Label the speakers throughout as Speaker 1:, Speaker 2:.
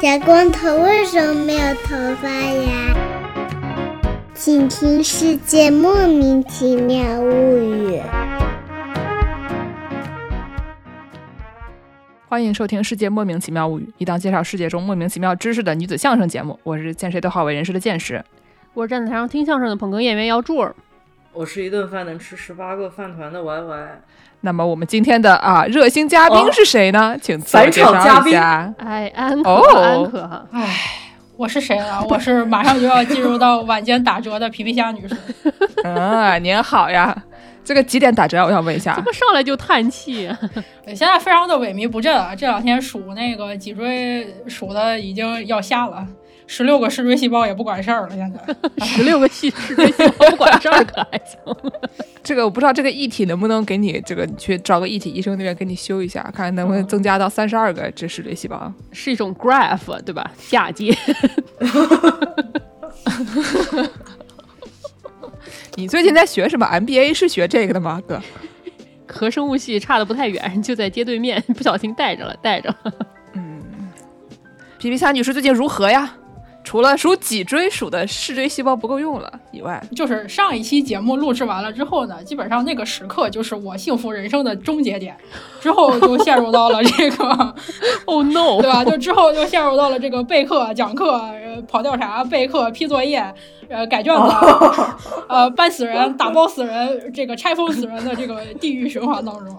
Speaker 1: 小光头为什么没有头发呀？请听《世界莫名其妙物语》。
Speaker 2: 欢迎收听《世界莫名其妙物语》，一档介绍世界中莫名其妙知识的女子相声节目。我是见谁都好为人师的见识。
Speaker 3: 我是站在台上听相声的捧哏演员姚柱儿。
Speaker 4: 我是一顿饭能吃十八个饭团的 YY，
Speaker 2: 那么我们今天的啊热心嘉宾
Speaker 4: 哦
Speaker 2: 是谁呢？ 请自我
Speaker 4: 返
Speaker 2: 介
Speaker 4: 场嘉
Speaker 2: 绍一
Speaker 4: 宾
Speaker 2: 下。
Speaker 3: 哎，安可，
Speaker 2: 哦
Speaker 3: 安可，
Speaker 5: 我是谁了？ 我是马上就要进入到晚间打折的皮皮虾女神。
Speaker 2: 嗯，您好呀。这个几点打折啊？我想问一下
Speaker 3: 怎。么上来就叹气？
Speaker 5: 对 现在非常的萎靡不振啊！这两天数那个脊椎数的已经要瞎了，十六个视锥细胞也不管事儿了。现在
Speaker 3: 十六个细十个细胞不管事儿可还行？
Speaker 2: 这个我不知道这个一体能不能给你这个，你去找个一体医生那边给你修一下，看看能不能增加到三十二个这视锥细
Speaker 4: 嗯
Speaker 2: 胞。
Speaker 3: 是一种 graph 对吧？嫁接。
Speaker 2: 你最近在学什么 MBA？是学这个的吗，哥？
Speaker 3: 和生物系差的不太远，就在街对面，不小心带着了，带着了。
Speaker 2: 皮皮虾女士最近如何呀？除了数脊椎数的视锥细胞不够用了以外，
Speaker 5: 就是上一期节目录制完了之后呢，基本上那个时刻就是我幸福人生的终结点，之后就陷入到了这个
Speaker 3: Oh no！
Speaker 5: 对吧？就之后就陷入到了这个备课、讲课、呃跑调查、备课、批作业、呃改卷子、呃搬死人、打包死人、这个拆封死人的这个地狱循环当中。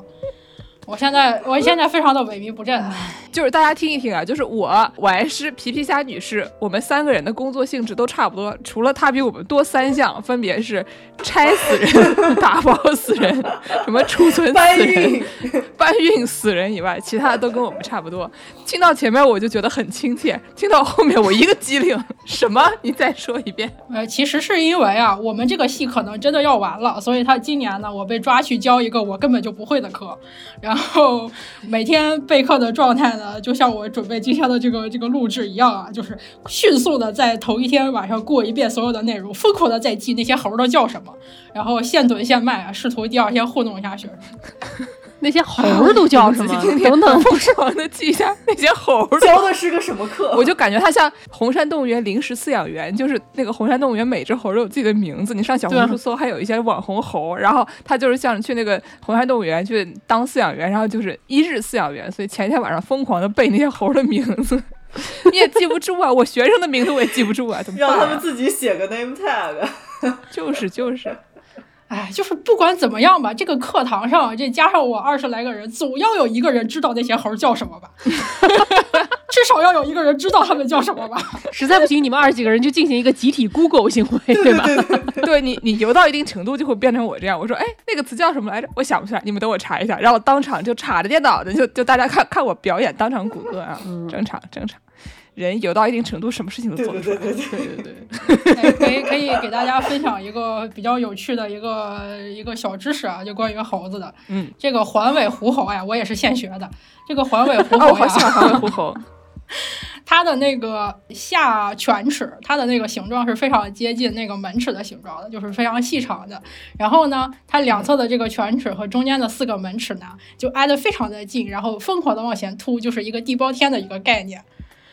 Speaker 5: 我现在我现在非常的萎靡不振，
Speaker 2: 就是大家听一听啊，就是我、完师、皮皮虾女士，我们三个人的工作性质都差不多，除了她比我们多三项，分别是拆死人、打包死人、什么储 存
Speaker 4: 搬
Speaker 2: 死人
Speaker 4: 运、
Speaker 2: 搬运死人以外，其他的都跟我们差不多。听到前面我就觉得很亲切，听到后面我一个机灵，什么？你再说一遍。
Speaker 5: 呃，其实是因为啊，我们这个系可能真的要完了，所以他今年呢，我被抓去教一个我根本就不会的课，然后每天备课的状态呢，就像我准备今天的这个这个录制一样啊，就是迅速的在头一天晚上过一遍所有的内容，疯狂的在记那些猴儿都叫什么，然后现怼现卖啊，试图第二天糊弄一下学生。
Speaker 3: 那些猴儿都叫什么？
Speaker 2: 听听
Speaker 3: 等等，
Speaker 2: 疯狂的记一下那些猴儿的
Speaker 4: 教的是个什么 课？
Speaker 2: 我就感觉它像红山动物园临时饲养员，就是那个红山动物园每只猴都有自己的名字，你上小
Speaker 3: 对
Speaker 2: 红
Speaker 3: 啊
Speaker 2: 书搜还有一些网红猴，然后它就是像去那个红山动物园去当饲养员，然后就是一日饲养员，所以前一天晚上疯狂的背那些猴的名字，你也记不住啊，我学生的名字我也记不住啊，怎么办、
Speaker 4: 让
Speaker 2: 啊？
Speaker 4: 他们自己写个 name tag。
Speaker 2: 就是就是，
Speaker 5: 哎，就是不管怎么样吧，这个课堂上这加上我二十来个人，总要有一个人知道那些猴儿叫什么吧， 至少要有一个人知道他们叫什么吧。
Speaker 3: 实在不行，你们二十几个人就进行一个集体 Google 行为，对吧？
Speaker 2: 对你你游到一定程度就会变成我这样，我说哎那个词叫什么来着？我想不起来，你们等我查一下，然后当场就插着电脑的就就大家看看我表演，当场谷歌啊， 正常正常。人游到一定程度，什么事情都
Speaker 4: 对
Speaker 2: 做得
Speaker 4: 对
Speaker 2: 出来
Speaker 4: 对。对对，
Speaker 3: 对对对，
Speaker 5: 哎可以可以给大家分享一个比较有趣的一个一个小知识啊，就关于猴子的。
Speaker 2: 嗯，
Speaker 5: 这个环尾狐猴呀，我也是现学的。这个环 尾狐
Speaker 2: 哦，我
Speaker 5: 猴
Speaker 2: 好
Speaker 5: 呀，
Speaker 2: 喜欢黄尾狐猴，
Speaker 5: 它的那个下犬齿，它的那个形状是非常接近那个门齿的形状的，就是非常细长的。然后呢，它两侧的这个犬齿和中间的四个门齿呢，就挨得非常的近，然后疯狂的往前突，就是一个地包天的一个概念。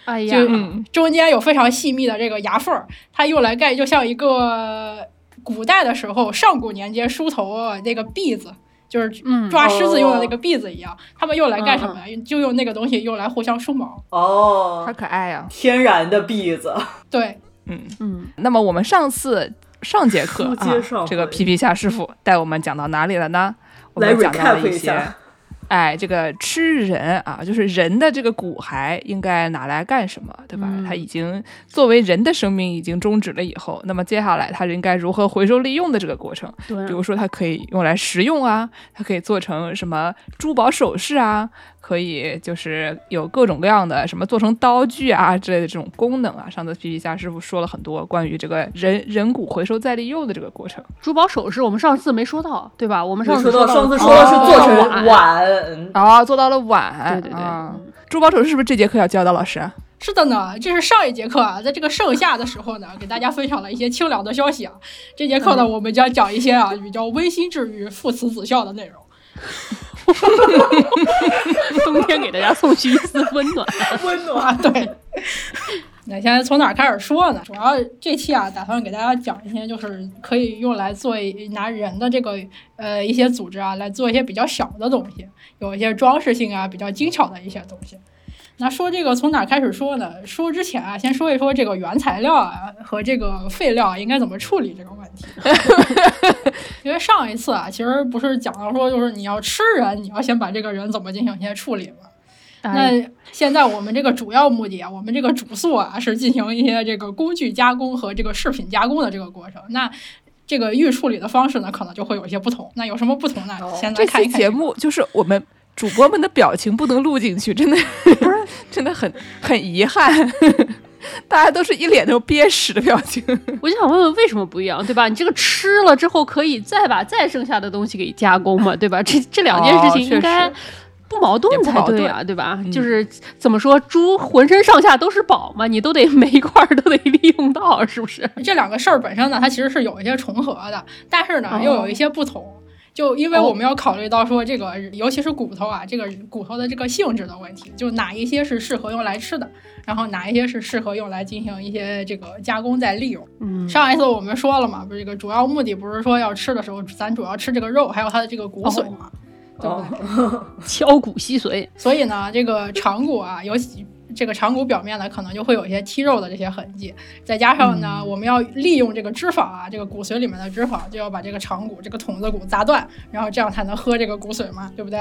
Speaker 3: 哎呀
Speaker 5: 就，
Speaker 2: 嗯，
Speaker 5: 中间有非常细密的这个牙缝儿，它用来盖就像一个古代的时候上古年间梳头啊那个篦子，就是
Speaker 3: 嗯
Speaker 5: 抓虱子用的那
Speaker 4: 哦
Speaker 5: 个篦子一样，他们用来干什么呀？就用那个东西用来互相梳毛。
Speaker 2: 好
Speaker 4: 哦，
Speaker 2: 可爱啊呀、
Speaker 4: 天然的篦子，
Speaker 5: 对，
Speaker 2: 嗯，
Speaker 3: 嗯，
Speaker 2: 那么我们上次上节课
Speaker 4: 书
Speaker 2: 啊
Speaker 4: 接上，
Speaker 2: 这个
Speaker 4: 回
Speaker 2: 皮皮虾师傅带我们讲到哪里了呢？我
Speaker 4: 来
Speaker 2: 们讲到
Speaker 4: recap
Speaker 2: 了
Speaker 4: 一
Speaker 2: 些
Speaker 4: 下。
Speaker 2: 哎，这个吃人啊，就是人的这个骨骸应该拿来干什么，对吧？
Speaker 3: 嗯
Speaker 2: 它已经作为人的生命已经终止了以后，那么接下来它应该如何回收利用的这个过程？
Speaker 3: 对
Speaker 2: 比如说，它可以用来食用啊，它可以做成什么珠宝首饰啊，可以就是有各种各样的什么做成刀具啊之类的这种功能啊。上次皮皮虾师傅说了很多关于这个人人骨回收再利用的这个过程。
Speaker 3: 珠宝首饰我们上次没说到，对吧？我们上
Speaker 4: 你
Speaker 3: 次
Speaker 4: 说到
Speaker 3: 了
Speaker 4: 上次
Speaker 3: 哦
Speaker 4: 说的是做成
Speaker 3: 碗
Speaker 4: 碗，
Speaker 2: 哦，做到了碗，
Speaker 3: 对对对
Speaker 2: 啊
Speaker 3: 嗯
Speaker 2: 珠宝首饰是不是这节课要教的老师啊？
Speaker 5: 是的呢，这是上一节课啊，在这个盛夏的时候呢，给大家分享了一些清凉的消息啊。这节课呢，我们将讲一些啊比较温馨治愈、父慈子孝的内容。
Speaker 3: 冬天给大家送去一丝温暖。
Speaker 4: 温暖。
Speaker 5: 啊，对， 那现在从哪儿开始说呢？主要这期啊，打算给大家讲一些，就是可以用来做一拿人的这个呃一些组织啊，来做一些比较小的东西，有一些装饰性啊，比较精巧的一些东西。那说这个从哪儿开始说呢？说之前啊，先说一说这个原材料啊和这个废料啊应该怎么处理这个问题。因为上一次啊，其实不是讲到说，就是你要吃人，你要先把这个人怎么进行一些处理嘛。
Speaker 2: 哎
Speaker 5: 那现在我们这个主要目的啊，我们这个主诉啊是进行一些这个工具加工和这个饰品加工的这个过程。那这个预处理的方式呢，可能就会有一些不同。那有什么不同呢？先来
Speaker 2: 哦这
Speaker 5: 看一
Speaker 2: 期
Speaker 5: 看
Speaker 2: 节目就是我们主播们的表情不能录进去，真的真的很很遗憾， 大家都是一脸都憋屎的表情。
Speaker 3: 我就想问问为什么不一样，对吧？你这个吃了之后可以再把再剩下的东西给加工嘛，对吧？这这两件事
Speaker 2: 哦
Speaker 3: 情
Speaker 2: 确
Speaker 3: 应该
Speaker 2: 实
Speaker 3: 不矛
Speaker 2: 也
Speaker 3: 盾
Speaker 2: 不
Speaker 3: 才
Speaker 2: 矛
Speaker 3: 对
Speaker 2: 盾嗯
Speaker 3: 啊，对吧？就是怎么说，猪浑身上下都是宝嘛，你都得每一块儿都得利用到，是不 是？
Speaker 5: 这两个事儿本身呢，它其实是有一些重合的，但是呢
Speaker 3: 哦
Speaker 5: 又有一些不同。就因为我们要考虑到说这个，尤其是骨头啊，这个骨头的这个性质的问题，就哪一些是适合用来吃的，然后哪一些是适合用来进行一些这个加工再利用。
Speaker 3: 嗯，
Speaker 5: 上一次我们说了嘛，不是这个主要目的不是说要吃的时候，咱主要吃这个肉，还有它的这个
Speaker 3: 哦
Speaker 5: 骨髓嘛，对不对？
Speaker 4: 哦，
Speaker 3: 敲骨吸髓，
Speaker 5: 所以呢，这个长骨啊，尤其这个长骨表面呢，可能就会有一些剔肉的这些痕迹，再加上呢，我们要利用这个脂肪啊，这个骨髓里面的脂肪，就要把这个长骨这个筒子骨砸断，然后这样才能喝这个骨髓嘛，对不对？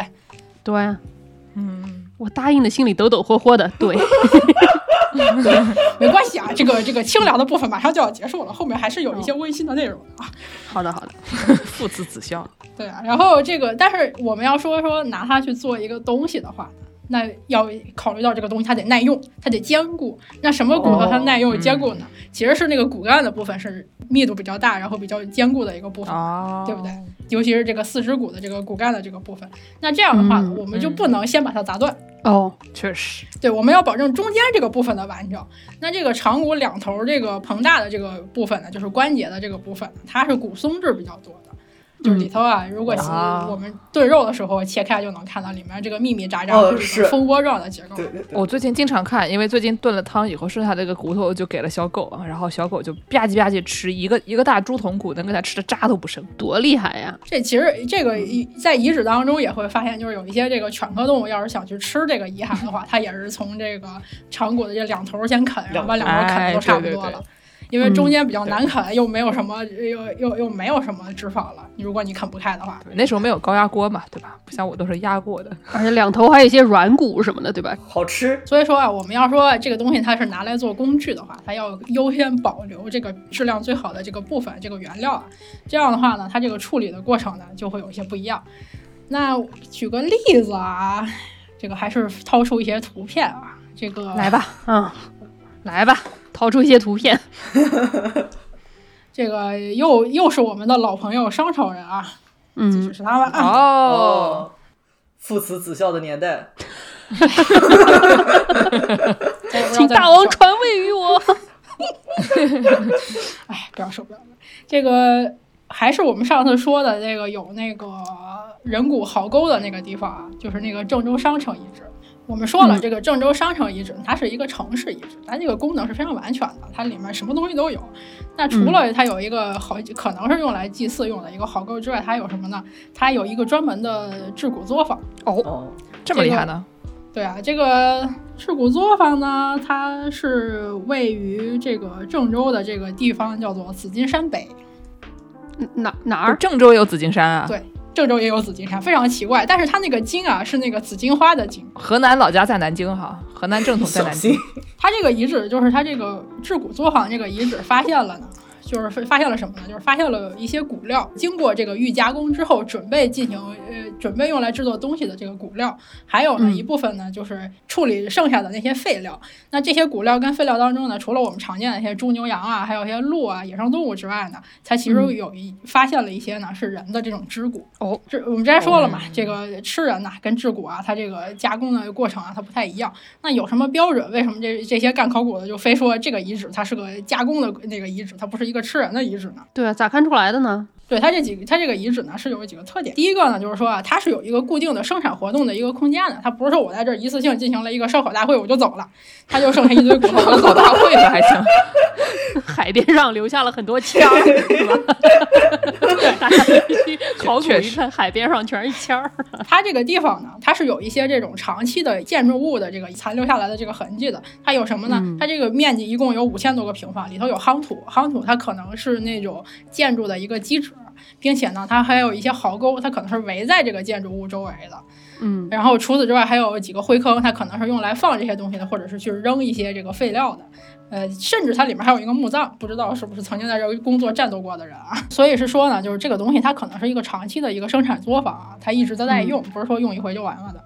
Speaker 3: 对啊、
Speaker 2: 嗯，
Speaker 3: 我答应的心里抖抖霍霍的， 对，
Speaker 5: 没关系啊，这个这个清凉的部分马上就要结束了，后面还是有一些温馨的内容的啊。
Speaker 3: 好的好的，
Speaker 2: 父慈子孝，
Speaker 5: 对啊，然后这个，但是我们要说说拿它去做一个东西的话，那要考虑到这个东西它得耐用，它得坚固。那什么骨头它耐用
Speaker 2: 哦
Speaker 5: 坚
Speaker 3: 嗯
Speaker 5: 固呢？其实是那个骨干的部分是密度比较大，然后比较坚固的一个部分，
Speaker 2: 哦，
Speaker 5: 对不对？尤其是这个四肢骨的这个骨干的这个部分。那这样的话呢，
Speaker 3: 嗯
Speaker 5: 我们就不能先把它砸断，
Speaker 3: 哦，
Speaker 2: 确实，
Speaker 5: 对，我们要保证中间这个部分的完整。那这个长骨两头这个膨大的这个部分呢，就是关节的这个部分，它是骨松质比较多的。就是里头啊，如果是
Speaker 2: 啊
Speaker 5: 我们炖肉的时候切开就能看到里面这个密密扎扎
Speaker 4: 哦
Speaker 5: 的这
Speaker 4: 是
Speaker 5: 个蜂窝状的结构。
Speaker 4: 对对对，
Speaker 2: 我最近经常看，因为最近炖了汤以后，剩下这个骨头就给了小狗，然后小狗就吧唧吧唧吃一个一个大猪筒骨，能给它吃的渣都不剩。
Speaker 3: 多厉害呀！
Speaker 5: 这其实这个遗在遗址当中也会发现，就是有一些这个犬科动物要是想去吃这个遗骸的话，它也是从这个长骨的这两头儿先啃，然后把两头儿啃的都差不多
Speaker 2: 哎对对
Speaker 5: 了。
Speaker 2: 对
Speaker 5: 因为中间比较难啃，又没有什么，又又又没有什么脂肪了。如果你啃不开的话，
Speaker 2: 对那时候没有高压锅嘛，对吧？不像我都是压过的。
Speaker 3: 而且两头还有一些软骨什么的，对吧？
Speaker 4: 好吃，
Speaker 5: 所以说啊，我们要说这个东西它是拿来做工具的话，它要优先保留这个质量最好的这个部分，这个原料啊。这样的话呢，它这个处理的过程呢就会有一些不一样。那举个例子啊，这个还是掏出一些图片啊，这个
Speaker 3: 来 吧，嗯，来吧，掏出一些图片，
Speaker 5: 这个又又是我们的老朋友商朝人啊，
Speaker 3: 嗯，
Speaker 5: 是他们啊。
Speaker 2: 哦，，
Speaker 4: 父慈子孝的年代，
Speaker 3: 哎
Speaker 5: 再也不知道
Speaker 3: 请
Speaker 5: 在
Speaker 3: 大
Speaker 5: 哪
Speaker 3: 王
Speaker 5: 找
Speaker 3: 传位于我。
Speaker 5: 哎，不要说不要说，这个还是我们上次说的那个有那个人骨壕沟的那个地方啊，就是那个郑州商城遗址。我们说了，
Speaker 3: 嗯
Speaker 5: 这个郑州商城遗址它是一个城市遗址，它这个功能是非常完全的，它里面什么东西都有。那除了它有一个好，可能是用来祭祀用的一个壕沟之外，它还有什么呢？它有一个专门的制骨作坊。
Speaker 4: 哦，
Speaker 2: 这么厉害呢？
Speaker 5: 对啊，这个赤骨作坊呢，它是位于这个郑州的这个地方叫做紫金山北。
Speaker 2: 嗯
Speaker 3: 哪哪
Speaker 2: 不是
Speaker 3: 儿？
Speaker 2: 郑州有紫金山啊，
Speaker 5: 对，郑州也有紫金山，非常奇怪。但是它那个金啊，是那个紫金花的金。
Speaker 2: 河南老家在南京哈，河南正统在
Speaker 4: 小
Speaker 2: 南京
Speaker 4: 心。，
Speaker 5: 它这个遗址就是它这个制骨作坊这个遗址发现了呢，就是发发现了什么呢？就是发现了一些骨料，经过这个预加工之后，准备进行呃准备用来制作东西的这个骨料，还有呢
Speaker 3: 嗯
Speaker 5: 一部分呢就是处理剩下的那些废料。那这些骨料跟废料当中呢，除了我们常见的一些猪牛羊啊，还有一些鹿啊、野生动物之外呢，它其
Speaker 3: 嗯
Speaker 5: 实有一、发现了一些呢是人的这种肢骨。
Speaker 3: 哦，
Speaker 5: 这我们之前说了嘛，这个吃人呐、跟制骨啊，它这个加工的过程啊，它不太一样。那有什么标准？为什么这这些干考古的就非说这个遗址它是个加工的那个遗址，它不是一个吃人的遗址呢？
Speaker 3: 对啊，咋看出来的呢？
Speaker 5: 对它这几个，它这个遗址呢是有几个特点。第一个呢，就是说啊，它是有一个固定的生产活动的一个空间的，它不是说我在这儿一次性进行了一个烧烤大会我就走了，它就剩下一堆骨头
Speaker 2: 我口大会了还行，
Speaker 3: 海边上留下了很多枪， 是吧 大家去考古
Speaker 2: 确
Speaker 3: 一
Speaker 2: 实
Speaker 3: 看，海边上全是签儿。
Speaker 5: 它这个地方呢，它是有一些这种长期的建筑物的这个残留下来的这个痕迹的。它有什么呢？
Speaker 3: 嗯
Speaker 5: 它这个面积一共有五千多个平方，里头有夯土，夯土它可能是那种建筑的一个基址，并且呢，它还有一些壕沟，它可能是围在这个建筑物周围的。
Speaker 3: 嗯，
Speaker 5: 然后除此之外，还有几个灰坑，它可能是用来放这些东西的，或者是去扔一些这个废料的。呃，甚至它里面还有一个墓葬，不知道是不是曾经在这儿工作战斗过的人啊。 所以是说呢，就是这个东西它可能是一个长期的一个生产作坊啊，它一直都在用，不是说用一回就完了的。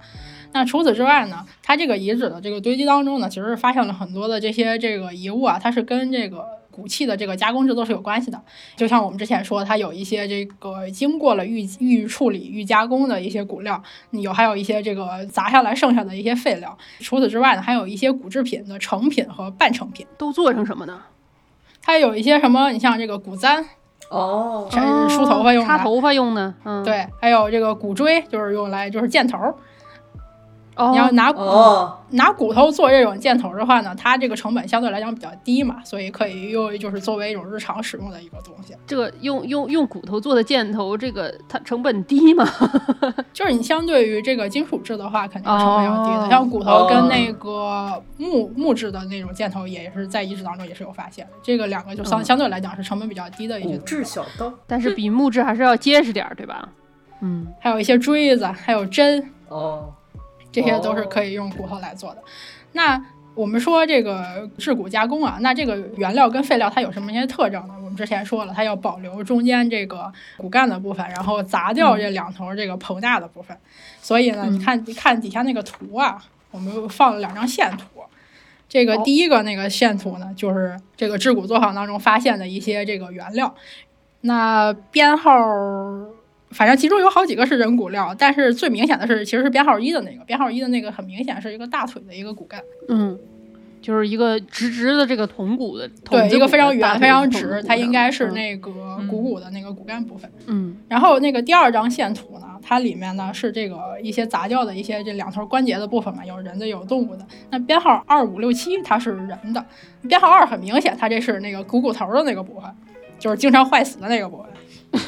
Speaker 5: 那除此之外呢，它这个遗址的这个堆积当中呢，其实发现了很多的这些这个遗物啊，它是跟这个骨器的这个加工制作是有关系的。就像我们之前说，它有一些这个经过了预预处理、预加工的一些骨料，有还有一些这个砸下来剩下的一些废料。除此之外呢，还有一些骨制品的成品和半成品。
Speaker 3: 都做成什么呢？
Speaker 5: 它有一些什么，你像这个骨簪，
Speaker 4: 哦，
Speaker 5: 这是梳头发用的
Speaker 3: 擦哦头发用的。嗯，，
Speaker 5: 对，还有这个骨锥，就是用来就是箭头儿。
Speaker 3: 哦
Speaker 5: 你，要拿骨、
Speaker 4: 哦，
Speaker 5: 拿骨头做这种箭头儿的话呢，它这个成本相对来讲比较低嘛，所以可以用于就是作为一种日常使用的一个东西。
Speaker 3: 这个用用用骨头做的箭头，这个它成本低嘛？
Speaker 5: 就是你相对于这个金属制的话，肯定是成本要低的。
Speaker 3: 哦
Speaker 5: 像骨头跟那个木、木质的那种箭头，也是在遗址当中也是有发现的。这个两个就相、
Speaker 3: 嗯
Speaker 5: 相对来讲是成本比较低的一些
Speaker 4: 骨
Speaker 5: 东西
Speaker 4: 质小刀。
Speaker 3: 但是比木质还是要结实点儿，对吧？嗯，
Speaker 5: 还有一些锥子，还有针，
Speaker 4: 哦，
Speaker 5: 这些都是
Speaker 3: 哦
Speaker 5: 可以用骨头来做的。那我们说这个制骨加工啊，那这个原料跟废料它有什么一些特征呢？我们之前说了，它要保留中间这个骨干的部分，然后砸掉这两头这个膨大的部分。所以呢，
Speaker 3: 嗯
Speaker 5: 你看，你看底下那个图啊，我们放了两张线图。这个
Speaker 3: 哦
Speaker 5: 第一个那个线图呢，就是这个制骨作坊当中发现的一些这个原料。那编号儿，反正其中有好几个是人骨料，但是最明显的是，其实是编号一的那个，编号一的那个很明显是一个大腿的一个骨干，
Speaker 3: 嗯，就是一个直直的这个筒骨的，筒
Speaker 5: 对，
Speaker 3: 子
Speaker 5: 一个
Speaker 3: 骨
Speaker 5: 非常
Speaker 3: 的大
Speaker 5: 圆、
Speaker 3: 腿
Speaker 5: 非常
Speaker 3: 是筒
Speaker 5: 直
Speaker 3: 子，骨
Speaker 5: 它应该
Speaker 3: 的
Speaker 5: 是
Speaker 3: 嗯
Speaker 5: 那个股骨的那个骨干部分。
Speaker 3: 嗯
Speaker 5: 然后那个第二张线图呢，它里面呢是这个一些砸掉的一些这两头关节的部分嘛，有人的有动物的。那编号二五六七它是人的，编号二很明显，它这是那个股骨头的那个部分，就是经常坏死的那个部分。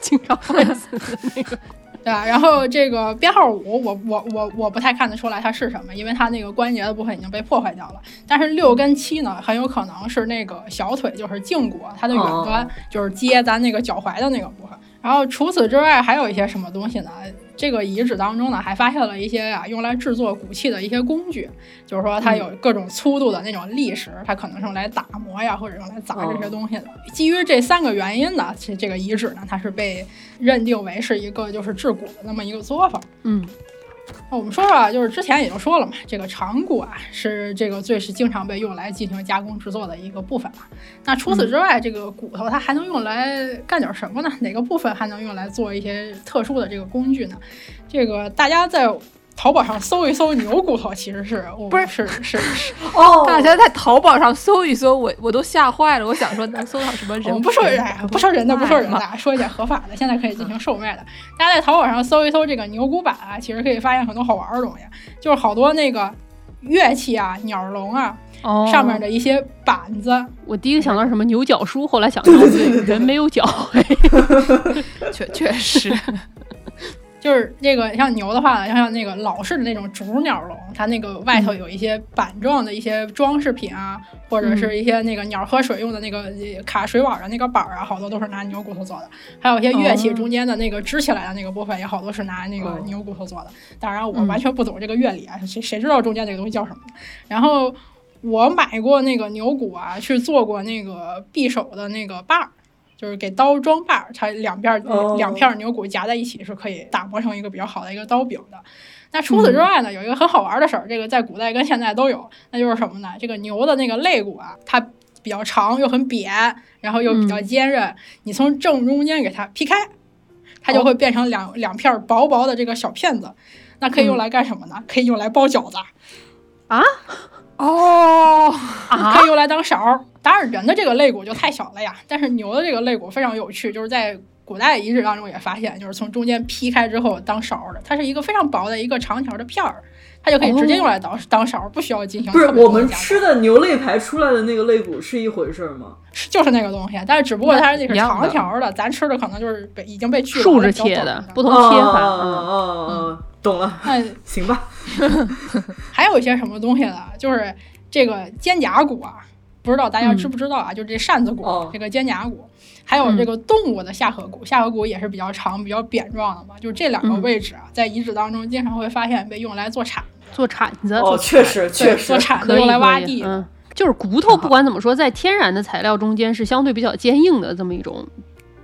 Speaker 3: 经 常会死的那个。
Speaker 5: 对啊，然后这个编号五，我我我我不太看得出来它是什么，因为它那个关节的部分已经被破坏掉了。但是六跟七呢，很有可能是那个小腿，就是胫骨，啊它的远端
Speaker 4: 哦
Speaker 5: 就是接咱那个脚踝的那个部分。然后除此之外，还有一些什么东西呢？这个遗址当中呢，还发现了一些啊用来制作骨器的一些工具，就是说它有各种粗度的那种砾石，它可能是用来打磨呀，或者用来砸这些东西的。基于这三个原因呢，这这个遗址呢，它是被认定为是一个就是制骨的那么一个作坊。
Speaker 3: 嗯，
Speaker 5: 那我们说说啊，就是之前也就说了嘛，这个长骨啊是这个最是经常被用来进行加工制作的一个部分嘛。那除此之外，这个骨头它还能用来干点什么呢？哪个部分还能用来做一些特殊的这个工具呢？这个大家在淘宝上搜一搜牛骨头，其实是我
Speaker 2: 不是
Speaker 5: 是是是，
Speaker 4: 哦
Speaker 2: 大家在淘宝上搜一搜，我我都吓坏了。我想说能搜到什么
Speaker 5: 我
Speaker 2: 人？
Speaker 5: 们不说人啊，不说人的，不说人的
Speaker 2: 嘛。
Speaker 5: 啊，说一点合法的，现在可以进行售卖的。大家在淘宝上搜一搜这个牛骨板啊，其实可以发现很多好玩的东西，就是好多那个乐器啊、鸟笼啊。
Speaker 3: 哦，
Speaker 5: 上面的一些板子，
Speaker 3: 我第一个想到是什么牛角梳，后来想到对人没有脚，嘿
Speaker 2: 确确实，
Speaker 5: 就是这个像牛的话呢，像像那个老式的那种竹鸟笼，它那个外
Speaker 3: 嗯
Speaker 5: 头有一些板状的一些装饰品啊，或者
Speaker 3: 嗯
Speaker 5: 是一些那个鸟喝水用的那个呃卡水碗的那个板儿啊，好多都是拿牛骨头做的。还有一些乐器
Speaker 3: 哦
Speaker 5: 中间的那个支起来的那个部分，也好多是拿那个
Speaker 4: 哦
Speaker 5: 牛骨头做的。当然，我
Speaker 3: 嗯
Speaker 5: 完全不懂这个乐理啊，谁谁知道中间这个东西叫什么？然后我买过那个牛骨啊，去做过那个匕首的那个把儿，就是给刀装把儿，它两边儿、
Speaker 4: 哦
Speaker 5: 两片儿牛骨夹在一起是可以打磨成一个比较好的一个刀柄的。那除此之外呢，有一个很好玩的事儿，这个在古代跟现在都有，那就是什么呢？这个牛的那个肋骨啊，它比较长又很扁，然后又比较坚韧，你从正中间给它劈开，它就会变成两、两片儿薄薄的这个小片子。那可以用来干什么呢？可以用来包饺子，
Speaker 2: 哦，
Speaker 3: 啊，
Speaker 5: 可以用来当勺儿。当然，人的这个肋骨就太小了呀，但是牛的这个肋骨非常有趣，就是在古代遗址当中也发现，就是从中间劈开之后当勺儿的，它是一个非常薄的一个长条的片儿，它就可以直接用来
Speaker 3: 哦
Speaker 5: 当、当勺儿，不需要进行
Speaker 4: 不是
Speaker 5: 特别多
Speaker 4: 我们
Speaker 5: 的加工
Speaker 4: 吃的牛肋排出来的那个肋骨是一回事儿吗？
Speaker 5: 是就是那个东西，啊但是只不过它那是
Speaker 2: 一样的
Speaker 5: 长条的，咱吃的可能就是被已经被去
Speaker 3: 竖
Speaker 5: 完了
Speaker 3: 着
Speaker 5: 比较
Speaker 3: 切
Speaker 5: 短
Speaker 3: 的，
Speaker 5: 的
Speaker 3: 不
Speaker 4: 哦
Speaker 3: 同切
Speaker 4: 哦
Speaker 3: 法。嗯
Speaker 4: 哦哦，懂了，
Speaker 5: 那
Speaker 4: 行吧。
Speaker 5: 还有一些什么东西呢？就是这个肩胛骨啊，不知道大
Speaker 3: 嗯
Speaker 5: 家知不知道啊？就是这扇子骨，
Speaker 4: 哦
Speaker 5: 这个肩胛骨，还有
Speaker 3: 嗯
Speaker 5: 这个动物的下颌骨，下颌骨也是比较长、比较扁状的嘛。就是这两个
Speaker 3: 嗯
Speaker 5: 位置啊，在遗址当中经常会发现被用来做铲，
Speaker 3: 做铲子，
Speaker 4: 哦，
Speaker 3: 做
Speaker 4: 确实确
Speaker 5: 对，
Speaker 4: 实
Speaker 5: 做，铲
Speaker 3: 可
Speaker 5: 子
Speaker 3: 以
Speaker 5: 用来挖
Speaker 3: 可以
Speaker 5: 地的。
Speaker 3: 嗯，就是骨头，不管怎么说，在天然的材料中间是相对比较坚硬的这么一种。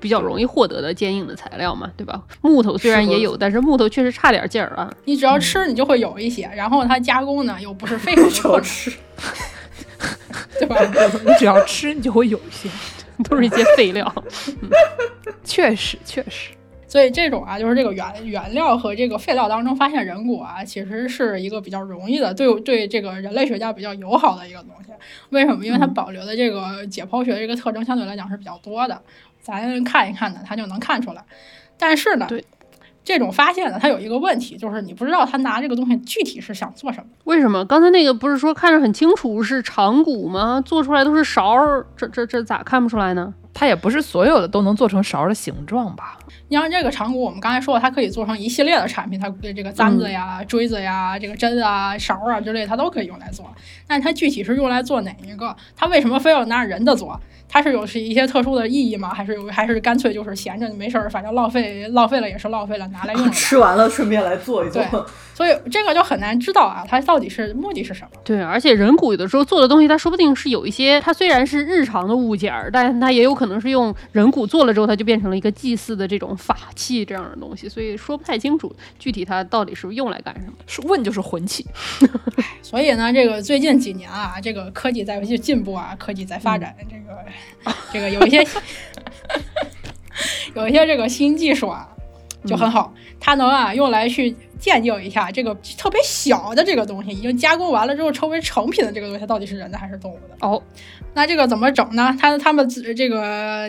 Speaker 3: 比较容易获得的坚硬的材料嘛，对吧？木头虽然
Speaker 4: 是的
Speaker 3: 也有，但是木头确实差点劲儿啊。
Speaker 5: 你只要吃，你就会有一些，然后它加工呢又不是非 常的
Speaker 4: 少
Speaker 5: 困难，
Speaker 4: 吃。
Speaker 5: 对吧？
Speaker 2: 你只要吃，你就会有一些。
Speaker 3: 都是一些废料。 嗯
Speaker 2: 确实，确实，
Speaker 5: 所以这种啊，就是这个原原料和这个废料当中发现人骨啊，其实是一个比较容易的，对对这个人类学家比较友好的一个东西。为什么？因为它保留的这个解剖学这个特征相对来讲是比较多的，咱看一看呢，它就能看出来。但是呢，
Speaker 3: 对
Speaker 5: 这种发现呢，它有一个问题，就是你不知道他拿这个东西具体是想做什么。
Speaker 3: 为什么刚才那个不是说看着很清楚是长骨吗？做出来都是勺儿，这这这咋看不出来呢？
Speaker 2: 它也不是所有的都能做成勺儿的形状吧？
Speaker 5: 你像这个长骨，我们刚才说了，它可以做成一系列的产品，它这个簪子呀、锥子呀、这个针啊、勺啊之类，它都可以用来做。但它具体是用来做哪一个？它为什么非要拿人的做？它是有是一些特殊的意义吗？还是有还是干脆就是闲着没事儿，反正浪费浪费了也是浪费了，拿来用了吧。
Speaker 4: 哎吃完了顺便来做一做。
Speaker 5: 对所以这个就很难知道啊，它到底是目的是什么。
Speaker 3: 对，而且人骨有的时候做的东西，它说不定是有一些，它虽然是日常的物件儿，但它也有可能是用人骨做了之后，它就变成了一个祭祀的这种法器这样的东西，所以说不太清楚具体它到底是用来干什么。
Speaker 2: 是问就是魂器，
Speaker 5: 所以呢，这个最近几年啊，这个科技在就进步啊，科技在发展，这个这个有一些 有一些这个新技术啊，就很好，它能啊用来去鉴定一下这个特别小的这个东西，已经加工完了之后成为成品的这个东西，它到底是人的还是动物的。
Speaker 3: 哦，
Speaker 5: 那这个怎么整呢？他他们自这个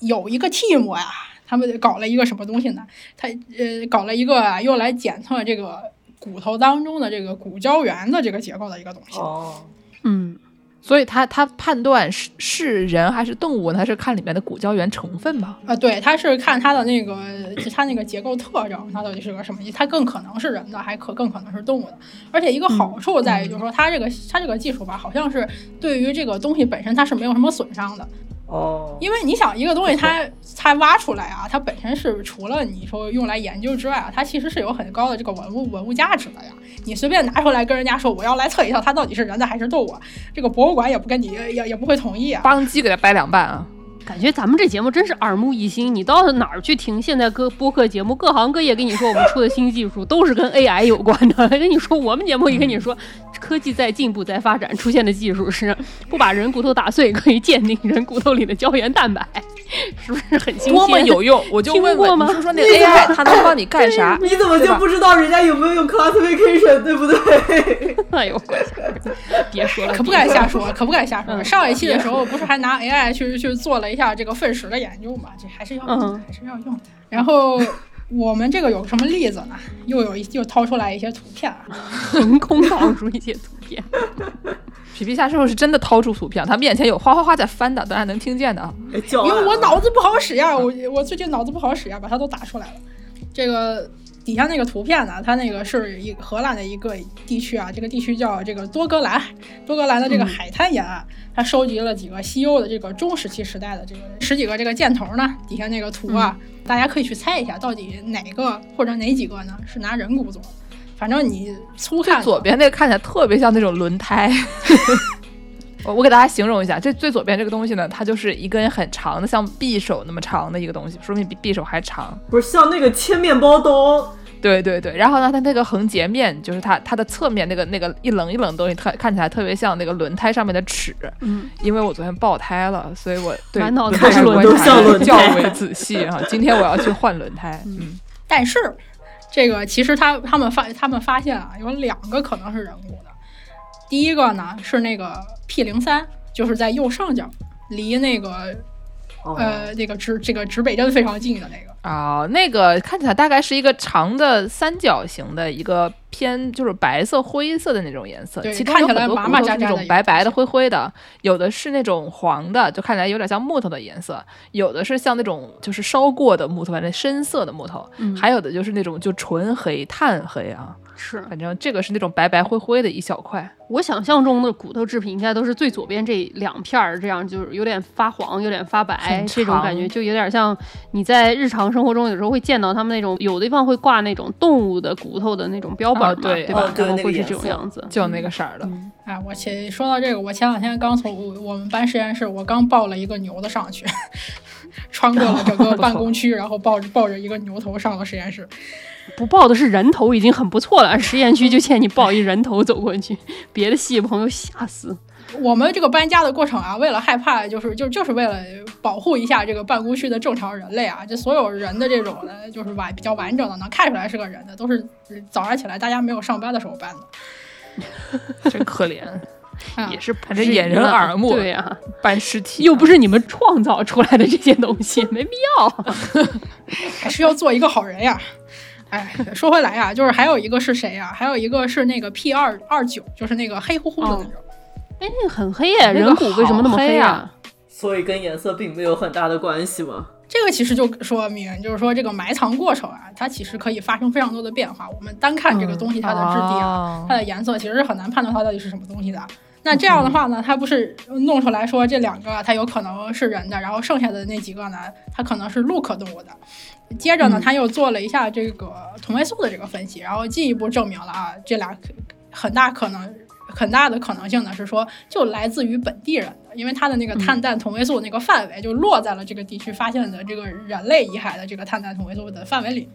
Speaker 5: 有一个 team 呀、他们搞了一个什么东西呢？他呃搞了一个啊用来检测这个骨头当中的这个骨胶原的这个结构的一个东西。
Speaker 4: 哦，
Speaker 3: 嗯，
Speaker 2: 所以它它判断是是人还是动物呢？它是看里面的骨胶原成分吧？
Speaker 5: 啊，对，它是看它的那个它那个结构特征，它到底是个什么？它更可能是人的，还可更可能是动物的。而且一个好处在于，就是说它这个它这个技术吧，好像是对于这个东西本身它是没有什么损伤的。
Speaker 4: 哦，
Speaker 5: 因为你想一个东西它，它挖出来啊，它本身是除了你说用来研究之外啊，它其实是有很高的这个文物文物价值的呀。你随便拿出来跟人家说我要来测一下它到底是人的还是动物啊，这个博物馆也不跟你也也不会同意啊。
Speaker 2: 邦基给它掰两半啊！
Speaker 3: 感觉咱们这节目真是耳目一新。你到哪儿去听？现在各播客节目，各行各业跟你说我们出的新技术都是跟 AI 有关的。跟你说我们节目也跟你说，科技在进步，在发展，出现的技术是不把人骨头打碎可以鉴定人骨头里的胶原蛋白，是不是很新鲜？
Speaker 2: 多么有 用！我就
Speaker 3: 听
Speaker 2: 问
Speaker 3: 过
Speaker 2: 问，
Speaker 3: 吗
Speaker 2: 你说说 那个 AI 它能帮你干啥？
Speaker 4: 你怎么就不知道人家有没有用 classification，对不对？
Speaker 3: 哎呦，怪吓人的别说了，
Speaker 5: 可不
Speaker 3: 别
Speaker 5: 敢
Speaker 3: 说了
Speaker 5: 瞎说，可不敢瞎说。
Speaker 3: 嗯
Speaker 5: 上一期的时候不是还拿 AI 去去做了一下这个粪石的研究嘛？这还是要用的
Speaker 3: 嗯，
Speaker 5: 还是要用的。然后我们这个有什么例子呢？又有一又掏出来一些图片啊，
Speaker 3: 凭空放出一些图片。
Speaker 2: 皮皮虾是不是真的掏出图片？他面前有哗哗哗在翻的，大家能听见的啊！
Speaker 4: 哎叫
Speaker 5: 因为
Speaker 4: 啊
Speaker 5: 我脑子不好使呀，我我最近脑子不好使呀，把它都打出来了。这个底下那个图片呢，它那个是一荷兰的一个地区啊，这个地区叫这个多格兰，多格兰的这个海滩沿岸，它收集了几个西欧的这个中石器时代的这个十几个这个箭头呢，底下那个图啊，大家可以去猜一下，到底哪个或者哪几个呢是拿人骨做的。反正你粗看
Speaker 2: 最左边那个看起来特别像那种轮胎。 我我给大家形容一下，这最左边这个东西呢，它就是一根很长的，像匕首那么长的一个东西，说明比匕首还长。
Speaker 4: 不是像那个切面包刀，
Speaker 2: 对对对，然后呢，它那个横截面，就是它它的侧面那个那个一棱一棱的东西，看看起来特别像那个轮胎上面的齿。
Speaker 3: 嗯，
Speaker 2: 因为我昨天爆胎了，所以我对
Speaker 3: 满脑子
Speaker 2: 胎
Speaker 3: 都是
Speaker 2: 观
Speaker 3: 轮
Speaker 2: 察
Speaker 4: 胎
Speaker 2: 得较为仔细啊。今天我要去换轮胎，嗯，
Speaker 5: 但是这个其实他他们发他们发现啊，有两个可能是人骨的。第一个呢是那个 P 零三，就是在右上角，离那个
Speaker 4: 哦，
Speaker 5: 呃，那个指这个指北针非常近的那个。
Speaker 2: 啊、那个看起来大概是一个长的三角形的一个偏就是白色灰色的那种颜色，
Speaker 5: 对
Speaker 2: 其
Speaker 5: 看
Speaker 2: 他
Speaker 5: 起
Speaker 2: 有很
Speaker 5: 来
Speaker 2: 多
Speaker 5: 麻
Speaker 2: 骨
Speaker 5: 麻
Speaker 2: 头
Speaker 5: 扎
Speaker 2: 是那
Speaker 5: 扎的
Speaker 2: 种
Speaker 5: 一
Speaker 2: 白
Speaker 5: 个
Speaker 2: 白的
Speaker 5: 东西
Speaker 2: 灰灰的，有的是那种黄的，就看起来有点像木头的颜色，有的是像那种就是烧过的木头，反正深色的木头，
Speaker 3: 嗯
Speaker 2: 还有的就是那种就纯黑炭黑啊，
Speaker 3: 是
Speaker 2: 反正这个是那种白白灰灰的一小块。
Speaker 3: 我想象中的骨头制品应该都是最左边这两片儿，这样就是有点发黄，有点发白
Speaker 2: 很，
Speaker 3: 这种感
Speaker 2: 长
Speaker 3: 觉就有点像你在日常生活中有时候会见到他们那种，有的地方会挂那种动物的骨头的那种标本嘛，
Speaker 2: 哦对
Speaker 3: 吧？
Speaker 4: 哦对
Speaker 3: 然后
Speaker 4: 那
Speaker 3: 会
Speaker 4: 个
Speaker 3: 是
Speaker 4: 颜
Speaker 3: 这种
Speaker 4: 色
Speaker 3: 样子，
Speaker 2: 就那个色儿的，
Speaker 5: 哎，我前说到这个，我前两天刚从我我们班实验室，我刚抱了一个牛的上去， 穿过了整个办公区，然后抱着抱着一个牛头上了实验室。
Speaker 3: 不抱的是人头已经很不错了，实验区就欠你抱一人头走过去，别的系朋友吓死。
Speaker 5: 我们这个搬家的过程啊，为了害怕，就是就就是为了保护一下这个办公区的正常人类啊，就所有人的这种呢，就是完比较完整的，能看出来是个人的，都是早上起来大家没有上班的时候搬的。
Speaker 2: 真可怜，
Speaker 5: 啊
Speaker 2: 也是反
Speaker 3: 这
Speaker 2: 正掩人耳目，
Speaker 3: 对啊呀、
Speaker 2: 搬尸体
Speaker 3: 又不是你们创造出来的这些东西，没必要。
Speaker 5: 还是要做一个好人呀。 哎，说回来呀，就是还有一个是谁呀？还有一个是那个 P 二二九，就是那个黑乎乎的那种。
Speaker 2: 哦
Speaker 3: 哎，那个很黑耶，
Speaker 2: 那个
Speaker 3: 人骨为什么那么
Speaker 2: 好黑
Speaker 3: 呀、
Speaker 2: 啊
Speaker 4: 所以跟颜色并没有很大的关系嘛。
Speaker 5: 这个其实就说明，就是说这个埋藏过程啊，它其实可以发生非常多的变化。我们单看这
Speaker 2: 嗯
Speaker 5: 个东西它的质地啊，
Speaker 2: 啊
Speaker 5: 它的颜色，其实是很难判断它到底是什么东西的。那这样的话呢，它不是弄出来说这两个它有可能是人的，然后剩下的那几个呢，它可能是鹿科动物的。接着呢，他又做了一下这个同位素的这个分析，然后进一步证明了啊，这俩可很大可能。很大的可能性呢是说，就来自于本地人的，因为它的那个碳氮同位素那个范围就落在了这个地区发现的这个人类遗骸的这个碳氮同位素的范围里面，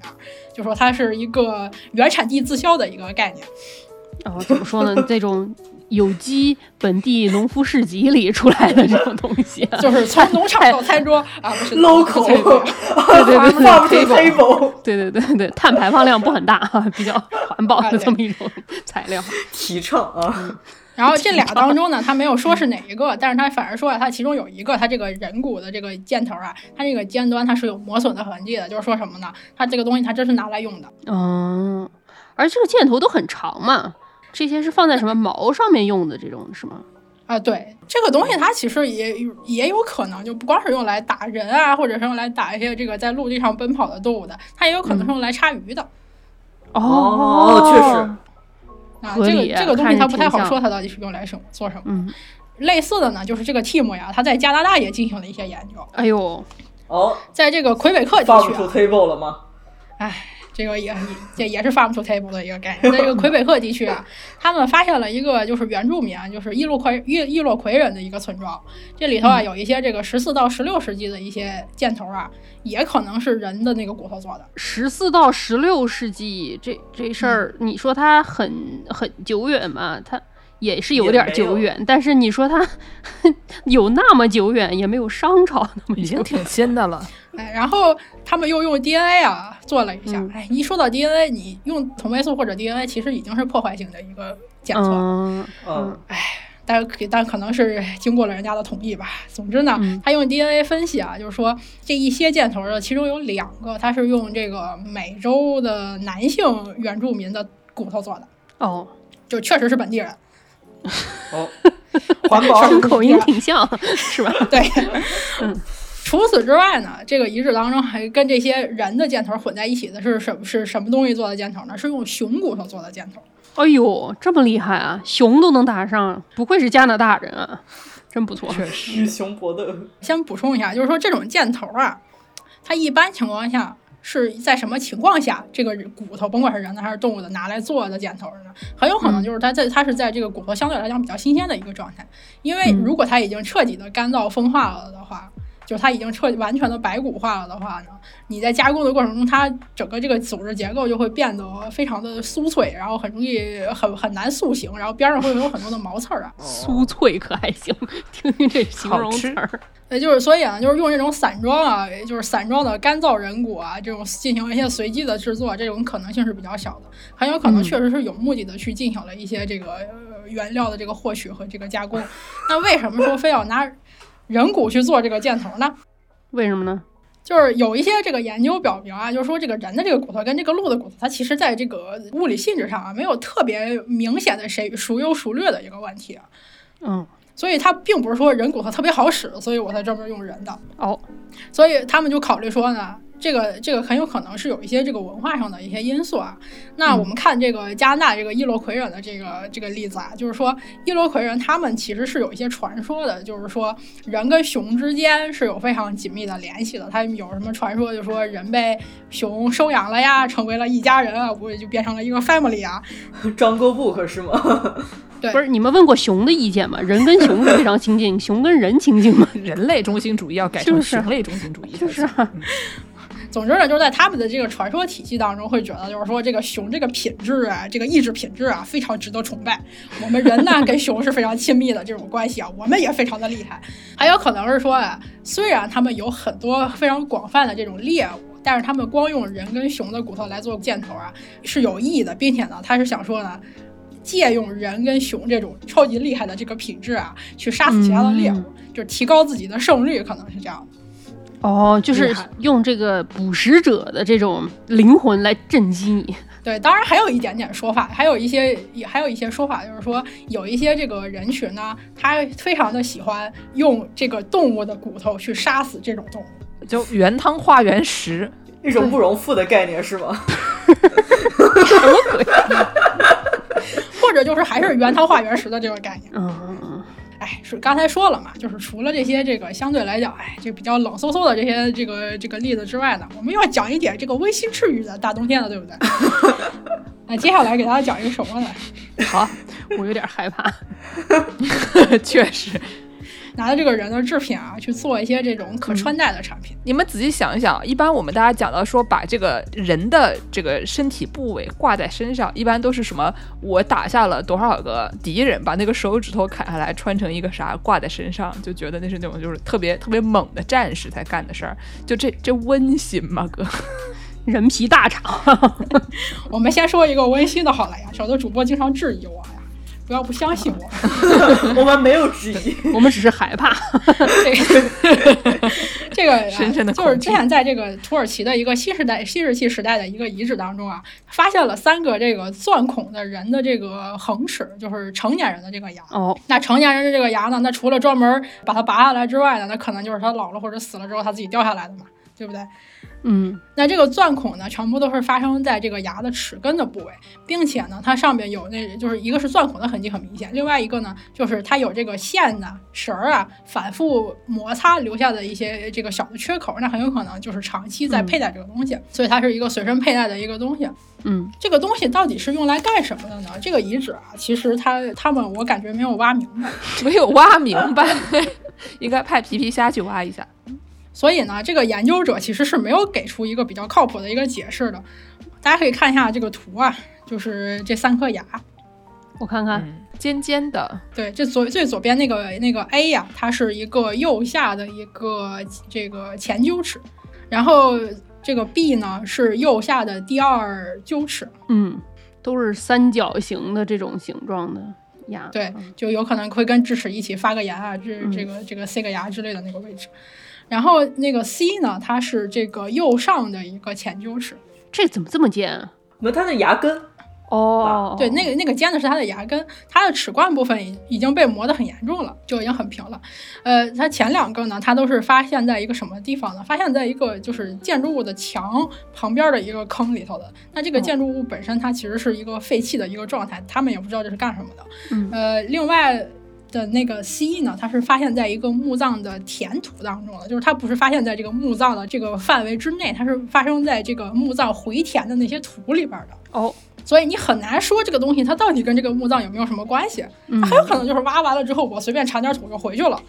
Speaker 5: 就说它是一个原产地自销的一个概念。
Speaker 3: 然后哦怎么说呢？ 这种有机本地农夫市集里出来的这种东西、 啊，
Speaker 5: 就是从农场到餐桌啊，不是
Speaker 4: local，
Speaker 5: 对对对
Speaker 3: 对对对
Speaker 4: 放不出
Speaker 3: table
Speaker 4: table，
Speaker 3: 对对对对，碳排放量不很大啊，比较环保的这么一 种材料。
Speaker 4: 提倡啊，
Speaker 5: 然后这俩当中呢，他没有说是哪一个，但是他反而说啊，他其中有一个，他这个人骨的这个箭头啊，它这个尖端它是有磨损的痕迹的，就是说什么呢？它这个东西它真是拿来用的。
Speaker 3: 嗯，而这个箭头都很长嘛，这些是放在什么毛上面用的这种是吗？
Speaker 5: 啊，对，这个东西它其实也也有可能就不光是用来打人啊，或者是用来打一些这个在陆地上奔跑的动物的，它也有可能是用来插鱼的。
Speaker 4: 哦确实，
Speaker 5: 啊，
Speaker 3: 合
Speaker 5: 这
Speaker 3: 理
Speaker 5: 个这个东
Speaker 3: 看
Speaker 5: 西
Speaker 3: 着
Speaker 5: 它不太
Speaker 3: 挺
Speaker 5: 好
Speaker 3: 像
Speaker 5: 说它到底是用来什么做什么。
Speaker 3: 嗯，
Speaker 5: 类似的呢，就是这个 team 呀，他在加拿大也进行了一些研究，
Speaker 3: 哎呦，
Speaker 4: 哦，
Speaker 5: 在这个魁北克地
Speaker 4: 放
Speaker 5: 区、
Speaker 4: 不
Speaker 5: 啊
Speaker 4: 出，table 了吗？
Speaker 5: 哎，这个也也这也是 farm to table 的一个 概念。在这个魁北克地区啊，他们发现了一个就是原住民啊，就是易洛魁易易洛魁人的一个村庄，这里头啊有一些这个十四到十六世纪的一些箭头啊，也可能是人的那个骨头做的。
Speaker 3: 十四到十六世纪这这事儿，你说它很很久远嘛？它也是有
Speaker 4: 也
Speaker 3: 点
Speaker 4: 没
Speaker 3: 久
Speaker 4: 有
Speaker 3: 远，但是你说它 有那么久远，也没有商朝那么
Speaker 2: 已
Speaker 3: 久
Speaker 2: 经。挺新的了。
Speaker 5: 哎，然后他们又用 DNA 啊做了一下
Speaker 3: 嗯。
Speaker 5: 哎，一说到 DNA，你用同位素或者 DNA 其实已经是破坏性的一个检测了。
Speaker 3: 嗯，
Speaker 4: 嗯，
Speaker 5: 但是可但可能是经过了人家的同意吧。总之呢，
Speaker 3: 嗯
Speaker 5: 他用 DNA 分析啊，就是说这一些箭头的其中有两个，它是用这个美洲的男性原住民的骨头做的，
Speaker 3: 哦，
Speaker 5: 就确实是本地人。
Speaker 4: 哦，环保，
Speaker 5: 是
Speaker 3: 口音挺像，是吧？
Speaker 5: 对，除此之外呢，这个遗址当中还跟这些人的箭头混在一起的是什么？是什么东西做的箭头呢？是用熊骨头做的箭头。
Speaker 3: 哎呦，这么厉害啊！熊都能打上，不愧是加拿大人啊，真不错。
Speaker 2: 确实，
Speaker 4: 与熊搏斗，
Speaker 5: 先补充一下，就是说这种箭头啊，它一般情况下是在什么情况下，这个骨头甭管是人的还是动物的拿来做的箭头呢？很有可能就是它在它是在这个骨头相对来讲比较新鲜的一个状态，因为如果它已经彻底的干燥风化了的话。就是它已经彻完全的白骨化了的话呢，你在加工的过程中，它整个这个组织结构就会变得非常的酥脆，然后很容易很很难塑形，然后边上会有很多的毛刺儿啊。
Speaker 3: 酥脆可还行，听听这形容词儿，
Speaker 5: 呃，就是所以啊，就是用这种散装啊，就是散装的干燥人骨啊，这种进行一些随机的制作，这种可能性是比较小的，很有可能确实是有目的的去进行了一些这个、呃原料的这个获取和这个加工。那为什么说非要拿人骨去做这个箭头呢？
Speaker 3: 为什么呢？
Speaker 5: 就是有一些这个研究表明啊，就是说这个人的这个骨头跟这个鹿的骨头，它其实在这个物理性质上啊，没有特别明显的谁孰优孰劣的一个问题，啊
Speaker 3: 嗯，
Speaker 5: 所以它并不是说人骨头特别好使，所以我才专门用人的。
Speaker 3: 哦，
Speaker 5: 所以他们就考虑说呢，这个这个很有可能是有一些这个文化上的一些因素啊。那我们看这个加拿大这个伊洛魁人的这个这个例子啊，就是说伊洛魁人他们其实是有一些传说的，就是说人跟熊之间是有非常紧密的联系的。他们有什么传说，就说人被熊收养了呀，成为了一家人啊，我也就变成了一个 family 啊。
Speaker 4: 张钩 book 是吗？
Speaker 5: 对
Speaker 3: 不是你们问过熊的意见吗？人跟熊是非常亲近，熊跟人亲近吗？
Speaker 2: 人类中心主义要改
Speaker 3: 就
Speaker 2: 成
Speaker 3: 是
Speaker 2: 熊类中心主义才行，
Speaker 3: 就是
Speaker 5: 总之呢，就是在他们的这个传说体系当中，会觉得就是说这个熊这个品质啊，这个意志品质啊，非常值得崇拜。我们人呢跟熊是非常亲密的这种关系啊，我们也非常的厉害。还有可能是说啊，虽然他们有很多非常广泛的这种猎物。但是他们光用人跟熊的骨头来做箭头啊，是有意义的，并且呢，他是想说呢，借用人跟熊这种超级厉害的这个品质啊，去杀死其他的猎物，就是提高自己的胜率，可能是这样的。
Speaker 3: 哦，就是
Speaker 5: 厉害
Speaker 3: 用这个捕食者的这种灵魂来震击你。
Speaker 5: 对，当然还有一点点说法，还有一些也还有一些说法，就是说有一些这个人群呢，他非常的喜欢用这个动物的骨头去杀死这种动物。
Speaker 2: 就原汤化原食。
Speaker 4: 一种不容负的概念是吗？
Speaker 5: 或者就是还是原汤化原食的这个概念。
Speaker 3: 嗯嗯嗯，
Speaker 5: 哎，是刚才说了嘛，就是除了这些这个相对来讲，哎，这比较冷飕飕的这些这个这个例子之外呢，我们要讲一点这个温馨治愈的大冬天的，对不对？那接下来给大家讲一个什么呢？
Speaker 3: 好，我有点害怕。
Speaker 2: 确实，
Speaker 5: 拿着这个人的制品啊，去做一些这种可穿戴的产品。
Speaker 2: 你们仔细想一想，一般我们大家讲到说把这个人的这个身体部位挂在身上，一般都是什么？我打下了多少个敌人，把那个手指头砍下来，穿成一个啥挂在身上，就觉得那是那种就是特别特别猛的战士才干的事儿。就这这温馨吗，哥？
Speaker 3: 人皮大厂，
Speaker 5: 我们先说一个温馨的好了呀，小的主播经常质疑我呀，不要不相信我。
Speaker 2: 啊
Speaker 4: 我们没有质疑，
Speaker 3: 我们只是害怕。
Speaker 5: 这个这 个啊
Speaker 2: 深深地恐
Speaker 5: 就
Speaker 2: 惧
Speaker 5: 是之前在这个土耳其的一个新时代新石器时代的一个遗址当中啊，发现了三个这个钻孔的人的这个恒齿，就是成年人的这个牙。
Speaker 3: 哦，
Speaker 5: 那成年人的这个牙呢，那除了专门把它拔下来之外呢，那可能就是他老了或者死了之后他自己掉下来的嘛，对不对？
Speaker 3: 嗯，
Speaker 5: 那这个钻孔呢，全部都是发生在这个牙的齿根的部位，并且呢，它上面有那就是一个是钻孔的痕迹很明显，另外一个呢，就是它有这个线呐、绳儿啊反复摩擦留下的一些这个小的缺口，那很有可能就是长期在佩戴这个东西，所以它是一个随身佩戴的一个东西。
Speaker 3: 嗯，
Speaker 5: 这个东西到底是用来干什么的呢？这个遗址啊，其实它他们我感觉没有挖明白。
Speaker 2: 没有挖明白，应该派皮皮虾去挖一下。
Speaker 5: 所以呢，这个研究者其实是没有给出一个比较靠谱的一个解释的。大家可以看一下这个图啊，就是这三颗牙，
Speaker 3: 我看看，
Speaker 2: 嗯，尖尖的，
Speaker 5: 对，这左最左边那个那个 A 呀、它是一个右下的一个这个前臼齿，然后这个 B 呢是右下的第二臼齿，
Speaker 3: 嗯，都是三角形的这种形状的牙。
Speaker 5: 对
Speaker 3: 嗯，
Speaker 5: 就有可能会跟智齿一起发个炎啊，这
Speaker 3: 嗯
Speaker 5: 这个这个 C 个牙之类的那个位置。然后那个 C 呢，它是这个右上的一个前臼齿，
Speaker 3: 这怎么这么尖啊？
Speaker 4: 那它的牙 根
Speaker 3: 哦，
Speaker 5: 对，那个那个尖的是它的牙根，它的齿冠部分已已经被磨得很严重了，就已经很平了。呃，它前两个呢，它都是发现在一个什么地方呢？发现在一个就是建筑物的墙旁边的一个坑里头的。那这个
Speaker 3: 哦
Speaker 5: 建筑物本身它其实是一个废弃的一个状态，他们也不知道这是干什么的。
Speaker 3: 嗯
Speaker 5: 呃，另外。的那个蜥蜴呢，它是发现在一个墓葬的填土当中的，就是它不是发现在这个墓葬的这个范围之内，它是发生在这个墓葬回填的那些土里边的。
Speaker 3: 哦，
Speaker 5: 所以你很难说这个东西它到底跟这个墓葬有没有什么关系，
Speaker 3: 嗯
Speaker 5: 它很有可能就是挖完了之后我随便铲点土就回去了，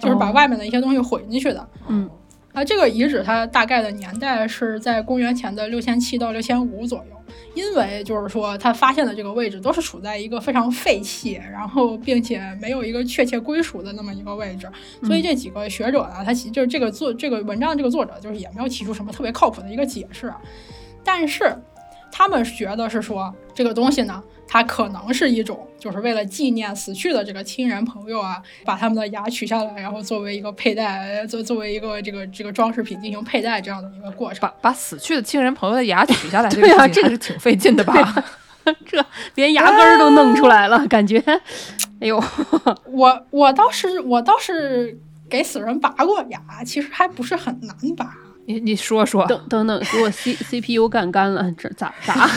Speaker 5: 就是把
Speaker 3: 哦
Speaker 5: 外面的一些东西混进去的。
Speaker 3: 嗯，
Speaker 5: 啊，这个遗址它大概的年代是在公元前的六千七到六千五左右，因为就是说它发现的这个位置都是处在一个非常废弃，然后并且没有一个确切归属的那么一个位置，所以这几个学者呢，他其实就是这个啊作这个文章这个作者就是也没有提出什么特别靠谱的一个解释啊，但是他们学的是说这个东西呢，它可能是一种，就是为了纪念死去的这个亲人朋友啊，把他们的牙取下来，然后作为一个佩戴，作作为一个这个这个装饰品进行佩戴这样的一个过程
Speaker 2: 把。把死去的亲人朋友的牙取下来，这个啊
Speaker 3: 对啊
Speaker 2: 事情
Speaker 3: 这
Speaker 2: 还
Speaker 3: 个
Speaker 2: 是挺费劲的吧？
Speaker 3: 这连牙根儿都弄出来了，感觉，啊 哎呦，
Speaker 5: 我我倒是我倒是给死人拔过牙，其实还不是很难拔。
Speaker 2: 你你说说，
Speaker 3: 等等等，给我 C C P U 干干了，这咋 咋？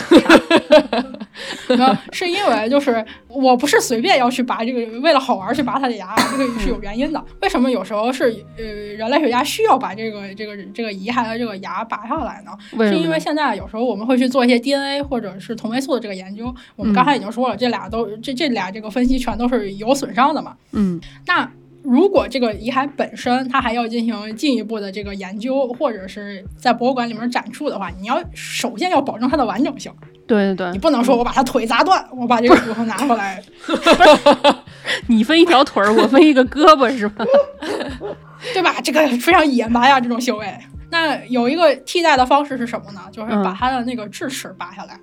Speaker 5: 然后 是因为就是我不是随便要去拔这个，为了好玩儿去拔它的牙，啊这个是有原因的。为什么有时候是呃人类学家需要把这个这个这个遗骸的这个牙拔下来呢？
Speaker 3: 为
Speaker 5: 是
Speaker 3: 什
Speaker 5: 因
Speaker 3: 么
Speaker 5: 为
Speaker 3: 呢？
Speaker 5: 现在有时候我们会去做一些 DNA 或者是同位素的这个研究。我
Speaker 3: 嗯
Speaker 5: 们刚才已经说了，这俩都这这俩这个分析全都是有损伤的嘛。
Speaker 3: 嗯
Speaker 5: 那如果这个遗骸本身它还要进行进一步的这个研究，或者是在博物馆里面展出的话，你要首先要保证它的完整性。
Speaker 3: 对对
Speaker 5: 你
Speaker 3: 对，
Speaker 5: 不能说我把他腿砸断，我把这个骨头拿回来。
Speaker 3: 你分一条腿儿，我分一个胳膊是吧？
Speaker 5: 对吧？这个非常野蛮呀，这种行为。那有一个替代的方式是什么呢？就是把
Speaker 3: 嗯
Speaker 5: 它的那个智齿拔下来。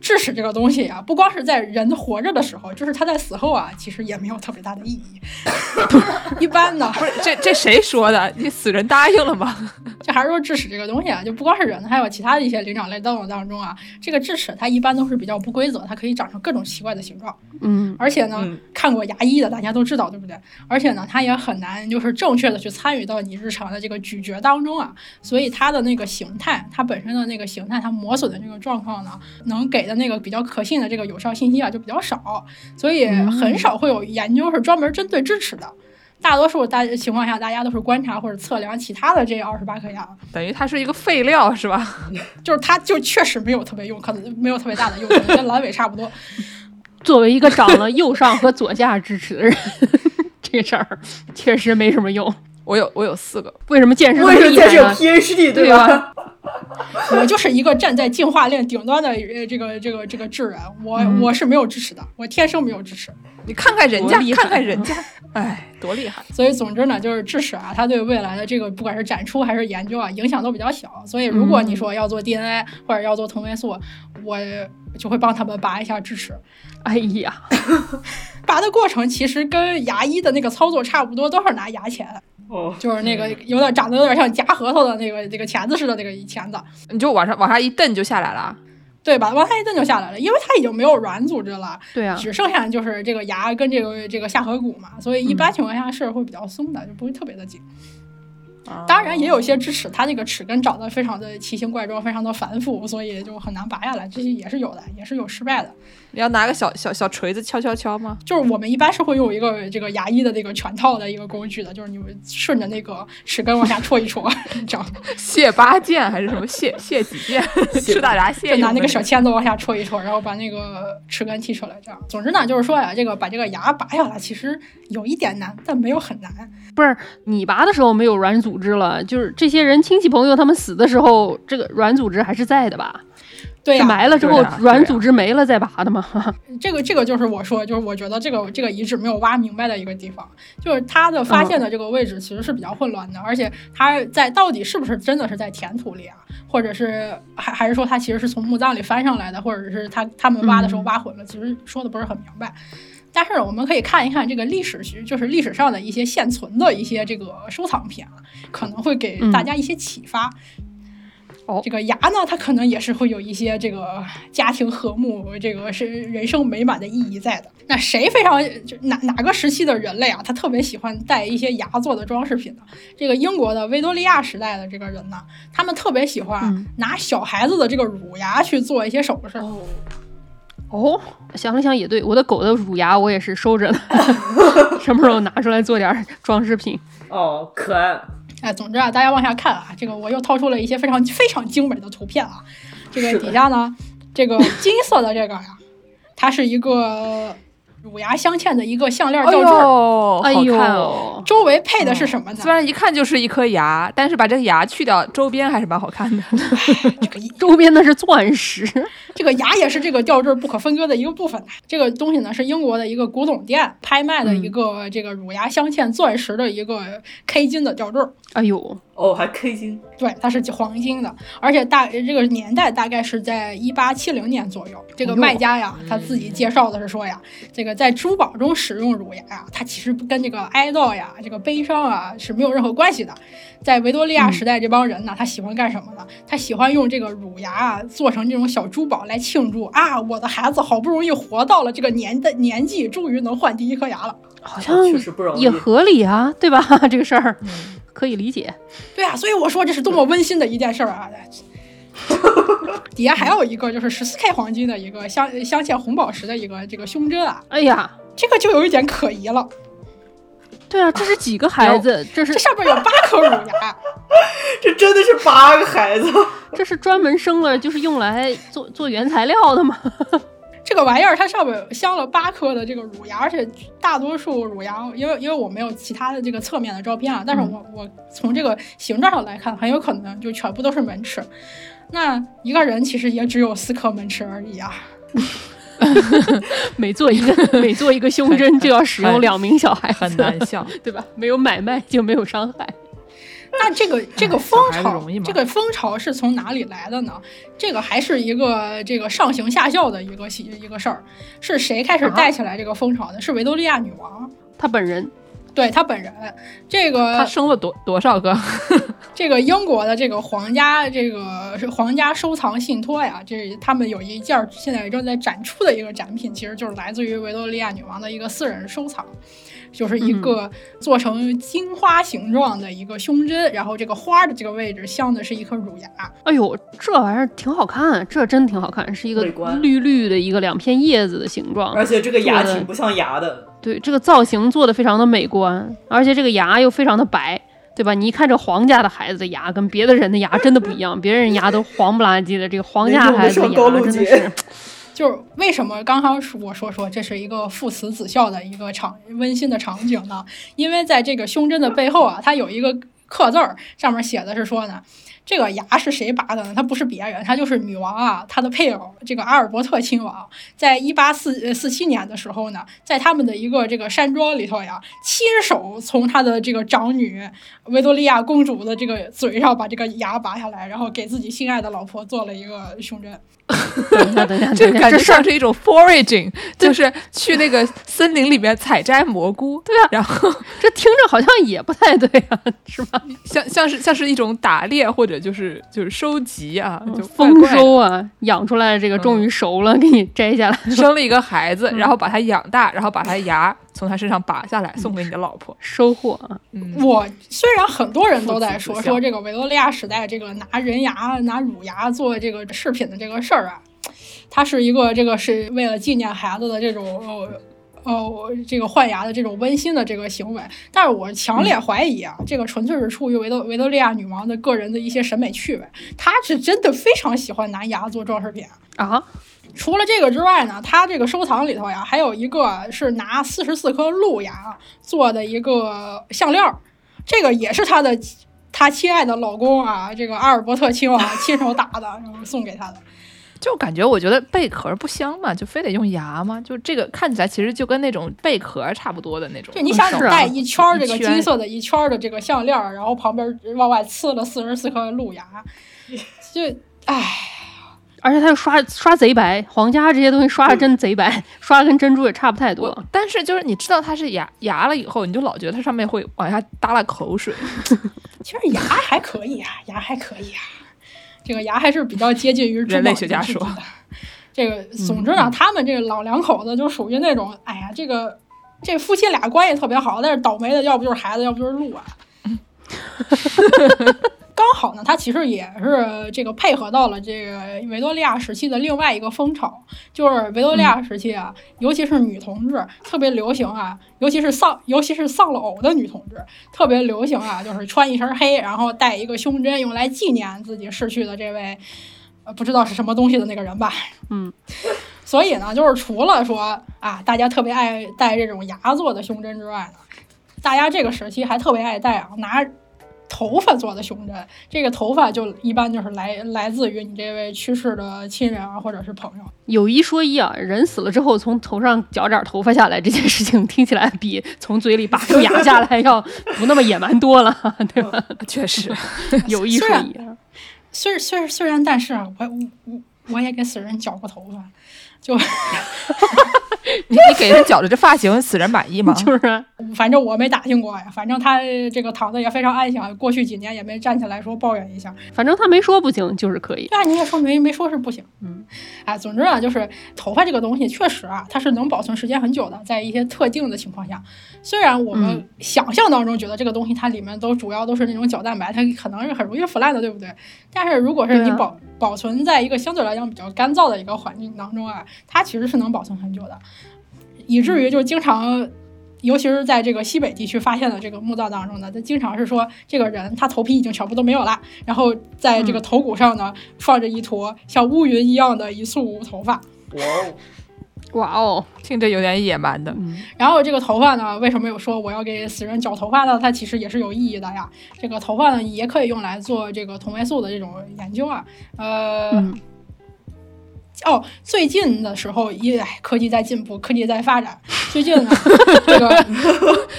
Speaker 5: 智齿这个东西啊，不光是在人活着的时候，就是它在死后啊，其实也没有特别大的意义。 一般呢，
Speaker 2: 不是这这谁说的？你死人答应了吗？
Speaker 5: 就还是说智齿这个东西啊，就不光是人，还有其他的一些灵长类动物当中啊，这个智齿它一般都是比较不规则，它可以长成各种奇怪的形状。
Speaker 3: 嗯
Speaker 5: 而且呢，
Speaker 4: 嗯
Speaker 5: 看过牙医的大家都知道，对不对？而且呢，它也很难就是正确的去参与到你日常的这个咀嚼当中啊，所以它的那个形态，它本身的那个形态，它磨损的这个状况呢，能给的那个比较可信的这个有效信息啊就比较少，所以很少会有研究是专门针对智齿的。大多数大情况下，大家都是观察或者测量其他的这二十八颗牙，
Speaker 2: 等于它是一个废料是吧？
Speaker 5: 就是它就确实没有特别用，可能没有特别大的用，跟阑尾差不多。
Speaker 3: 作为一个长了右上和左下智齿的人， 这事儿确实没什么用。
Speaker 2: 我有我有四个，
Speaker 3: 为什么健身
Speaker 4: 为什么
Speaker 3: 厉害
Speaker 4: 这是有
Speaker 3: 呢？
Speaker 4: PhD
Speaker 3: 对
Speaker 4: 吧？
Speaker 5: 我就是一个站在进化链顶端的呃这个这个这个智人，我、我是没有智齿的，我天生没有智齿，
Speaker 2: 你看看人家
Speaker 3: 多厉，害
Speaker 2: 看看人家， 哎，多厉害！
Speaker 5: 所以总之呢，就是智齿啊，它对未来的这个不管是展出还是研究啊，影响都比较小。所以如果你说要做 DNA 或者要做同位素，我就会帮他们拔一下智齿。
Speaker 3: 哎呀，
Speaker 5: 拔的过程其实跟牙医的那个操作差不多，都是拿牙钳，
Speaker 4: 哦，
Speaker 5: 就是那
Speaker 3: 嗯
Speaker 5: 个有点长得有点像夹核桃的那个那个钳子似的那个钳子，
Speaker 2: 你就往上往下一蹬就下来了。
Speaker 5: 对吧？往它一蹬就下来了，因为它已经没有软组织了。
Speaker 3: 对啊，
Speaker 5: 只剩下就是这个牙跟这个这个下颌骨嘛，所以一
Speaker 3: 嗯
Speaker 5: 般情况下是会比较松的，就不会特别的紧。
Speaker 3: 哦
Speaker 5: 当然也有一些智齿，它那个齿根长得非常的奇形怪状，非常的繁复，所以就很难拔下来，这些也是有的，也是有失败的。
Speaker 2: 你要拿个小小小锤子敲敲敲吗？
Speaker 5: 就是我们一般是会用一个这个牙医的那个全套的一个工具的，就是你们顺着那个齿根往下戳一戳， 这样
Speaker 2: 蟹八剑还是什么蟹 蟹几剑？吃大闸蟹
Speaker 5: 就拿
Speaker 2: 用
Speaker 5: 那
Speaker 2: 的
Speaker 5: 个小钳子往下戳一戳，然后把那个齿根剔出来，这样。总之呢，就是说呀，这个把这个牙拔下来其实有一点难，但没有很难。
Speaker 3: 不是你拔的时候没有软组织了，就是这些人亲戚朋友他们死的时候，这个软组织还是在的吧？
Speaker 5: 对
Speaker 3: 是
Speaker 5: 呀、
Speaker 3: 埋了之后
Speaker 2: 对啊对啊
Speaker 3: 软组织没了再拔的吗？
Speaker 5: 这个这个就是我说，就是我觉得这个这个遗址没有挖明白的一个地方，就是它的发现的这个位置其实是比较混乱的，而且它在到底是不是真的是在填土里啊，或者是还还是说它其实是从墓葬里翻上来的，或者是他他们挖的时
Speaker 3: 嗯
Speaker 5: 候挖混了，其实说的不是很明白。但是我们可以看一看这个历史学，就是历史上的一些现存的一些这个收藏品啊，可能会给大家一些启发。
Speaker 3: 哦
Speaker 5: 这个牙呢，它可能也是会有一些这个家庭和睦、这个是人生美满的意义在的。那谁非常就哪哪个时期的人类啊，他特别喜欢戴一些牙做的装饰品呢？这个英国的维多利亚时代的这个人呢，他们特别喜欢
Speaker 3: 嗯
Speaker 5: 拿小孩子的这个乳牙去做一些首饰。
Speaker 3: 哦，想了想也对，我的狗的乳牙我也是收着呢，什么时候拿出来做点儿装饰品？
Speaker 4: 哦，可爱，
Speaker 5: 哎，总之啊，大家往下看啊，这个我又掏出了一些非常非常精美的图片啊。这个底下呢，这个金色的这个呀、它是一个乳牙镶嵌的一个项链
Speaker 2: 哎
Speaker 5: 吊坠儿，
Speaker 2: 呦，
Speaker 3: 哎
Speaker 2: 好
Speaker 3: 呦，
Speaker 2: 看哦！
Speaker 5: 周围配的是什么呢？
Speaker 2: 虽然一看就是一颗牙，但是把这个牙去掉，周边还是蛮好看的。
Speaker 5: 这个
Speaker 3: 周边的是钻石，
Speaker 5: 这个牙也是这个吊坠不可分割的一个部分。这个东西呢，是英国的一个古董店
Speaker 2: 嗯
Speaker 5: 拍卖的一个这个乳牙镶嵌钻石的一个 K 金的吊坠。
Speaker 3: 哎呦，
Speaker 4: 哦，还 K 金，
Speaker 5: 对，它是黄金的，而且大这个年代大概是在一八七零年左右。这个卖家呀，他自己介绍的是说呀，这个在珠宝中使用乳牙呀，它其实跟这个哀悼呀、这个悲伤啊是没有任何关系的。在维多利亚时代，这帮人呢，他喜欢干什么呢？他喜欢用这个乳牙啊做成这种小珠宝来庆祝啊，我的孩子好不容易活到了这个年的年纪，终于能换第一颗牙了。
Speaker 3: 好像
Speaker 4: 确实不容易
Speaker 3: 也。合理啊，对吧？ 这个事儿可以理解。
Speaker 5: 对啊，所以我说这是多么温馨的一件事儿啊！底下还有一个就是十四 K 黄金的一个镶镶嵌红宝石的一个这个胸针啊，
Speaker 3: 哎呀，
Speaker 5: 这个就有一点可疑了。
Speaker 3: 对啊，这是几个孩子？这是
Speaker 5: 这上面有八颗乳牙，
Speaker 4: 这真的是八个孩 子，
Speaker 3: 这是专门生了就是用来做做原材料的 吗？
Speaker 5: 这个玩意儿它上面镶了八颗的这个乳牙，而且大多数乳牙，因为因为我没有其他的这个侧面的照片啊，但是我我从这个形状上来看，很有可能就全部都是门齿。那一个人其实也只有四颗门齿而已啊。
Speaker 3: 每做一 个每做一个胸针就要使用两名小孩子，
Speaker 2: 很 难笑。
Speaker 3: 对吧？没有买卖就没有伤害。
Speaker 5: 那 这个这个
Speaker 2: 哎
Speaker 5: 风
Speaker 2: 小孩子
Speaker 5: 潮
Speaker 2: 容易，吗
Speaker 5: 这个风潮是从哪里来的呢？这个还是一个这个上行下效的一个一个事儿，是谁开
Speaker 2: 啊
Speaker 5: 始带起来这个风潮的？是维多利亚女王，
Speaker 3: 他本人
Speaker 5: 对她本人。这
Speaker 2: 他
Speaker 5: 个
Speaker 2: 生了多多少个？
Speaker 5: 这个英国的这个皇家这个是皇家收藏信托呀，这他们有一件儿现在正在展出的一个展品，其实就是来自于维多利亚女王的一个私人收藏。就是
Speaker 2: 嗯
Speaker 5: 一个做成金花形状的一个胸针，然后这个花的这个位置镶的是一颗乳牙，
Speaker 3: 哎呦，这玩意儿挺好看，啊这真挺好看，是一个
Speaker 4: 美观
Speaker 3: 绿绿的一个两片叶子的形状。
Speaker 4: 而且这个牙
Speaker 3: 对
Speaker 4: 挺不像牙的，
Speaker 3: 对，这个造型做的非常的美观，而且这个牙又非常的白，对吧？你一看这皇家的孩子的牙跟别的人的牙真的不一样，别人牙都黄不拉几的，这个皇家孩子的
Speaker 4: 能用得上
Speaker 3: 牙
Speaker 4: 高露
Speaker 3: 真的
Speaker 4: 洁
Speaker 3: 是，
Speaker 5: 就是为什么刚刚说我说说这是一个父慈子孝的一个场温馨的场景呢？因为在这个胸针的背后啊，它有一个刻字儿，上面写的是说呢，这个牙是谁拔的呢？它不是别人，它就是女王啊，她的配偶这个阿尔伯特亲王，在一八四呃四七年的时候呢，在他们的一个这个山庄里头呀，亲手从他的这个长女维多利亚公主的这个嘴上把这个牙拔下来，然后给自己心爱的老婆做了一个胸针。
Speaker 3: 等一下，等一下，
Speaker 2: 这
Speaker 3: 等一下，
Speaker 2: 感觉
Speaker 3: 这事儿
Speaker 2: 像是一种 foraging，就是去那个森林里面采摘蘑菇。 对啊，然后
Speaker 3: 这听着好像也不太对啊，是吧？
Speaker 2: 像像是像是一种打猎或者就是就是收集啊，就怪
Speaker 3: 丰
Speaker 2: 怪的嗯
Speaker 3: 收啊，养出来这个终于熟了，给你摘下来，
Speaker 2: 生了一个孩子，然后把他养大，然后把他牙从他身上拔下来送给你的老婆。
Speaker 3: 收获啊，
Speaker 2: 嗯，
Speaker 5: 我虽然很多人都在说
Speaker 2: 父子孝
Speaker 5: 说这个维多利亚时代这个拿人牙、拿乳牙做这个饰品的这个事儿啊，它是一个这个是为了纪念孩子的这种哦哦这个换牙的这种温馨的这个行为，但是我强烈怀疑啊，这个纯粹是出于维多维多利亚女王的个人的一些审美趣味，她是真的非常喜欢拿牙做装饰品。
Speaker 3: 啊，
Speaker 5: 除了这个之外呢，他这个收藏里头呀，还有一个是拿四十四颗鹿牙做的一个项链儿，这个也是他的他亲爱的老公啊，这个阿尔伯特亲王亲手打的，然后送给他的。
Speaker 2: 就感觉我觉得贝壳不香嘛，就非得用牙嘛，就这个看起来其实就跟那种贝壳差不多的那种。嗯
Speaker 5: 就你想，你
Speaker 3: 是啊
Speaker 5: 戴一圈儿这个
Speaker 2: 哦一圈
Speaker 5: 金色的一圈儿的这个项链儿，然后旁边往外刺了四十四颗鹿牙，就唉，
Speaker 3: 而且它又刷刷贼白，皇家这些东西刷的
Speaker 4: 嗯
Speaker 3: 真贼白，刷的跟珍珠也差不太多
Speaker 2: 我。但是就是你知道它是牙牙了以后，你就老觉得它上面会往下耷拉口水。
Speaker 5: 其实牙还可以啊，牙还可以啊，这个牙还是比较接近于珠宝
Speaker 2: 人类学家
Speaker 5: 的质地
Speaker 2: 说嗯
Speaker 5: 的。这个，总之啊，他们这个老两口子就属于那种，哎呀，这个这夫妻俩关系特别好，但是倒霉的要不就是孩子，要不就是鹿啊。刚好呢，他其实也是这个配合到了这个维多利亚时期的另外一个风潮，就是维多
Speaker 2: 嗯
Speaker 5: 利亚时期啊，尤其是女同志特别流行啊，尤其是丧，尤其是丧了偶的女同志特别流行啊，就是穿一身黑，然后戴一个胸针，用来纪念自己逝去的这位，呃，不知道是什么东西的那个人吧。
Speaker 3: 嗯，
Speaker 5: 所以呢，就是除了说啊，大家特别爱戴这种牙做的胸针之外呢，大家这个时期还特别爱戴啊，拿头发做的胸针，这个头发就一般就是来来自于你这位去世的亲人啊，或者是朋友。
Speaker 3: 有一说一啊，人死了之后从头上绞点头发下来这件事情，听起来比从嘴里把它压下来要不那么野蛮多了， 对吧？
Speaker 2: 确实，
Speaker 3: 有一说一啊，
Speaker 5: 虽虽虽然，但是啊，我我我我也给死人绞过头发，就
Speaker 2: 你你给人绞的这发型，死人满意
Speaker 3: 啊
Speaker 2: 吗？
Speaker 3: 就是
Speaker 5: 反正我没打听过呀，反正他这个躺的也非常安详，过去几年也没站起来说抱怨一下。
Speaker 3: 反正他没说不行，就是可以。
Speaker 5: 那你也说没没说是不行，
Speaker 3: 嗯，
Speaker 5: 哎，总之啊，就是头发这个东西确实啊，它是能保存时间很久的，在一些特定的情况下，虽然我们
Speaker 3: 嗯
Speaker 5: 想象当中觉得这个东西它里面都主要都是那种角蛋白，它可能是很容易腐烂的，对不对？但是如果是
Speaker 3: 对啊
Speaker 5: 你保、保存在一个相对来讲比较干燥的一个环境当中啊，它其实是能保存很久的，以至
Speaker 3: 嗯
Speaker 5: 于就经常。尤其是在这个西北地区发现的这个墓葬当中呢，它经常是说这个人他头皮已经全部都没有了，然后在
Speaker 3: 嗯
Speaker 5: 这个头骨上呢、放着一坨像乌云一样的一束头发，
Speaker 4: 哇哦，
Speaker 3: 哇哦，
Speaker 2: 听着有点野蛮的，
Speaker 3: 嗯，
Speaker 5: 然后这个头发呢，为什么有说我要给死人绞头发呢？它其实也是有意义的呀。这个头发呢，也可以用来做这个同位素的这种研究啊。呃，
Speaker 3: 嗯
Speaker 5: 哦，最近的时候，也哎科技在进步，科技在发展。最近呢，这个嗯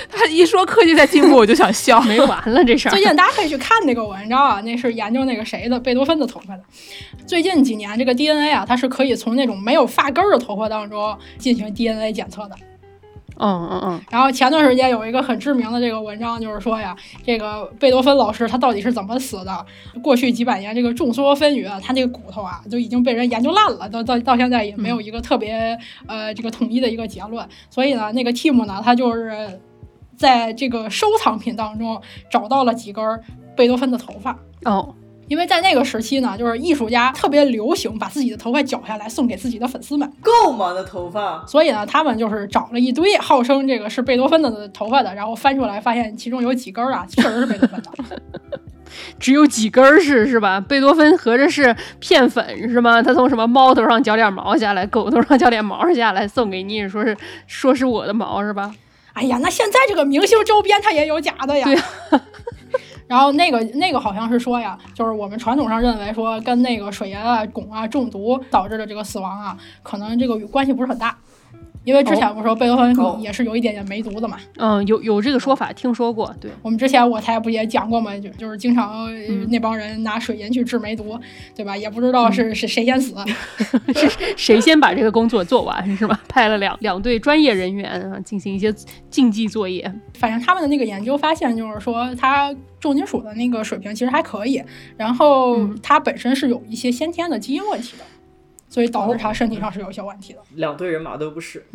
Speaker 2: 他一说科技在进步，我就想笑。
Speaker 3: 没完了这事儿
Speaker 5: 最。近大家可以去看那个文章啊，那是研究那个谁的贝多芬的头发的。最近几年，这个 DNA 啊，它是可以从那种没有发根儿的头发当中进行 DNA 检测的。
Speaker 3: 嗯嗯嗯，
Speaker 5: 然后前段时间有一个很知名的这个文章，就是说呀，这个贝多芬老师他到底是怎么死的？过去几百年这个众说纷纭啊，他那个骨头啊，就已经被人研究烂了，到到到现在也没有一个特别呃这个统一的一个结论。所以呢，那个 team 呢，他就是在这个收藏品当中找到了几根儿贝多芬的头发。
Speaker 3: 哦，
Speaker 5: 因为在那个时期呢，就是艺术家特别流行把自己的头发绞下来送给自己的粉丝们，
Speaker 4: 够吗？那头发，
Speaker 5: 所以呢，他们就是找了一堆号称这个是贝多芬的头发的，然后翻出来发现其中有几根儿啊，确实是贝多芬的。
Speaker 3: 只有几根儿是是吧？贝多芬合着是骗粉是吗？他从什么猫头上绞点毛下来，狗头上绞点毛下来送给你，说是说是我的毛是吧？
Speaker 5: 哎呀，那现在这个明星周边它也有假的呀。
Speaker 3: 对
Speaker 5: 然后那个那个好像是说呀，就是我们传统上认为说跟那个水银啊、汞啊中毒导致的这个死亡啊，可能这个与关系不是很大，因为之前不是说贝多
Speaker 4: 哦
Speaker 5: 芬也是有一点点梅毒的嘛。
Speaker 3: 嗯，有有这个说法，听说过。对，
Speaker 5: 我们之前我才不也讲过嘛，就就是经常、呃
Speaker 3: 嗯
Speaker 5: 那帮人拿水银去治梅毒，对吧？也不知道是是谁先死，
Speaker 3: 谁先把这个工作做完是吧？派了两两队专业人员啊，进行一些竞技作业。
Speaker 5: 反正他们的那个研究发现，就是说它重金属的那个水平其实还可以，然后
Speaker 3: 嗯
Speaker 5: 它本身是有一些先天的基因问题的，所以
Speaker 3: 哦
Speaker 5: 导致它身体上是有一些问题的。
Speaker 4: 两队人马都不是。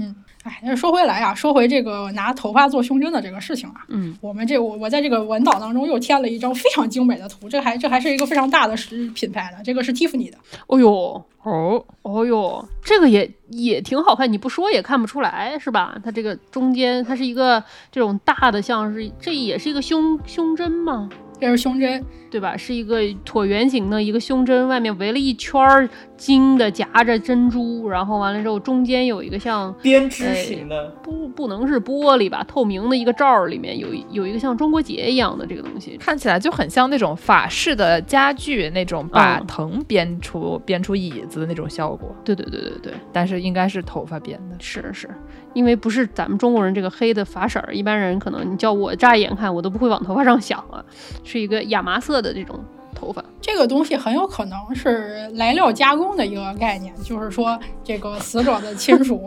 Speaker 5: 哎，但是说回来啊，说回这个拿头发做胸针的这个事情啊，
Speaker 3: 嗯，
Speaker 5: 我们这我我在这个文档当中又添了一张非常精美的图，这还这还是一个非常大的是品牌呢，这个是 Tiffany 的。
Speaker 3: 哦呦，
Speaker 2: 哦，
Speaker 3: 哦呦，这个也也挺好看，你不说也看不出来是吧？它这个中间它是一个这种大的，像是这也是一个胸胸针吗？
Speaker 5: 这是胸针，
Speaker 3: 对吧？是一个椭圆形的一个胸针，外面围了一圈儿金的，夹着珍珠，然后完了之后中间有一个像
Speaker 4: 编织型的，
Speaker 3: 不不能是玻璃吧，透明的一个罩儿里面有一有一个像中国结一样的这个东西，
Speaker 2: 看起来就很像那种法式的家具那种把
Speaker 3: 嗯
Speaker 2: 藤编出、编出椅子的那种效果，
Speaker 3: 对对对对对，
Speaker 2: 但是应该是头发编的。
Speaker 3: 是是，因为不是咱们中国人这个黑的发色儿，一般人可能你叫我乍一眼看我都不会往头发上想啊，是一个亚麻色的这种头发，
Speaker 5: 这个东西很有可能是来料加工的一个概念，就是说这个死者的亲属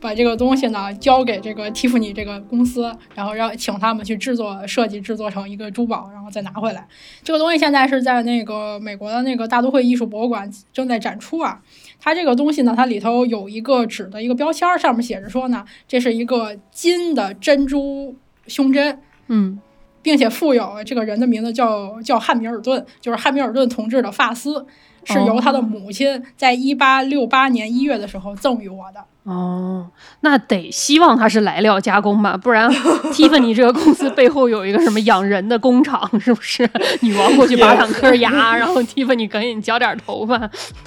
Speaker 5: 把这个东西呢交给这个蒂芙尼这个公司，然后让请他们去制作、设计、制作成一个珠宝，然后再拿回来。这个东西现在是在那个美国的那个大都会艺术博物馆正在展出啊。它这个东西呢，它里头有一个纸的一个标签儿，上面写着说呢，这是一个金的珍珠胸针。
Speaker 3: 嗯，
Speaker 5: 并且附有这个人的名字叫叫汉密尔顿，就是汉密尔顿同志的发丝，是由他的母亲在一八六八年一月的时候赠予我的。
Speaker 3: 哦，那得希望它是来料加工吧，不然 Tiffany 这个公司背后有一个什么养人的工厂，是不是？女王过去拔两颗牙，然后
Speaker 4: 哎
Speaker 3: Tiffany 赶紧绞点头发，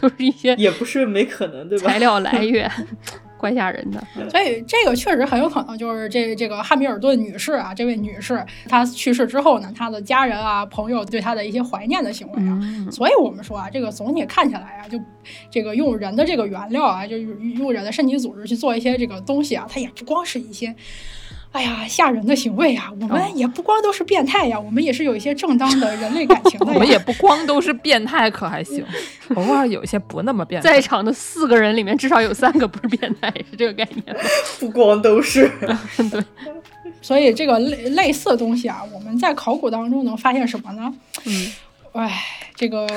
Speaker 3: 都是一些
Speaker 4: 也不是没可能，对吧
Speaker 3: 材？料来源。怪吓人的。
Speaker 5: 所以这个确实很有可能就是这这个汉密尔顿女士啊，这位女士她去世之后呢，她的家人啊、朋友对她的一些怀念的行为啊，
Speaker 3: 嗯，
Speaker 5: 所以我们说啊，这个总体看起来啊，就这个用人的这个原料啊，就是用人的身体组织去做一些这个东西啊，它也不光是一些。哎呀，吓人的行为呀！啊我
Speaker 2: 哦
Speaker 5: 们也不光都是变态呀，我们也是有一些正当的人类感情
Speaker 2: 我
Speaker 5: 的呀。
Speaker 2: 们也不光都是变态，可还 行，偶尔有一些不那么变态
Speaker 3: 在。场的四个人里面，至少有三个不是变态，是这个概念吧。
Speaker 4: 不光都是，
Speaker 5: 所以这个类类似的东西啊，我们在考古当中能发现什么呢？
Speaker 3: 嗯，
Speaker 5: 哎，这个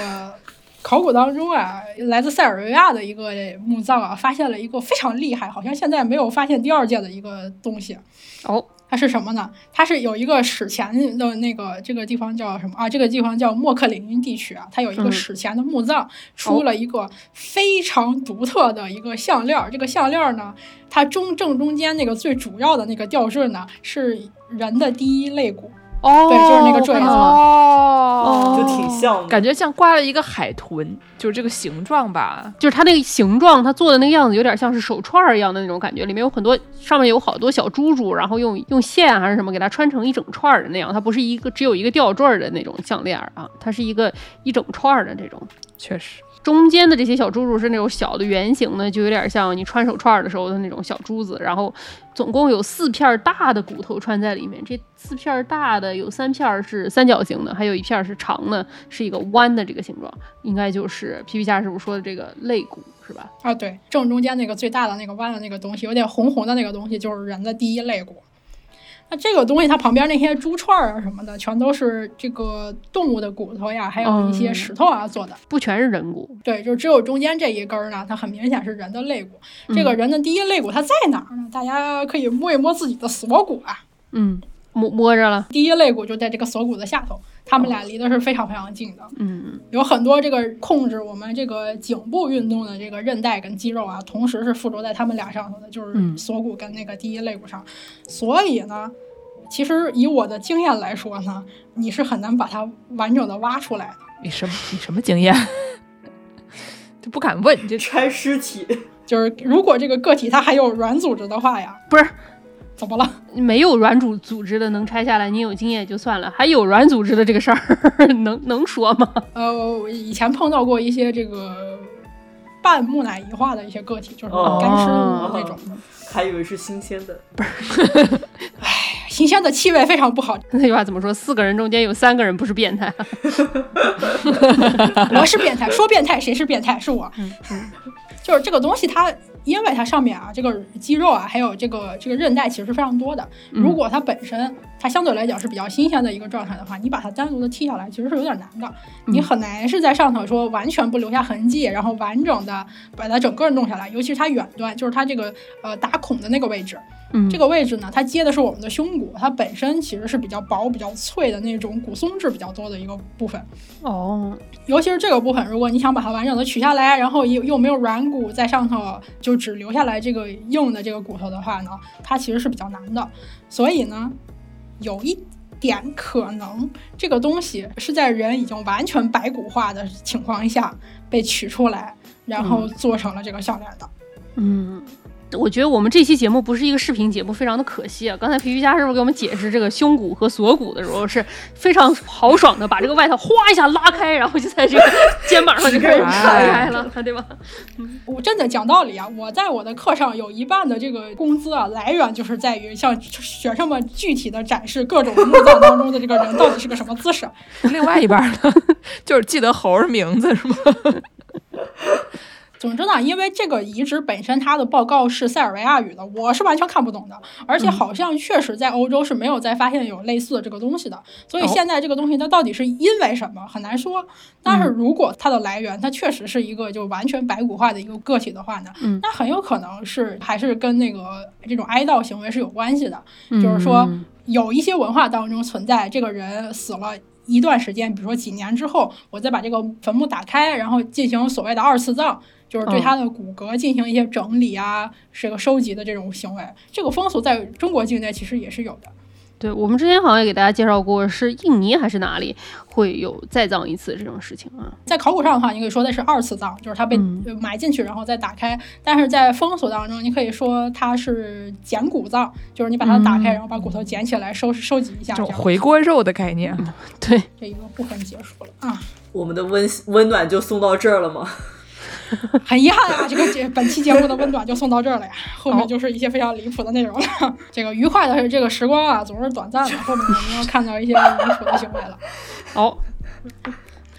Speaker 5: 考古当中啊，来自塞尔维亚的一个墓葬啊，发现了一个非常厉害，好像现在没有发现第二件的一个东西。
Speaker 3: 哦，
Speaker 5: 它是什么呢？它是有一个史前的那个这个地方叫什么啊？这个地方叫莫克林地区啊，它有一个
Speaker 3: 嗯
Speaker 5: 史前的墓葬，出了一个非常独特的一个项链儿。这个项链儿呢，它中正中间那个最主要的那个吊坠呢，是人的第一肋骨。
Speaker 2: 哦
Speaker 5: 对就是那个坠子
Speaker 2: 哦
Speaker 4: 就挺像的。
Speaker 2: 感觉像挂了一个海豚，就是这个形状吧。
Speaker 3: 就是它那个形状，它做的那个样子有点像是手串儿一样的那种感觉，里面有很多，上面有好多小珠珠，然后用用线啊还是什么给它穿成一整串儿的那样，它不是一个只有一个吊坠儿的那种项链儿啊，它是一个一整串儿的这种。
Speaker 2: 确实，
Speaker 3: 中间的这些小珠珠是那种小的圆形的，就有点像你穿手串儿的时候的那种小珠子。然后总共有四片儿大的骨头穿在里面，这四片儿大的有三片儿是三角形的，还有一片儿是长的，是一个弯的这个形状，应该就是皮皮虾师傅说的这个肋骨是吧？
Speaker 5: 啊，对，正中间那个最大的那个弯的那个东西，有点红红的那个东西，就是人的第一肋骨。那这个东西，它旁边那些珠串儿啊什么的，全都是这个动物的骨头呀，还有一些
Speaker 3: 嗯
Speaker 5: 石头啊做的。
Speaker 3: 不全是人骨，
Speaker 5: 对，就只有中间这一根儿呢，它很明显是人的肋骨。这个人的第一肋骨它在哪儿呢？大家可以摸一摸自己的锁骨啊，
Speaker 3: 嗯，摸摸着了，
Speaker 5: 第一肋骨就在这个锁骨的下头，他们俩离得是非常非常近的。
Speaker 3: 嗯，
Speaker 5: 有很多这个控制我们这个颈部运动的这个韧带跟肌肉啊，同时是附着在他们俩上头的，就是
Speaker 3: 嗯
Speaker 5: 锁骨跟那个第一肋骨上。所以呢，其实以我的经验来说呢，你是很难把它完整的挖出来的。
Speaker 2: 你什么你什么经验？ 就不敢问这
Speaker 4: 拆尸体，
Speaker 5: 就是如果这个个体它还有软组织的话呀，
Speaker 3: 不是
Speaker 5: 怎么了？
Speaker 3: 没有软组组织的能拆下来，你有经验也就算了，还有软组织的这个事儿， 能能说吗？
Speaker 5: 呃，我以前碰到过一些这个半木乃伊化的一些个体，就是
Speaker 4: 哦
Speaker 5: 干尸物那种，
Speaker 4: 还以为是新鲜的。
Speaker 5: 新鲜的气味非常不好。
Speaker 3: 那句话怎么说？四个人中间有三个人不是变态。啊
Speaker 5: 我是变态，说变态谁是变态？是我。
Speaker 3: 嗯
Speaker 5: 就是这个东西它，因为它上面啊，这个肌肉啊，还有这个这个韧带其实是非常多的。
Speaker 3: 嗯
Speaker 5: 如果它本身它相对来讲是比较新鲜的一个状态的话，你把它单独的剔下来，其实是有点难的。
Speaker 3: 嗯
Speaker 5: 你很难是在上头说完全不留下痕迹，然后完整的把它整个弄下来。尤其是它远端，就是它这个呃打孔的那个位置，
Speaker 3: 嗯
Speaker 5: 这个位置呢，它接的是我们的胸骨，它本身其实是比较薄、比较脆的那种骨松质比较多的一个部分。
Speaker 3: 哦，
Speaker 5: 尤其是这个部分，如果你想把它完整的取下来，然后又又没有软骨在上头，就只留下来这个硬的这个骨头的话呢，它其实是比较难的。所以呢，有一点可能这个东西是在人已经完全白骨化的情况下被取出来，然后做成了这个项链的。
Speaker 3: 嗯。我觉得我们这期节目不是一个视频节目，非常的可惜啊！刚才皮皮虾是不是给我们解释这个胸骨和锁骨的时候，是非常豪爽的，把这个外套哗一下拉开，然后就在这个肩膀上就开始
Speaker 2: 哎
Speaker 3: 展开了，对吧？
Speaker 5: 我真的讲道理啊，我在我的课上有一半的这个工资啊来源就是在于向学生们具体的展示各种墓葬当中的这个人到底是个什么姿势。
Speaker 2: 另外一半儿呢， 就是记得猴儿的名字是吗？
Speaker 5: 总之呢，因为这个遗址本身它的报告是塞尔维亚语的，我是完全看不懂的，而且好像确实在欧洲是没有再发现有类似的这个东西的，所以
Speaker 2: 哦
Speaker 5: 现在这个东西它到底是因为什么很难说。但是如果它的来源它确实是一个就完全白骨化的一个个体的话呢，
Speaker 3: 嗯
Speaker 5: 那很有可能是还是跟那个这种哀悼行为是有关系的， 就是说
Speaker 3: 嗯
Speaker 5: 有一些文化当中存在这个人死了。一段时间，比如说几年之后，我再把这个坟墓打开，然后进行所谓的二次葬，就是对
Speaker 3: 嗯
Speaker 5: 他的骨骼进行一些
Speaker 2: 嗯
Speaker 5: 整理啊，这个收集的这种行为，这个风俗在中国境内其实也是有的。
Speaker 3: 对我们之前好像也给大家介绍过，是印尼还是哪里会有再葬一次这种事情啊？
Speaker 5: 在考古上的话，你可以说的是二次葬，就是它被
Speaker 3: 嗯
Speaker 5: 呃埋进去然后再打开；但是在风俗当中，你可以说它是捡骨葬，就是你把它打开，
Speaker 2: 嗯
Speaker 5: 然后把骨头捡起来收拾收集一下，
Speaker 2: 这种
Speaker 5: 这样
Speaker 2: 回锅肉的概念啊，
Speaker 3: 对，
Speaker 5: 这一个部分结束了啊。
Speaker 4: 我们的温温暖就送到这儿了吗？
Speaker 5: 很遗憾啊，这个节本期节目的温暖就送到这儿了呀，后面就是一些非常离谱的内容了。这个愉快的是这个时光啊，总是短暂的，后面我们要看到一些离谱的行为了。
Speaker 3: 好，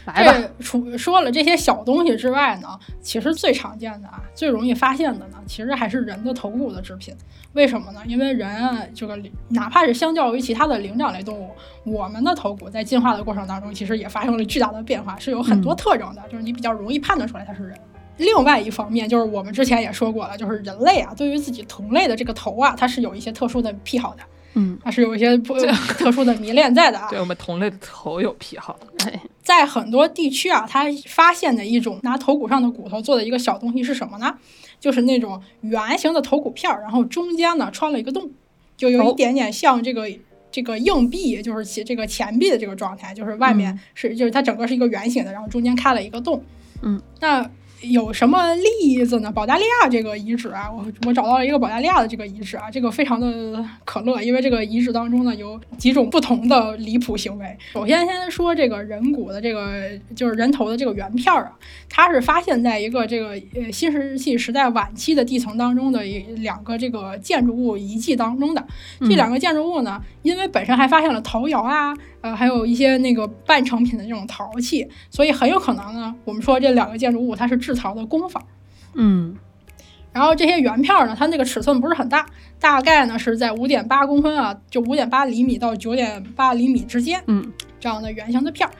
Speaker 3: 来吧，
Speaker 5: 这除说了这些小东西之外呢，其实最常见的啊，最容易发现的呢，其实还是人的头骨的制品。为什么呢？因为人啊，这个哪怕是相较于其他的灵长类动物，我们的头骨在进化的过程当中，其实也发生了巨大的变化，是有很多特征的，就是你比较容易判断出来它是人。另外一方面，就是我们之前也说过了，就是人类啊，对于自己同类的这个头啊，它是有一些特殊的癖好的，
Speaker 3: 嗯，
Speaker 5: 它是有一些不特殊的迷恋在的啊。
Speaker 2: 对我们同类的头有癖好，
Speaker 3: 哎，
Speaker 5: 在很多地区啊，它发现的一种拿头骨上的骨头做的一个小东西是什么呢？就是那种圆形的头骨片儿，然后中间呢穿了一个洞，就有
Speaker 3: 哦
Speaker 5: 一点点像这个、这个硬币，就是其这个钱币的这个状态，就是外面是、就是它整个是一个圆形的，然后中间开了一个洞。
Speaker 3: 嗯，
Speaker 5: 那。有什么例子呢？保加利亚这个遗址啊，我我找到了一个保加利亚的这个遗址啊，这个非常的可乐，因为这个遗址当中呢有几种不同的离谱行为。首先先说这个人骨的这个就是人头的这个圆片儿啊，它是发现在一个这个呃新石器时代晚期的地层当中的一两个这个建筑物遗迹当中的。这两个建筑物呢，因为本身还发现了陶窑啊，呃，还有一些那个半成品的这种陶器，所以很有可能呢，我们说这两个建筑物它是制陶的工坊。
Speaker 3: 嗯
Speaker 5: 然后这些圆片儿呢，它那个尺寸不是很大，大概呢是在五点八公分啊，就五点八厘米到九点八厘米之间。
Speaker 3: 嗯，
Speaker 5: 这样的圆形的片儿。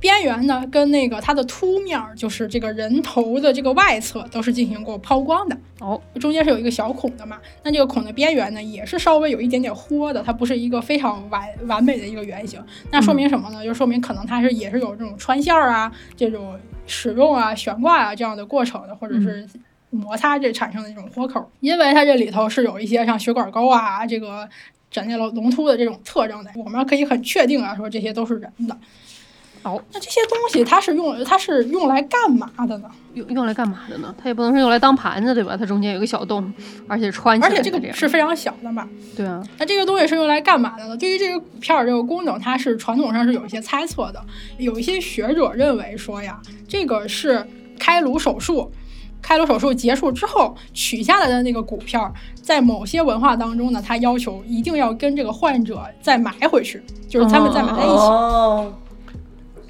Speaker 5: 边缘呢，跟那个它的凸面儿，就是这个人头的这个外侧，都是进行过抛光的。
Speaker 3: 哦，
Speaker 5: 中间是有一个小孔的嘛，那这个孔的边缘呢，也是稍微有一点点豁的，它不是一个非常完完美的一个圆形。那说明什么呢？就说明可能它是也是有这种穿线儿啊、这种使用啊、悬挂啊这样的过程的，或者是摩擦这产生的这种豁口，因为它这里头是有一些像血管沟啊、这个展现了龙突的这种特征的，我们可以很确定啊，说这些都是人的。
Speaker 3: 哦，
Speaker 5: 那这些东西它是用它是用来干嘛的呢？
Speaker 3: 用用来干嘛的呢？它也不能是用来当盘子对吧？它中间有个小洞，而且穿起
Speaker 5: 而
Speaker 3: 来
Speaker 5: 且
Speaker 3: 的
Speaker 5: 这
Speaker 3: 这
Speaker 5: 个
Speaker 3: 样，
Speaker 5: 是非常小的嘛，
Speaker 3: 对啊，
Speaker 5: 那这个东西是用来干嘛的呢？对于这个股票这个功能，它是传统上是有一些猜测的。有一些学者认为说呀，这个是开颅手术，开颅手术结束之后取下来的那个股票，在某些文化当中呢，它要求一定要跟这个患者再埋回去，就是他们再埋在一起。
Speaker 4: 哦，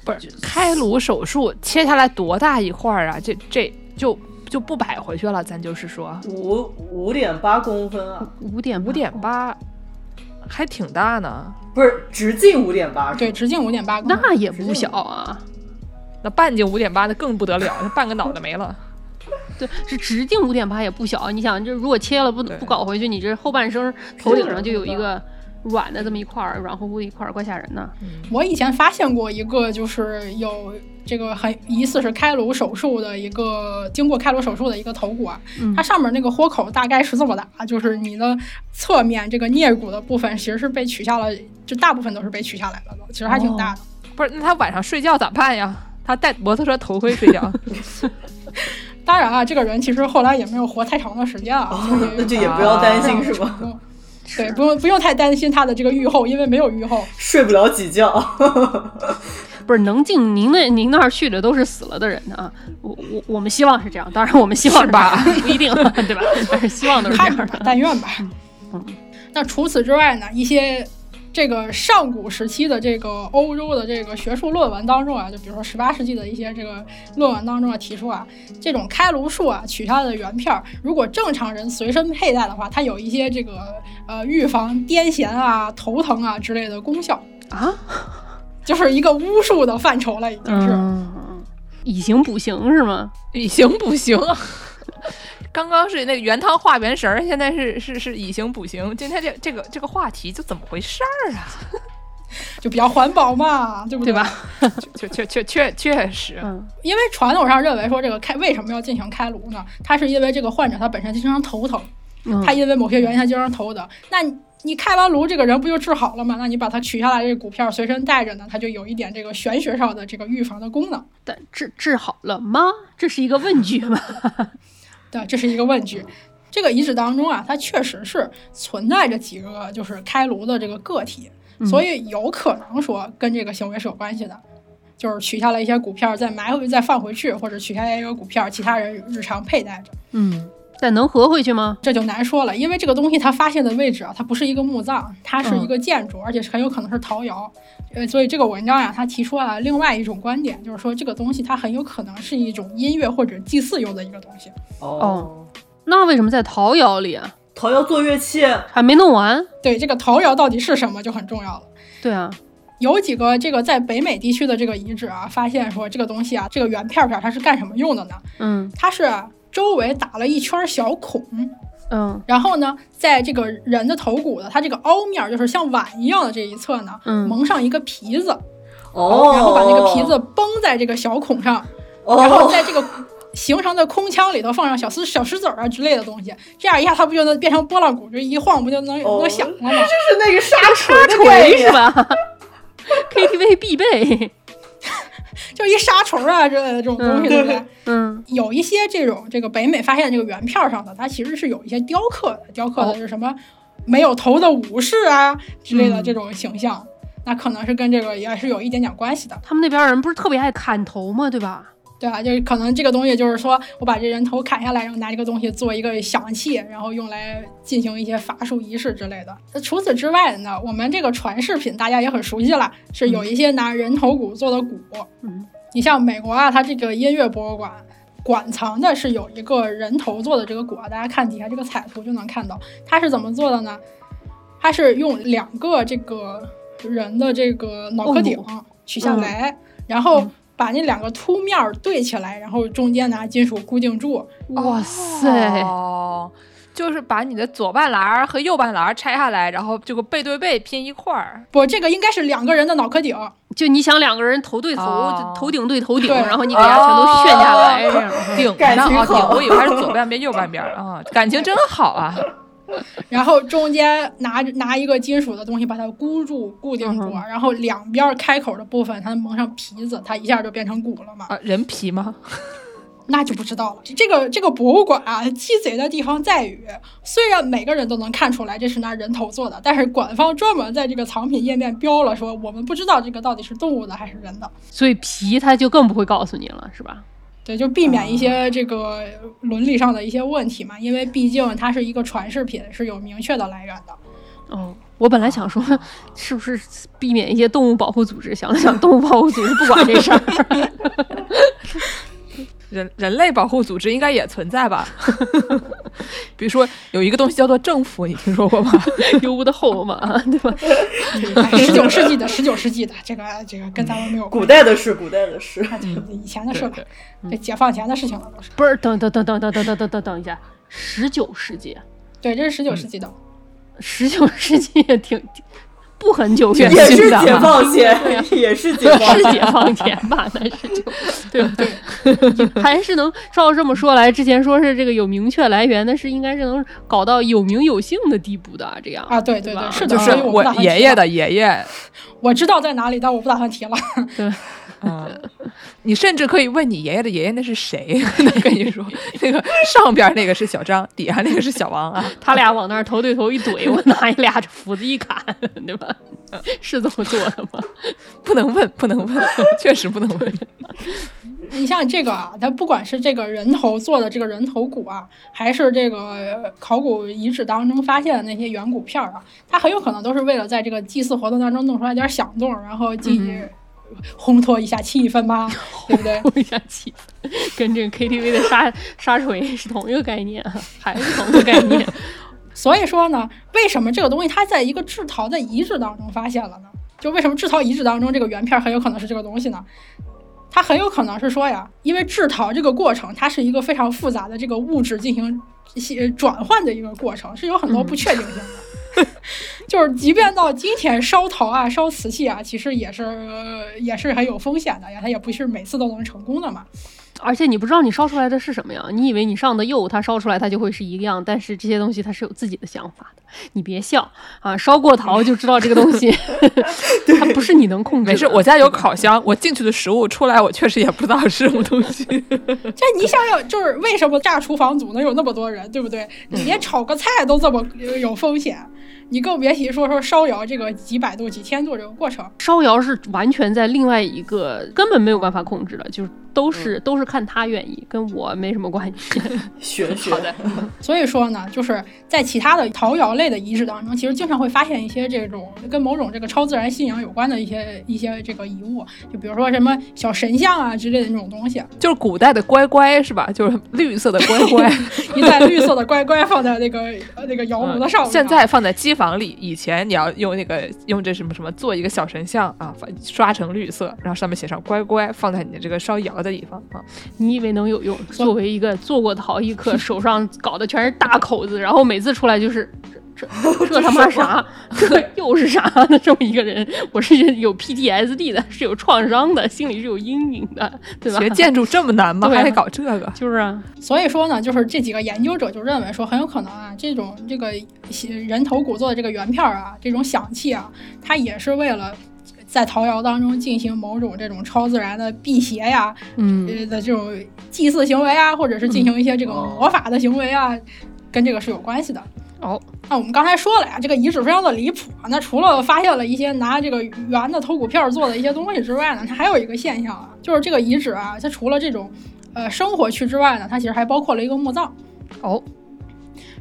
Speaker 2: 不是开颅手术切下来多大一块儿啊？这这就就不摆回去了，咱就是说
Speaker 4: 五五点八公分啊，
Speaker 3: 五点
Speaker 2: 五点，八，还挺大呢。
Speaker 4: 不是直径五点八，
Speaker 5: 对，直径五点八公分。
Speaker 3: 那也不小啊。
Speaker 2: 那半径五点八那更不得了，那半个脑袋没了。
Speaker 3: 对，是直径五点八也不小。你想，这如果切了不
Speaker 2: 对
Speaker 3: 不搞回去，你这后半生头顶上就有一个软的这么一块儿，软乎乎的一块儿，怪吓人的。
Speaker 5: 我以前发现过一个，就是有这个很疑似是开颅手术的一个，经过开颅手术的一个头骨啊，
Speaker 3: 嗯
Speaker 5: 它上面那个豁口大概是这么大，就是你的侧面这个颞骨的部分其实是被取下了，就大部分都是被取下来了的，其实还挺大
Speaker 4: 哦
Speaker 5: 的。
Speaker 2: 不是，那他晚上睡觉咋办呀？他戴摩托车头盔睡觉，
Speaker 5: 当然啊，这个人其实后来也没有活太长的时间啊，
Speaker 4: 哦， 那就也
Speaker 2: 啊
Speaker 4: 不要担心
Speaker 5: 就是是
Speaker 4: 吧？
Speaker 5: 不用对，不用不用太担心他的这个愈后，因为没有愈后。
Speaker 4: 睡不了几 觉，
Speaker 3: 不是能进您那您那儿去的都是死了的人啊。我我我们希望是这样，当然我们希望
Speaker 2: 是吧
Speaker 3: 这样不一定对 吧？但是希 望都是这
Speaker 5: 看
Speaker 3: 样
Speaker 5: 着吧，
Speaker 3: 的。
Speaker 5: 但愿吧
Speaker 3: 嗯。
Speaker 5: 那除此之外呢，一些这个上古时期的这个欧洲的这个学术论文当中啊，就比如说十八世纪的一些这个论文当中啊，提出啊，这种开颅术啊取下来的原片儿，如果正常人随身佩戴的话，它有一些这个呃预防癫痫啊、头疼啊之类的功效，
Speaker 3: 啊，
Speaker 5: 就是一个巫术的范畴了，已经是。
Speaker 3: 嗯，以形补形是吗？
Speaker 2: 以形补形啊。刚刚是那个原汤化原食儿，现在是是是以形补形。今天这这个这个话题就怎么回事儿啊？
Speaker 5: 就比较环保嘛，对不
Speaker 3: 对
Speaker 5: 对
Speaker 3: 吧？
Speaker 2: 确确确确确实，
Speaker 3: 嗯，
Speaker 5: 因为传统上认为说这个开为什么要进行开颅呢？它是因为这个患者他本身经常头疼，
Speaker 3: 嗯
Speaker 5: 他因为某些原因他经常头疼。那你开完颅，这个人不就治好了吗？那你把它取下来，这个骨片随身带着呢，它就有一点这个玄学上的这个预防的功能。
Speaker 3: 但治治好了吗？这是一个问句吗？
Speaker 5: 对，这是一个问句。这个遗址当中啊，它确实是存在着几个就是开颅的这个个体，所以有可能说跟这个行为是有关系的，就是取下来一些股票再埋回再放回去，或者取下来一个股票，其他人日常佩戴着，
Speaker 3: 嗯，但能合回去吗？
Speaker 5: 这就难说了。因为这个东西它发现的位置啊，它不是一个墓葬，它是一个建筑，而且是很有可能是陶窑。呃，所以这个文章呀、它提出了另外一种观点，就是说这个东西它很有可能是一种音乐或者祭祀用的一个东西。
Speaker 4: 哦，
Speaker 3: 那为什么在陶窑里啊
Speaker 4: 陶窑做乐器，
Speaker 5: 哦
Speaker 3: 还没弄完？
Speaker 5: 对，这个陶窑到底是什么就很重要了。
Speaker 3: 对啊，
Speaker 5: 有几个这个在北美地区的这个遗址啊，发现说这个东西啊，这个圆片片它是干什么用的呢？
Speaker 3: 嗯
Speaker 5: 它是啊周围打了一圈小孔，
Speaker 3: 嗯
Speaker 5: 然后呢，在这个人的头骨的它这个凹面儿，就是像碗一样的这一侧呢，
Speaker 3: 嗯
Speaker 5: 蒙上一个皮子，
Speaker 4: 哦，
Speaker 5: 然后把那个皮子，绷在这个小孔上，然后
Speaker 4: 哦，
Speaker 5: 在这个形成的空腔里头放上小石小石子儿啊之类的东西，这样一下它不就能变成拨浪鼓，这一晃不就能、
Speaker 4: 哦
Speaker 5: 能响了吗？
Speaker 4: 是那个沙锤的概
Speaker 3: 锤是
Speaker 4: 念，
Speaker 3: 吧 ？KTV 必备。
Speaker 5: 就一沙虫啊之类的这种东
Speaker 3: 嗯
Speaker 5: 西，对不对？
Speaker 3: 嗯
Speaker 5: 有一些这种这个北美发现这个圆片儿上的，它其实是有一些雕刻的，雕刻的就是什么没有头的武士啊之类的
Speaker 3: 嗯
Speaker 5: 这种形象，那可能是跟这个也是有一点点关系的，
Speaker 3: 他们那边人不是特别爱砍头吗？对吧？
Speaker 5: 对吧？就是可能这个东西就是说我把这人头砍下来，然后拿这个东西做一个响器，然后用来进行一些法术仪式之类的。那除此之外呢，我们这个传世品大家也很熟悉了，是有一些拿人头骨做的鼓，
Speaker 3: 嗯，
Speaker 5: 你像美国啊，它这个音乐博物馆馆藏的是有一个人头做的这个鼓啊，大家看底下这个彩图就能看到，它是怎么做的呢？它是用两个这个人的这个脑壳顶
Speaker 3: 嗯
Speaker 5: 取下来，然后把那两个凸面儿对起来，然后中间拿金属固定住。
Speaker 3: 哇塞，
Speaker 2: 哦，就是把你的左半栏儿和右半栏儿拆下来，然后这个背对背拼一块儿。
Speaker 5: 不，这个应该是两个人的脑壳顶，
Speaker 3: 就你想两个人头对头，
Speaker 2: 哦
Speaker 3: 头顶对哦头顶，
Speaker 5: 对
Speaker 3: 然后你给他全都炫下来，这样。
Speaker 2: 顶
Speaker 4: 哦 感
Speaker 2: 呢
Speaker 4: 情
Speaker 2: 啊，顶！
Speaker 4: 好
Speaker 2: 我以为它是左半边右半边儿啊，感情真好啊。
Speaker 5: 然后中间拿拿一个金属的东西把它箍住固定住，
Speaker 3: 嗯
Speaker 5: 啊
Speaker 3: 哼
Speaker 5: 然后两边儿开口的部分它蒙上皮子，它一下就变成鼓了嘛。
Speaker 2: 啊，人皮吗？
Speaker 5: 那就不知道了。这个这个博物馆啊，鸡贼的地方在于，虽然每个人都能看出来这是拿人头做的，但是馆方专门在这个藏品页面标了说，我们不知道这个到底是动物的还是人的。
Speaker 3: 所以皮他就更不会告诉你了，是吧？
Speaker 5: 对，就避免一些这个伦理上的一些问题嘛，因为毕竟它是一个传世品，是有明确的来源的。
Speaker 3: 哦，我本来想说， 是不是避免一些动物保护组织？想了想， 动物保护组织不管这事儿。
Speaker 2: 人人类保护组织应该也存在吧？ 比如说有一个东西叫做政府，你听说过吗？
Speaker 3: 油污的后嘛，对吧？
Speaker 5: 十九世纪的，十九世纪的，这个这个跟咱们没有
Speaker 4: 嗯
Speaker 5: 关
Speaker 4: 古
Speaker 5: 系，
Speaker 4: 代的事，古代的事，
Speaker 5: 以前的事
Speaker 2: 对
Speaker 5: 了
Speaker 2: 对，
Speaker 5: 这解放前的事情了都是。
Speaker 3: 不是，等等等等等等等等等等一下，十九世纪，啊
Speaker 5: 对，这是十九世纪的。
Speaker 3: 十九 世纪也挺挺不很久远
Speaker 4: 也是
Speaker 3: 的
Speaker 4: 解
Speaker 3: 啊，
Speaker 4: 放前，也是解 放
Speaker 3: 是解放前吧？那是 就对不对？ 还是能照这么说来，之前说是这个有明确来源，但是应该是能搞到有名有姓的地步的啊，这样
Speaker 5: 啊，对对
Speaker 3: 对吧
Speaker 5: 对，是
Speaker 2: 就
Speaker 5: 的，
Speaker 2: 是
Speaker 5: 所以我不
Speaker 2: 哦我
Speaker 5: 打算
Speaker 2: 爷
Speaker 5: 提
Speaker 2: 爷
Speaker 5: 了，
Speaker 2: 的爷爷。
Speaker 5: 我知道在哪里，但我不打算提了。
Speaker 3: 对。
Speaker 2: 嗯， 你甚至可以问你爷爷的爷爷那是谁？ 他跟你说，那个上边那个是小张，底下那个是小王啊。
Speaker 3: 他俩往那儿头对头一怼，我 拿一俩斧子一砍，对吧？ 是这么做的吗？
Speaker 2: 不能问，不能问， 确实不能问。
Speaker 5: 你像这个啊，它不管是这个人头做的这个人头骨啊，还是这个呃考古遗址当中发现的那些圆骨片儿啊，它很有可能都是为了在这个祭祀活动当中弄出来点响动，然后进行烘托一下气氛嘛，对不对？
Speaker 3: 我一下气，跟这个 KTV 的沙沙锤是同一个概念，啊，还是同一个概念。
Speaker 5: 所以说呢，为什么这个东西它在一个制陶的遗址当中发现了呢？就为什么制陶遗址当中这个原片儿很有可能是这个东西呢？它很有可能是说呀，因为制陶这个过程，它是一个非常复杂的这个物质进行一些转换的一个过程，是有很多不确定性的。 就是即便到今天烧陶啊、烧瓷器啊，其实也是、呃也是很有风险的呀，它也不是每次都能成功的嘛。
Speaker 3: 而且你不知道你烧出来的是什么呀？你以为你上的釉，它烧出来它就会是一个样，但是这些东西它是有自己的想法的。你别笑啊，烧过陶就知道这个东西，它不是你能控制的。
Speaker 2: 没事，我家有烤箱，我进去的食物出来，我确实也不知道是什么东西。
Speaker 5: 这你想想，就是为什么炸厨房组能有那么多人，对不对？
Speaker 2: 嗯
Speaker 5: 你连炒个菜都这么呃有风险，你更别提说说烧窑这个几百度、几千度这个过程。
Speaker 3: 烧窑是完全在另外一个根本没有办法控制的，就是都是、都是看他愿意，跟我没什么关系。
Speaker 4: 玄学。
Speaker 3: 好的，
Speaker 5: 所以说呢，就是在其他的陶窑类的遗址当中，其实经常会发现一些这种跟某种这个超自然信仰有关的一些一些这个遗物，就比如说什么小神像啊之类的那种东西，
Speaker 2: 就是古代的乖乖是吧？就是绿色的乖乖，
Speaker 5: 一袋绿色的乖乖放在那个 呃那个窑炉的上面。
Speaker 2: 啊 现在放在机房里，以前你要用那个用这什么什么做一个小神像啊，把刷成绿色，然后上面写上乖乖，放在你的这个烧窑的地方啊。
Speaker 3: 你以为能有用？作为一个做过陶艺课，手上搞的全是大口子，然后每次出来就是这这这他妈啥，这又是啥的这么一个人，我是有 PTSD 的，是有创伤的，心里是有阴影的，对吧？
Speaker 2: 学建筑这么难吗？
Speaker 3: 对啊
Speaker 2: 还得搞这个？
Speaker 3: 就是啊，
Speaker 5: 所以说呢，就是这几个研究者就认为说，很有可能啊，这种这个人头骨做的这个原片儿啊，这种响器啊，它也是为了在陶窑当中进行某种这种超自然的辟邪呀、
Speaker 2: 嗯，
Speaker 5: 呃的这种祭祀行为啊，或者是进行一些这个
Speaker 3: 嗯
Speaker 5: 魔法的行为啊，跟这个是有关系的。
Speaker 3: 哦，
Speaker 5: 那我们刚才说了呀，这个遗址非常的离谱啊。那除了发现了一些拿这个圆的头骨片儿做的一些东西之外呢，它还有一个现象啊，就是这个遗址啊，它除了这种呃生活区之外呢，它其实还包括了一个墓葬。
Speaker 3: 哦，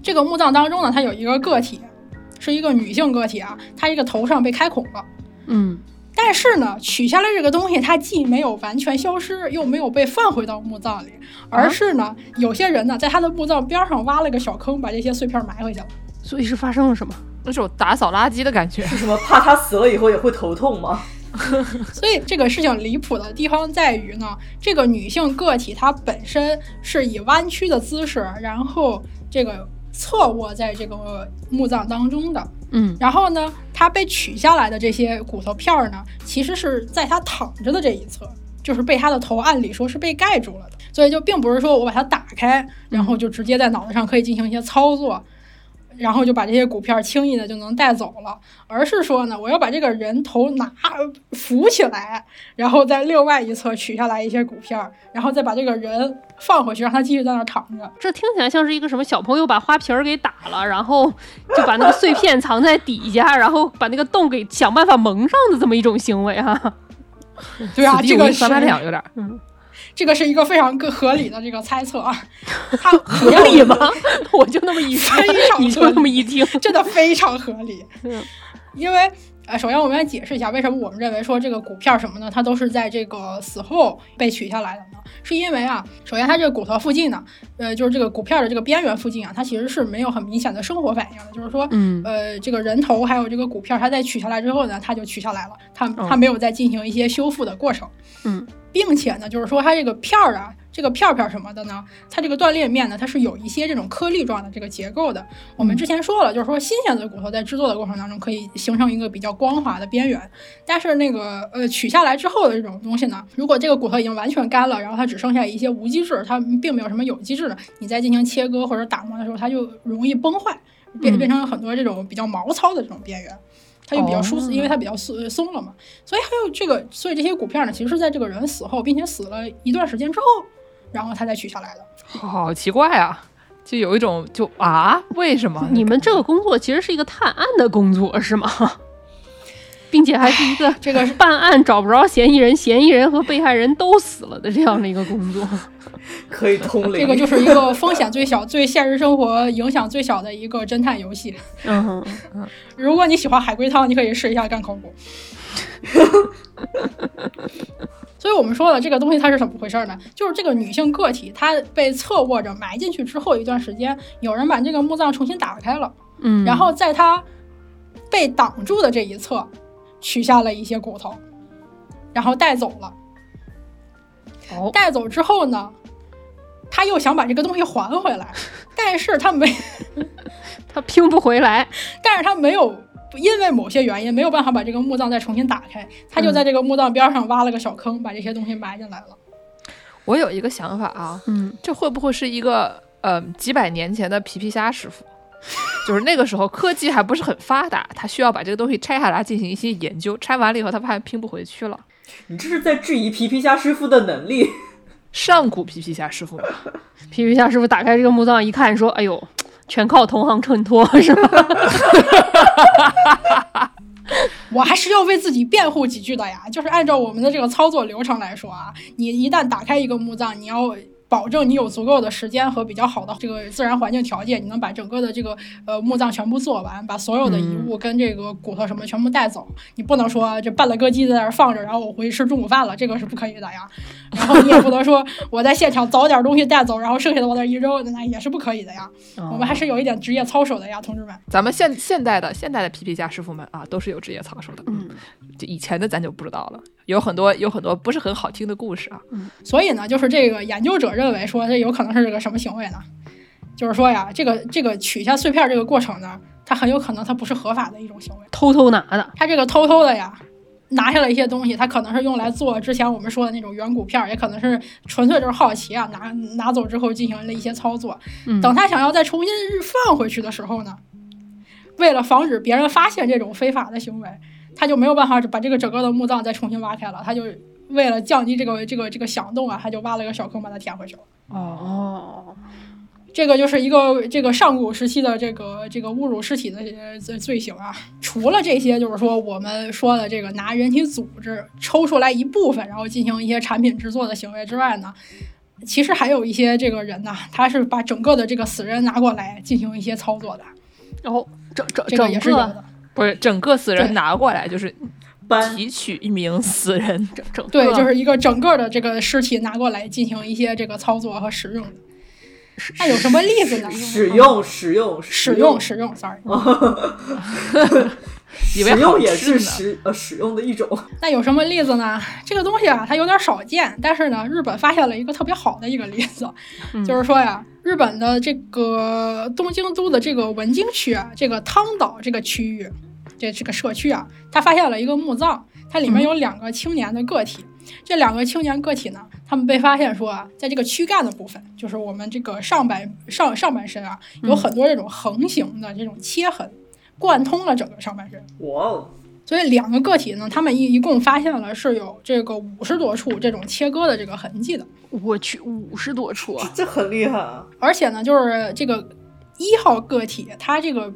Speaker 5: 这个墓葬当中呢，它有一个个体，是一个女性个体啊，她一个头上被开孔了。
Speaker 3: 嗯，
Speaker 5: 但是呢，取下来这个东西，它既没有完全消失，又没有被放回到墓葬里，而是呢，有些人呢，在他的墓葬边上挖了个小坑，把这些碎片埋回去了。
Speaker 3: 所以是发生了什么？
Speaker 2: 那种打扫垃圾的感 觉。
Speaker 4: 是什么？怕他死了以后也会头痛吗？
Speaker 5: 所以这个事情离谱的地方在于呢，这个女性个体她本身是以弯曲的姿势，然后这个侧卧在这个墓葬当中的。
Speaker 3: 嗯，
Speaker 5: 然后呢，她被取下来的这些骨头片儿呢，其实是在她躺着的这一侧，就是被她的头按理说是被盖住了的，所以就并不是说我把它打开，然后就直接在脑袋上可以进行一些操作，然后就把这些骨片儿轻易的就能带走了，而是说呢，我要把这个人头拿扶起来，然后在另外一侧取下来一些骨片儿，然后再把这个人放回去，让他继续在那儿躺着。
Speaker 3: 这听起来像是一个什么小朋友把花瓶儿给打了，然后就把那个碎片藏在底下， 然后把那个洞给想办法蒙上的这么一种行为哈、啊。
Speaker 5: 对啊，
Speaker 2: 此
Speaker 5: 这
Speaker 2: 地无
Speaker 5: 个
Speaker 2: 银三百
Speaker 5: 是
Speaker 2: 两，有点儿
Speaker 5: 这个是一个非常个合理的这个猜测啊，他合
Speaker 3: 合理吗？我就那么一说
Speaker 5: 非，常
Speaker 3: 你就那么一听，
Speaker 5: 真的非常合理
Speaker 3: 嗯。
Speaker 5: 因为呃，首先我们要解释一下，为什么我们认为说这个骨片儿什么呢？它都是在这个死后被取下来的呢？是因为啊，首先它这个骨头附近呢，呃，就是这个骨片儿的这个边缘附近啊，它其实是没有很明显的生活反应的，就是说，
Speaker 3: 嗯
Speaker 5: 呃，这个人头还有这个骨片儿，它在取下来之后呢，它就取下来了，它
Speaker 2: 嗯
Speaker 5: 它没有再进行一些修复的过程。
Speaker 3: 哦嗯，
Speaker 5: 并且呢，就是说它这个片儿啊，这个片儿片儿什么的呢，它这个断裂面呢，它是有一些这种颗粒状的这个结构的。我
Speaker 3: 嗯
Speaker 5: 们之前说了，就是说新鲜的骨头在制作的过程当中可以形成一个比较光滑的边缘，但是那个呃取下来之后的这种东西呢，如果这个骨头已经完全干了，然后它只剩下一些无机质，它并没有什么有机质的，你再进行切割或者打磨的时候，它就容易崩坏，变变成很多这种比较毛糙的这种边缘。它就比较舒适，因为它比较松呃松了嘛，所以还有这个，所以这些骨片呢，其实是在这个人死后，并且死了一段时间之后，然后它才取下来的。
Speaker 2: 好奇怪啊，就有一种就啊，为什么
Speaker 3: 你们这个工作其实是一个探案的工作是吗？ 并且还是一个
Speaker 5: 这个是
Speaker 3: 办案找不着嫌疑人，嫌疑人和被害人都死了的这样的一个工作。
Speaker 4: 可以通灵。
Speaker 5: 这个就是一个风险最小、最现实生活影响最小的一个侦探游戏。
Speaker 3: 嗯哼，
Speaker 5: 如果你喜欢海龟汤，你可以试一下干考 古。所以我们说了，这个东西它是怎么回事呢？就是这个女性个体，她被侧卧着埋进去之后一段时间，有人把这个墓葬重新打开了，
Speaker 3: 嗯，
Speaker 5: 然后在她被挡住的这一侧取下了一些骨头，然后带走了。
Speaker 3: 哦，
Speaker 5: 带走之后呢，她又想把这个东西还回来，但是她没
Speaker 3: 他拼不回来，
Speaker 5: 但是他没有因为某些原因没有办法把这个墓葬再重新打开，他就在这个墓葬边上挖了个小坑，把这些东西埋进来了。
Speaker 2: 我有一个想法啊，
Speaker 3: 嗯，
Speaker 2: 这会不会是一个呃几百年前的皮皮虾师傅？ 就是那个时候科技还不是很发达，他需要把这个东西拆下来进行一些研究，拆完了以后他发现拼不回去了。
Speaker 4: 你这是在质疑皮皮虾师傅的能力。
Speaker 2: 上古皮皮虾师傅嘛，
Speaker 3: 皮皮虾师傅打开这个墓葬一看，说：“哎呦，全靠同行衬托，是吧？
Speaker 5: 我还是要为自己辩护几句的呀。 就是按照我们的这个操作流程来说啊，你一旦打开一个墓葬，你要。保证你有足够的时间和比较好的这个自然环境条件，你能把整个的这个呃墓葬全部做完，把所有的遗物跟这个骨头什么全部带走。你不能说这半了个鸡在那儿放着，然后我回去吃中午饭了，这个是不可以的呀。然后你也不能说我在现场找点东西带走，然后剩下的往那儿一扔，那也是不可以的呀。我们还是有一点职业操守的呀，同志们。
Speaker 2: 咱们现现代的现代的皮皮虾师傅们啊，都是有职业操守的。嗯，就以前的咱就不知道了，有很多有很多不是很好听的故事啊。
Speaker 3: 嗯
Speaker 5: 所以呢，就是这个研究者认为说，这有可能是这个什么行为呢？就是说呀，这个这个取下碎片这个过程呢，它很有可能它不是合法的一种行为，
Speaker 3: 偷偷拿的。
Speaker 5: 它这个偷偷的呀。拿下来一些东西，它可能是用来做之前我们说的那种远古片儿，也可能是纯粹就是好奇啊，拿拿走之后进行了一些操作。
Speaker 3: 嗯
Speaker 5: 等他想要再重新放回去的时候呢，为了防止别人发现这种非法的行为，他就没有办法把这个整个的墓葬再重新挖开了，他就为了降低这个这个这个响动啊，他就挖了一个小坑把它填回去了。
Speaker 2: 哦，
Speaker 3: 哦，
Speaker 5: 这个就是一个这个上古时期的这个这个侮辱尸体的呃罪罪行啊。除了这些，就是说我们说的这个拿人体组织抽出来一部分，然后进行一些产品制作的行为之外呢，其实还有一些这个人呐，他是把整个的这个死人拿过来进行一些操作的，
Speaker 3: 然后整整
Speaker 2: 呃
Speaker 5: 这个也
Speaker 3: 整
Speaker 5: 是有
Speaker 3: 个
Speaker 5: 的。
Speaker 2: 不是整个死人
Speaker 5: 对
Speaker 2: 拿过来，就是
Speaker 4: 搬
Speaker 2: 提取一名死人。
Speaker 3: 嗯整整
Speaker 2: 嗯
Speaker 3: 个
Speaker 5: 对，就是一个整个的这个尸体拿过来进行一些这个操作和使用的。那有什么例子呢？
Speaker 4: 使用使用
Speaker 5: 使用使用，sorry。
Speaker 2: 以
Speaker 4: 使
Speaker 2: 为好
Speaker 4: 用
Speaker 2: 吃
Speaker 4: 也是
Speaker 2: 呢
Speaker 4: 使呃使用的一种。
Speaker 5: 那有什么例子呢？这个东西啊，它有点少见，但是呢，日本发现了一个特别好的一个例子，就是说呀，日本的这个东京都的这个文京区啊，这个汤岛这个区域，这这个社区啊，他发现了一个墓葬，它里面有两个青年的个体。这两个青年个体呢，他们被发现说啊，在这个躯干的部分，就是我们这个上半上上半身啊，有很多这种横行的这种切痕，贯通了整个上半身。
Speaker 4: 哇哦，
Speaker 5: 所以两个个体呢，他们一一共发现了是有这个五十多处这种切割的这个痕迹的，
Speaker 3: 我去五十多处啊，
Speaker 4: 这很厉害啊！
Speaker 5: 而且呢，就是这个一号个体，它这个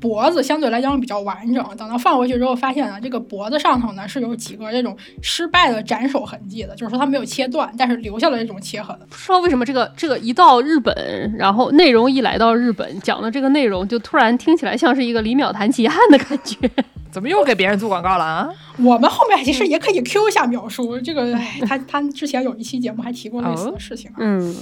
Speaker 5: 脖子相对来讲比较完整，等到放回去之后，发现呢，啊这个脖子上头呢是有几个这种失败的斩首痕迹的，就是说它没有切断，但是留下了这种切痕。
Speaker 3: 不知道为什么这个这个一到日本，然后内容一来到日本，讲的这个内容就突然听起来像是一个李淼谈奇案的感觉。
Speaker 2: 怎么又给别人做广告了啊？
Speaker 5: 我们后面其实也可以 Q 一下淼叔，这个哎他他之前有一期节目还提过类似的事情啊。
Speaker 3: 嗯，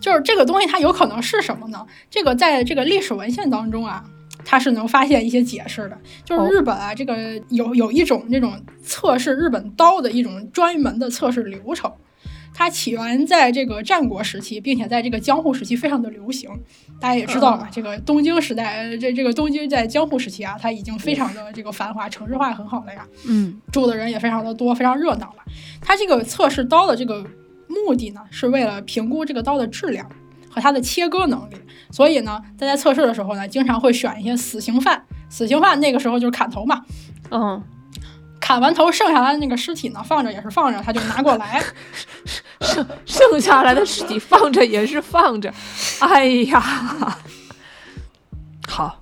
Speaker 5: 就是这个东西它有可能是什么呢？这个在这个历史文献当中啊，它是能发现一些解释的。就是日本啊，这个有有一种这种测试日本刀的一种专门的测试流程。它起源在这个战国时期，并且在这个江户时期非常的流行。大家也知道嘛，这个东京时代，呃这这个东京在江户时期啊，它已经非常的这个繁华，城市化很好了呀。
Speaker 3: 嗯，
Speaker 5: 住的人也非常的多，非常热闹了。它这个测试刀的这个目的呢，是为了评估这个刀的质量和它的切割能力。所以呢，大家测试的时候呢，经常会选一些死刑犯。死刑犯那个时候就是砍头嘛，
Speaker 3: 嗯，
Speaker 5: 砍完头剩下来的那个尸体呢，放着也是放着，他就拿过来。
Speaker 2: 剩剩下来的尸体放着也是放着，哎呀，好，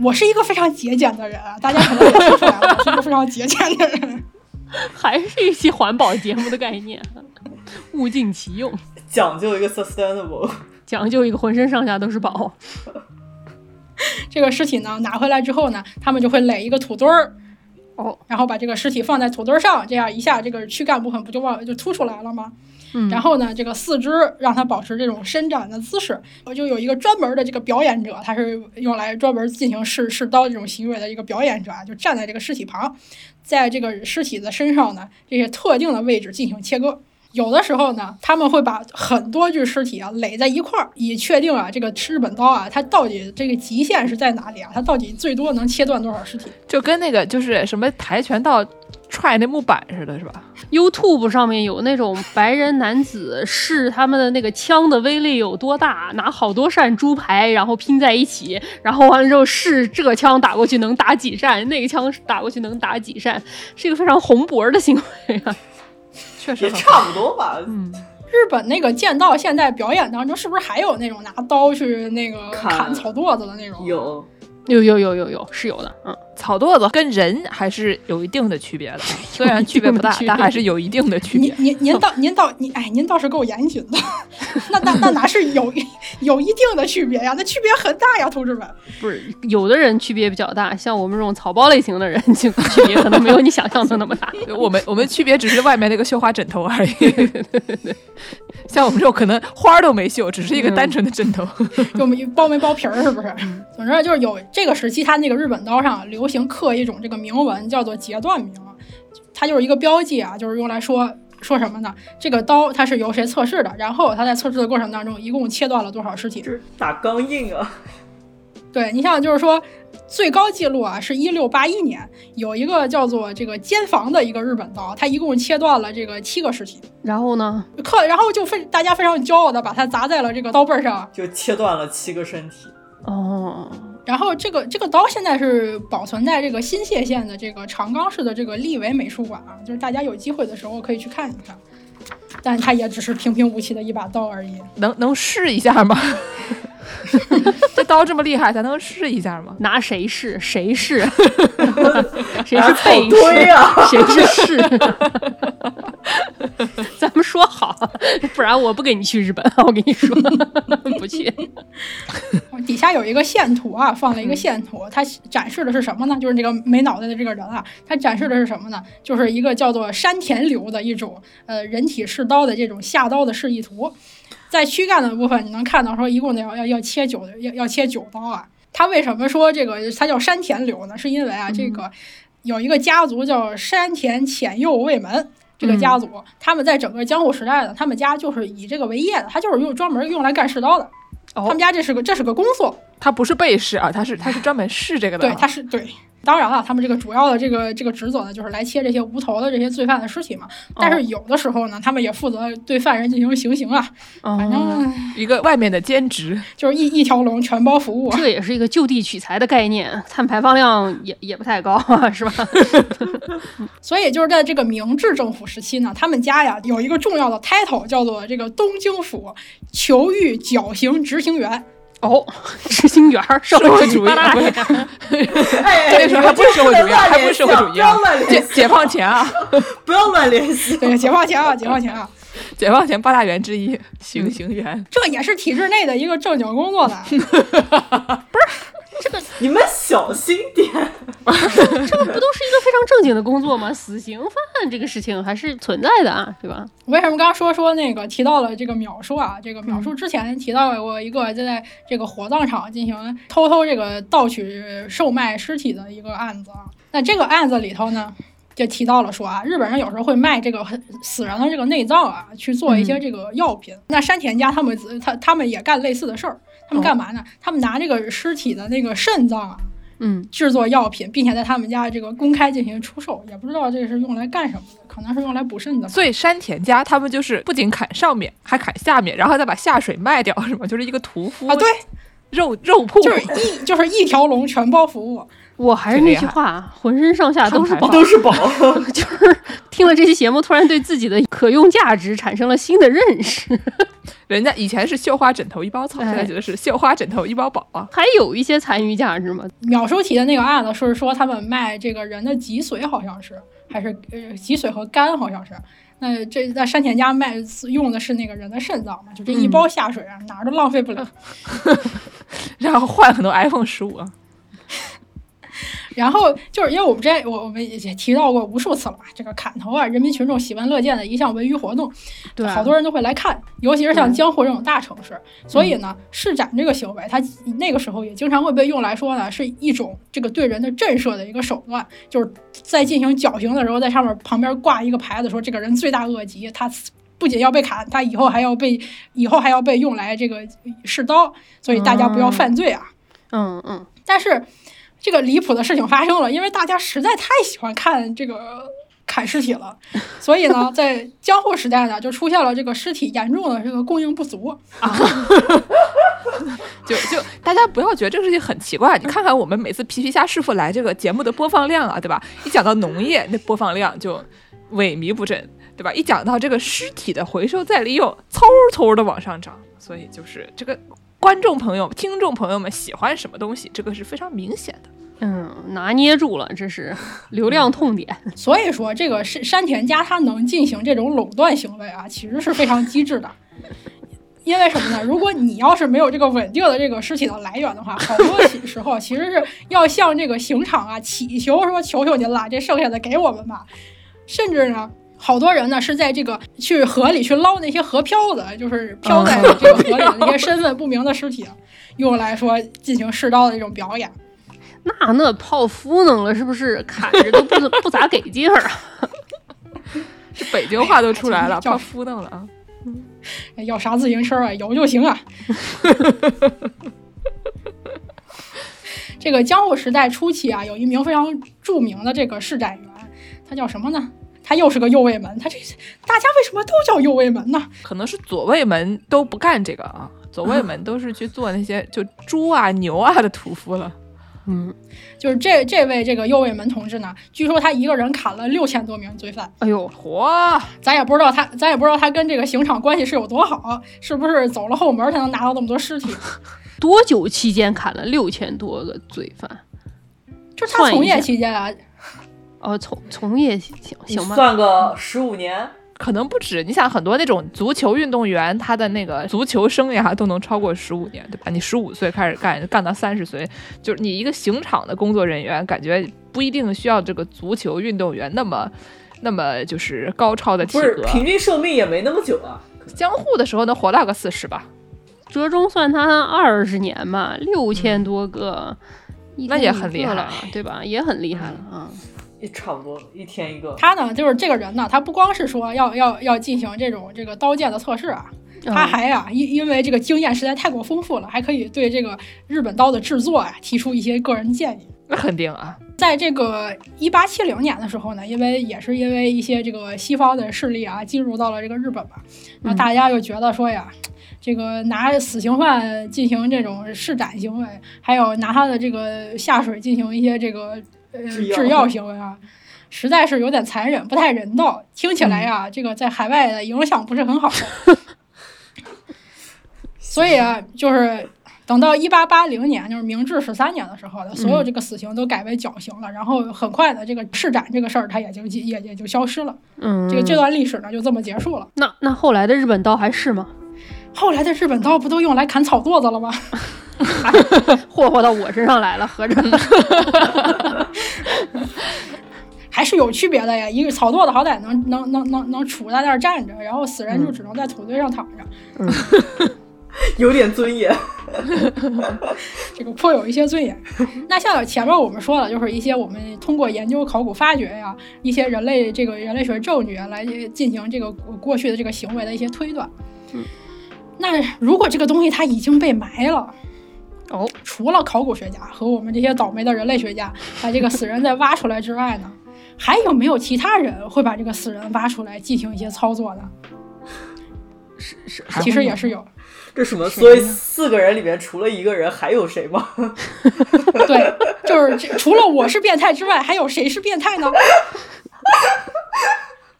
Speaker 5: 我是一个非常节俭的人，啊，大家可能也听出来了，我是一个非常节俭的人。
Speaker 3: 还是一期环保节目的概念，物尽其用，
Speaker 4: 讲究一个 sustainable，
Speaker 3: 讲究一个浑身上下都是宝。
Speaker 5: 这个尸体呢拿回来之后呢，他们就会垒一个土堆儿，
Speaker 3: 哦，
Speaker 5: 然后把这个尸体放在土堆儿上，这样一下这个躯干部分不就往就凸出来了吗？
Speaker 3: 嗯
Speaker 5: 然后呢，这个四肢让它保持这种伸展的姿势，我就有一个专门的这个表演者，他是用来专门进行试试刀这种行为的一个表演者啊，就站在这个尸体旁，在这个尸体的身上呢这些特定的位置进行切割。有的时候呢，他们会把很多具尸体啊垒在一块儿，以确定啊这个日本刀啊它到底这个极限是在哪里啊，它到底最多能切断多少尸体。
Speaker 2: 就跟那个就是什么跆拳道踹那木板似的，是吧？
Speaker 3: YouTube 上面有那种白人男子试他们的那个枪的威力有多大，拿好多扇猪排然后拼在一起，然后完了之后试这个枪打过去能打几扇，那个枪打过去能打几扇，是一个非常红脖儿的行为啊。
Speaker 2: 确实
Speaker 4: 也
Speaker 2: 很好。
Speaker 4: 差不多吧。
Speaker 5: 日本那个剑道现在表演当中，是不是还有那种拿刀去那个
Speaker 4: 砍
Speaker 5: 砍草垛子的那种？
Speaker 4: 有
Speaker 3: 有有有有有是有的，嗯，
Speaker 2: 草垛子跟人还是有一定的区别的，啊 虽然区别不大
Speaker 3: 有一定的区，别
Speaker 2: 但还是有一定的区
Speaker 5: 您
Speaker 2: 别。
Speaker 5: 您您倒您倒您哎，您倒是够严谨的， 那那那哪是有有一定的区别呀？那区别很大呀，同志们。
Speaker 3: 不是有的人区别比较大，像我们这种草包类型的人，就区别可能没有你想象的那么大。
Speaker 2: 我们我们区别只是外面那个绣花枕头而 已，像我们这种可能花儿都没绣，只是一个单纯的枕头。
Speaker 3: 嗯
Speaker 5: 就没包没包皮儿，是不是？ 总之就是有这个时期，他那个日本刀上流行刻一种这个铭文，叫做截断铭，啊它就是一个标记啊，就是用来说说什么呢？这个刀它是由谁测试的，然后它在测试的过程当中，一共切断了多少尸体？
Speaker 4: 就是打钢印啊，
Speaker 5: 对你像就是说，最高记录啊是一六八一年，有一个叫做这个监房的一个日本刀，它一共切断了这个七个尸体，
Speaker 3: 然后呢，
Speaker 5: 刻，然后就非大家非常骄傲的把它砸在了这个刀背儿上，
Speaker 4: 就切断了七个身体。
Speaker 3: 哦，
Speaker 5: 然后这个这个刀现在是保存在这个新泻县的这个长冈市的这个立维美术馆啊，就是大家有机会的时候可以去看一看。但它也只是平平无奇的一把刀而已。
Speaker 2: 能能试一下 吗？这刀这么厉害，咱能试一下吗？
Speaker 3: 拿谁试谁 试，谁
Speaker 4: 拿
Speaker 3: 是被
Speaker 4: 草哎堆
Speaker 3: 试，
Speaker 4: 啊，
Speaker 3: 谁是试， 咱们说好，不然我不跟你去日本， 我跟你说不去。
Speaker 5: 哦底下有一个线图啊，放了一个线图，它展示的是什么呢？就是这个没脑袋的这个人啊，它展示的是什么呢？就是一个叫做山田流的一种呃人体试刀的这种下刀的示意图。在躯干的部分，你能看到说一共要要要切九要要切九刀啊。它为什么说这个它叫山田流呢？是因为啊，这个有一个家族叫山田浅右卫门。这个家族，他们在整个江户时代呢，他们家就是以这个为业的，他就是用专门用来干试刀的。
Speaker 2: 哦
Speaker 5: 他们家这是个这是个工作，
Speaker 2: 它不是被试啊，它是它是专门试这个的啊。
Speaker 5: 对，他是对。当然了，他们这个主要的这个这个职责呢，就是来切这些无头的这些罪犯的尸体嘛。但是有的时候呢，他们也负责对犯人进行行刑啊，反
Speaker 3: 哦，
Speaker 5: 正
Speaker 2: 一个外面的兼 职，
Speaker 5: 就是一一条龙全包服务。啊
Speaker 3: 这也是一个就地取材的概念，碳排放量也也不太高， 是吧？
Speaker 5: 所以就是在这个明治政府时期呢，他们家呀有一个重要的 title 叫做这个东京府囚狱绞刑执行员。
Speaker 3: 哦，执行员儿，社
Speaker 2: 社会主
Speaker 3: 主
Speaker 2: 义
Speaker 3: 义，
Speaker 2: 不是
Speaker 4: 哎，
Speaker 2: 这个时候还不是社会主义啊，还不是社会主义啊
Speaker 4: 不要乱，
Speaker 2: 解
Speaker 4: 联系，
Speaker 2: 解放前啊，
Speaker 4: 不要乱联系。
Speaker 5: 对，解放前啊，解放前啊，
Speaker 2: 解放前八大员之一，行刑员。
Speaker 5: 这也是体制内的一个正经工作的。
Speaker 4: 你们小心点，
Speaker 3: 这个不都是一个非常正经的工作吗？死刑犯这个事情还是存在的啊，对吧？
Speaker 5: 为什么刚刚说说那个提到了这个秒叔啊？这个秒叔之前提到过一个就在这个火葬场进行偷偷这个盗取售卖尸体的一个案子啊。那这个案子里头呢，就提到了说啊，日本人有时候会卖这个死人的这个内脏啊，去做一些这个药品。那山田家他们他他们也干类似的事儿，他们干嘛呢？他们拿这个尸体的那个肾脏啊，
Speaker 3: 嗯，
Speaker 5: 制作药品，并且在他们家这个公开进行出售，也不知道这是用来干什么的，可能是用来补肾的吧。
Speaker 2: 所以山田家他们就是不仅砍上面，还砍下面，然后再把下水卖掉，是吗？就是一个屠夫
Speaker 5: 啊，对，
Speaker 2: 肉肉铺，
Speaker 5: 就是一就是一条龙全包服务。
Speaker 3: 我还是那句话，浑身上下都是宝，
Speaker 4: 都是宝。
Speaker 3: 就是听了这期节目，突然对自己的可用价值产生了新的认识。
Speaker 2: 人家以前是绣花枕头一包草，
Speaker 3: 哎
Speaker 2: 现在觉得是绣花枕头一包宝啊。
Speaker 3: 还有一些残余价值吗？
Speaker 5: 秒叔提的那个案子是说他们卖这个人的脊髓，好像是还是呃脊髓和肝，好像是。那这在山田家卖用的是那个人的肾脏嘛，就这一包下水啊，哪儿都浪费不了。
Speaker 2: 然后换很多 iPhone 十五啊，
Speaker 5: 然后就是因为我们之前我我们也提到过无数次了，这个砍头啊，人民群众喜闻乐见的一项文娱活动，
Speaker 3: 对啊嗯
Speaker 5: 好多人都会来看，尤其是像江户这种大城市，所以呢，施展这个行为，它那个时候也经常会被用来说呢，是一种这个对人的震慑的一个手段，就是在进行绞刑的时候，在上面旁边挂一个牌子说这个人罪大恶极，他不仅要被砍，他以后还要被以后还要被用来这个试刀，所以大家不要犯罪啊。
Speaker 3: 嗯嗯，
Speaker 5: 但是这个离谱的事情发生了，因为大家实在太喜欢看这个砍尸体了。所以呢，在江户时代呢，就出现了这个尸体严重的这个供应不足。
Speaker 2: 就就大家不要觉得这个事情很奇怪，你看看我们每次皮皮虾师傅来这个节目的播放量啊，对吧？一讲到农业，那播放量就萎靡不振，对吧？一讲到这个尸体的回收再利用，嗖嗖的往上涨，所以就是这个观众朋友、听众朋友们喜欢什么东西，这个是非常明显的。
Speaker 3: 嗯，拿捏住了，这是流量痛点。
Speaker 5: 所以说，这个山山田家他能进行这种垄断行为啊，其实是非常机智的。因为什么呢？如果你要是没有这个稳定的这个尸体的来源的话，好多时时候其实是要向这个刑场啊祈求说：“求求您了，这剩下的给我们吧。”甚至呢，好多人呢是在这个去河里去捞那些河漂子，就是漂在这个河里的那些身份不明的尸体，用来说进行世刀的这种表演。
Speaker 3: 那那泡芙能了，是不是砍着都不不咋给劲儿啊？
Speaker 2: 这北京话都出来了，
Speaker 5: 哎呀
Speaker 2: 怕敷弄了啊！
Speaker 5: 要啥自行车啊，有就行啊。 这个江户时代初期啊，有一名非常著名的这个市展员，他叫什么呢？他又是个右卫门，他这大家为什么都叫右卫门呢？
Speaker 2: 可能是左卫门都不干这个啊，左卫门都是去做那些就猪啊、牛啊的屠夫了。
Speaker 3: 嗯，
Speaker 5: 就是这这位这个右卫门同志呢，据说他一个人砍了六千多名罪犯，
Speaker 3: 哎呦，
Speaker 2: 嚯，
Speaker 5: 咱也不知道他，咱也不知道他跟这个刑场关系是有多好，是不是走了后门才能拿到那么多尸体？
Speaker 3: 多久期间砍了六千多个罪犯？
Speaker 5: 就是他从
Speaker 3: 算一
Speaker 5: 业
Speaker 3: 下
Speaker 5: 期间啊，
Speaker 3: 哦，从从业行
Speaker 4: 你
Speaker 3: 行吧，
Speaker 4: 算个十五年，
Speaker 2: 可能不止。你想，很多那种足球运动员，他的那个足球生涯都能超过十五年，对吧？你十五岁开始干，干到三十岁，就是你一个刑场的工作人员，感觉不一定需要这个足球运动员那么。那么就是高超的体
Speaker 4: 不是
Speaker 2: 格，
Speaker 4: 平均寿命也没那么久啊。
Speaker 2: 江户的时候能活到个四十吧，
Speaker 3: 折中算他二十年吧，六千多个，一
Speaker 2: 那
Speaker 3: 天
Speaker 2: 也
Speaker 3: 一
Speaker 2: 很厉
Speaker 3: 个
Speaker 2: 害
Speaker 3: 了，对吧？也很厉害了啊。
Speaker 4: 也差不多一天一 个。
Speaker 5: 他呢，就是这个人呢，他不光是说要要要进行这种这个刀剑的测试啊，他
Speaker 3: 嗯
Speaker 5: 还啊，因因为这个经验实在太过丰富了，还可以对这个日本刀的制作啊提出一些个人建议。
Speaker 2: 那肯定啊，
Speaker 5: 在这个一八七零年的时候呢，因为也是因为一些这个西方的势力啊进入到了这个日本嘛，那
Speaker 3: 嗯
Speaker 5: 大家又觉得说呀，这个拿死刑犯进行这种施展行为，还有拿他的这个下水进行一些这个呃
Speaker 4: 制药
Speaker 5: 制药行为啊，实在是有点残忍，不太人道。听起
Speaker 3: 嗯
Speaker 5: 来呀，这个在海外的影响不是很好。 所以啊，就是等到一八八零年，就是明治十三年的时候呢，所
Speaker 3: 嗯
Speaker 5: 有这个死刑都改为绞刑了。然后很快的，这个赤斩这个事儿，它也就也也就消失了。
Speaker 3: 嗯，
Speaker 5: 这个这段历史呢，就这么结束了。
Speaker 3: 那那后来的日本刀还是吗？
Speaker 5: 后来的日本刀不都用来砍草垛子了吗？
Speaker 3: 霍霍到我身上来了，合着。
Speaker 5: 还是有区别的呀。一个草垛子好歹能能能能能杵在那儿站着，然后死人就只能在土堆上躺着，
Speaker 4: 有点尊严。
Speaker 5: 这个颇有一些尊严。那像前面我们说了，就是一些我们通过研究考古发掘呀，一些人类这个人类学证据啊来进行这个过去的这个行为的一些推断。那如果这个东西它已经被埋了。
Speaker 3: 哦，
Speaker 5: 除了考古学家和我们这些倒霉的人类学家把这个死人再挖出来之外呢，还有没有其他人会把这个死人挖出来进行一些操作呢？
Speaker 3: 是是，
Speaker 5: 其实也是有，
Speaker 4: 这什么？所以四个人里面除了一个人，还有谁吗？
Speaker 5: 对，就是这除了我是变态之外，还有谁是变态呢？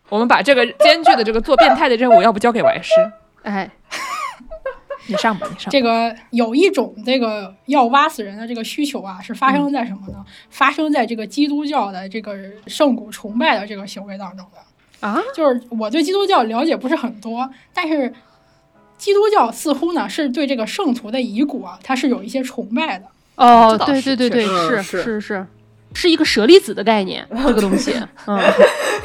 Speaker 2: 我们把这个艰巨的这个做变态的任务，要不交给我也是，
Speaker 3: 哎，
Speaker 2: 你上吧，你上吧。
Speaker 5: 这个有一种这个要挖死人的这个需求啊，是发
Speaker 3: 嗯
Speaker 5: 生在什么呢？发生在这个基督教的这个圣骨崇拜的这个行为当中的。
Speaker 3: 啊，
Speaker 5: 就是我对基督教了解不是很多，但是基督教似乎呢是对这个圣徒的遗骨啊，它是有一些崇拜的。
Speaker 3: 哦
Speaker 2: 这，倒
Speaker 3: 对
Speaker 2: 是
Speaker 3: 对对对，
Speaker 4: 确
Speaker 3: 是
Speaker 4: 实嗯是
Speaker 3: 是是，是一个舍利子的概念，这个东西，嗯，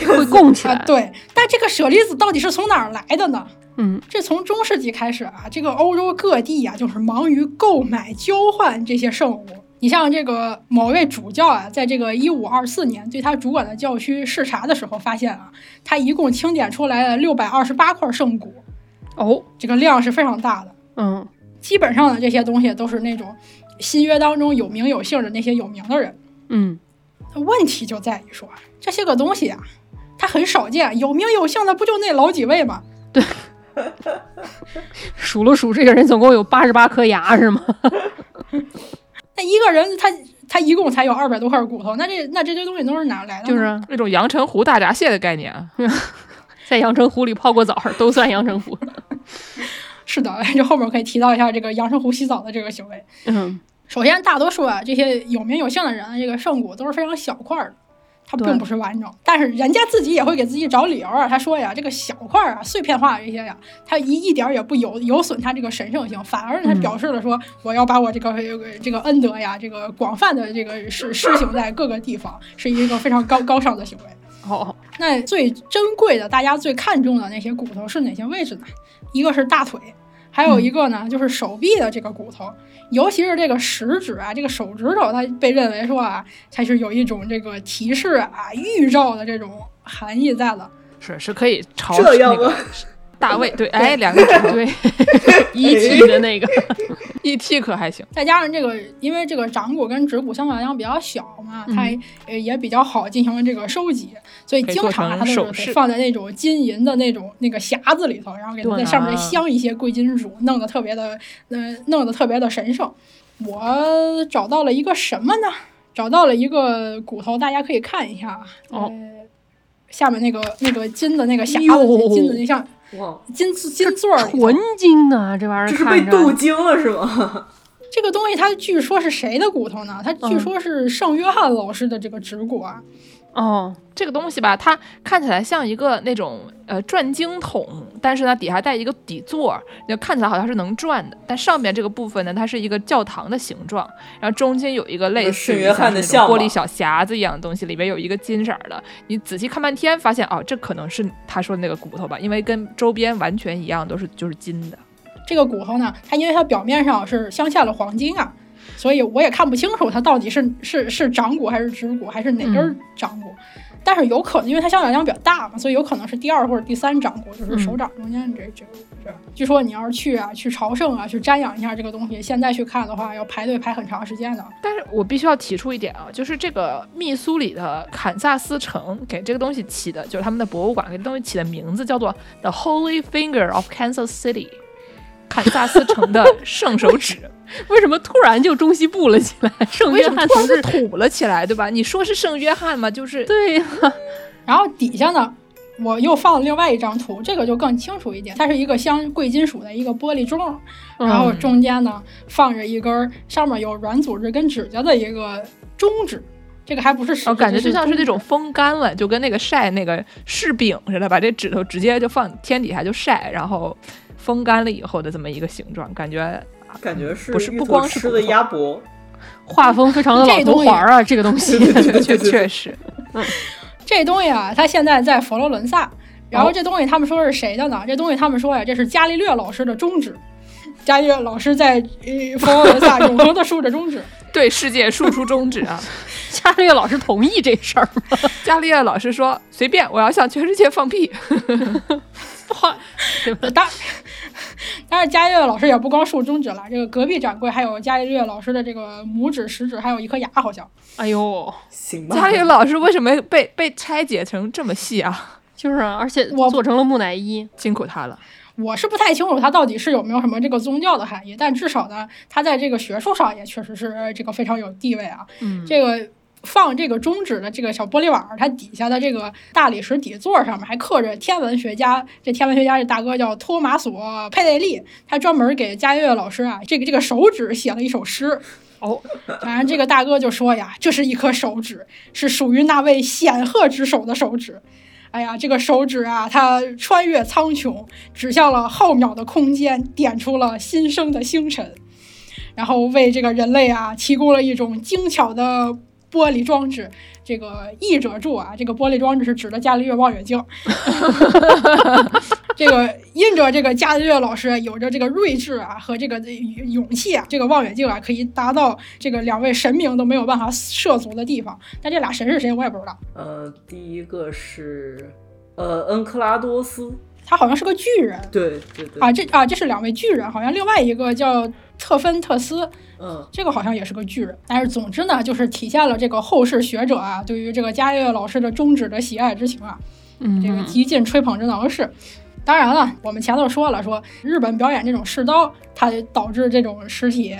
Speaker 3: 会供起
Speaker 5: 啊
Speaker 3: 来，，
Speaker 5: 对，但这个舍利子到底是从哪儿来的呢？
Speaker 3: 嗯，
Speaker 5: 这从中世纪开始啊，这个欧洲各地啊，就是忙于购买、交换这些圣物。你像这个某位主教啊，在这个一五二四年对他主管的教区视察的时候，发现啊，他一共清点出来了六百二十八块圣骨，
Speaker 3: 哦，
Speaker 5: 这个量是非常大的。
Speaker 3: 嗯，
Speaker 5: 基本上呢，这些东西都是那种新约当中有名有姓的那些有名的人。
Speaker 3: 嗯，
Speaker 5: 问题就在于说，这些个东西啊，它很少见，有名有姓的不就那老几位吗？
Speaker 3: 数了数，这个人总共有八十八颗牙是吗？
Speaker 5: 那一个人他他一共才有二百多块骨头，那这那这些东西都是哪来的呢？
Speaker 3: 就是啊
Speaker 2: 那种阳澄湖大闸蟹的概念啊，
Speaker 3: 在阳澄湖里泡过澡儿都算阳澄湖。
Speaker 5: 是的， 这后面可以提到一下这个阳澄湖洗澡的这个行为。
Speaker 3: 嗯，
Speaker 5: 首先，大多数啊这些有名有姓的人，这个圣骨都是非常小块儿的，它
Speaker 3: 对
Speaker 5: 并不是完整。但是人家自己也会给自己找理由啊，他说呀，这个小块儿啊、碎片化这些呀，它一一点儿也不有有损它这个神圣性，反而它
Speaker 3: 嗯
Speaker 5: 表示了说，我要把我这个这个恩德呀，这个广泛的这个施施行在各个地方，是一个非常高高尚的行为。
Speaker 3: 哦，
Speaker 5: 那最珍贵的，大家最看重的那些骨头是哪些位置呢？一个是大腿，还有一个呢、就是手臂的这个骨头，尤其是这个食指啊，这个手指头，它被认为说啊，它是有一种这个提示啊、预兆的这种含义在的。
Speaker 2: 是是可以朝
Speaker 4: 这要
Speaker 2: 那个大卫对，哎，两个指头
Speaker 3: 对，一汽的那个，
Speaker 2: 一，E T 可还行，
Speaker 5: 再加上这个，因为这个掌骨跟指骨相对来讲比较小嘛，它呃也比较好进行这个收集，所以
Speaker 2: 嗯可以
Speaker 5: 经
Speaker 2: 做
Speaker 5: 常啊
Speaker 2: 成
Speaker 5: 它
Speaker 2: 首
Speaker 5: 都是
Speaker 2: 饰
Speaker 5: 得放在那种金银的那种那个匣子里头，然后给它
Speaker 3: 对
Speaker 5: 在上面
Speaker 2: 啊
Speaker 5: 镶一些贵金属，弄得特别的，呃，弄得特别的神圣。我找到了一个什么呢？找到了一个骨头，大家可以看一下啊。
Speaker 3: 哦
Speaker 5: 呃，下面那个那个金的那个匣
Speaker 3: 哟
Speaker 5: 子，金的那像
Speaker 4: 哇，
Speaker 5: 金字金座儿里头
Speaker 3: 纯金啊，这玩意
Speaker 4: 这
Speaker 3: 儿
Speaker 4: 是被
Speaker 3: 看
Speaker 4: 镀
Speaker 3: 着。
Speaker 4: 金了是吗？
Speaker 5: 这个东西它据说是谁的骨头呢？它据
Speaker 3: 嗯
Speaker 5: 说是圣约翰老师的这个指骨啊。
Speaker 3: 哦，
Speaker 2: 这个东西吧，它看起来像一个那种呃转经筒，但是呢底下带一个底座儿，就看起来好像是能转的，但上面这个部分呢，它是一个教堂的形状，然后中间有一个类似于
Speaker 4: 圣约翰的
Speaker 2: 像
Speaker 4: 像
Speaker 2: 那
Speaker 4: 吧
Speaker 2: 种玻璃小匣子一样的东西，里边有一个金色儿的，你仔细看半天，发现哦，这可能是他说的那个骨头吧，因为跟周边完全一样，都是就是金的。
Speaker 5: 这个骨头呢，它因为它表面上是镶嵌了黄金啊，所以我也看不清楚它到底是是是掌骨还是指骨还是哪根儿掌骨。但是有可能，因为它相对来讲比较大嘛，所以有可能是第二或者第三掌骨，就是手掌中间这这这。据说你要是去啊，去朝圣啊，去瞻仰一下这个东西，现在去看的话，要排队排很长时间的。
Speaker 2: 但是我必须要提出一点啊，就是这个密苏里的堪萨斯城给这个东西起的，就是他们的博物馆给这东西起的名字叫做 The Holy Finger of Kansas City，堪 萨斯城的圣手指。
Speaker 3: 为什么突然就中西部了起来？ 圣
Speaker 2: 为
Speaker 3: 约
Speaker 2: 什么
Speaker 3: 翰
Speaker 2: 突
Speaker 3: 同
Speaker 2: 然就
Speaker 3: 志，
Speaker 2: 土了起来，对吧？你说是圣约翰吗？就是
Speaker 3: 对呀、
Speaker 5: 然后底下呢，我又放了另外一张图，这个就更清楚一点。它是一个镶贵金属的一个玻璃钟，
Speaker 2: 嗯
Speaker 5: 然后中间呢放着一根儿上面有软组织跟指甲的一个中指，这个还不是食指，
Speaker 2: 哦，感觉就像是那
Speaker 5: 这
Speaker 2: 种风干了，就跟那个晒那个柿饼似的，把这指头直接就放天底下就晒，然后风干了以后的这么一个形状，感觉
Speaker 4: 感觉是
Speaker 2: 嗯不是
Speaker 4: 玉
Speaker 2: 不
Speaker 4: 兔
Speaker 2: 光是
Speaker 4: 吃
Speaker 2: 骨
Speaker 4: 的
Speaker 2: 头
Speaker 4: 鸭 脖，
Speaker 3: 画风非常的老
Speaker 5: 这东
Speaker 3: 头
Speaker 5: 西
Speaker 3: 环儿啊，这个东西。
Speaker 4: 对对对
Speaker 2: 确
Speaker 4: 对对
Speaker 2: 确
Speaker 4: 对，
Speaker 2: 实
Speaker 5: 这东西啊，它现在在佛罗伦萨。然
Speaker 2: 哦
Speaker 5: 后这东西他们说是谁的呢？这东西他们说呀，这是伽利略老师的中指。伽利略老师在呃佛罗伦萨永恒的竖着中指。
Speaker 2: 对世界竖出中指啊。
Speaker 3: 伽利略老师同意这事儿吗？
Speaker 2: 伽利略老师说：“随便，我要向全世界放 屁。
Speaker 3: 哇，对吧？
Speaker 5: 当当然，伽利略老师也不光竖中指了，这个隔壁掌柜还有伽利略老师的这个拇指、食指，还有一颗牙，好像
Speaker 3: 哎呦，
Speaker 4: 行”吧。
Speaker 2: 伽利略老师为什么被被拆解成这么细啊？
Speaker 3: 就是啊，而且
Speaker 5: 我
Speaker 3: 做成了木乃伊。
Speaker 2: 辛苦他了。
Speaker 5: 我是不太清楚它到底是有没有什么这个宗教的含义，但至少呢，它在这个学术上也确实是这个非常有地位啊。
Speaker 3: 嗯，
Speaker 5: 这个放这个中指的这个小玻璃碗儿，它底下的这个大理石底座上面还刻着天文学家，这天文学家这大哥叫托马索佩内利，他专门给伽利略老师啊这个这个手指写了一首诗。
Speaker 3: 哦，
Speaker 5: 反正这个大哥就说呀，这是一颗手指，是属于那位显赫之手的手指。哎呀，这个手指啊，它穿越苍穹，指向了浩渺的空间，点出了新生的星辰，然后为这个人类啊提供了一种精巧的玻璃装置。这个译者注啊，这个玻璃装置是指的伽利略望远镜。这个因着这个伽利略老师有着这个睿智啊和这个勇气啊，这个望远镜啊可以达到这个两位神明都没有办法涉足的地方。但这俩神是谁我也不知道，
Speaker 4: 呃，第一个是呃恩克拉多斯，
Speaker 5: 他好像是个巨人
Speaker 4: 对对对，
Speaker 5: 啊，这啊这是两位巨人，好像另外一个叫特芬特斯，
Speaker 4: 嗯，
Speaker 5: 这个好像也是个巨人。但是总之呢，就是体现了这个后世学者啊对于这个伽利略老师的中指的喜爱之情啊。
Speaker 2: 嗯，
Speaker 5: 这个极尽吹捧这档事。当然了，我们前头说了，说日本表演这种试刀，它导致这种实体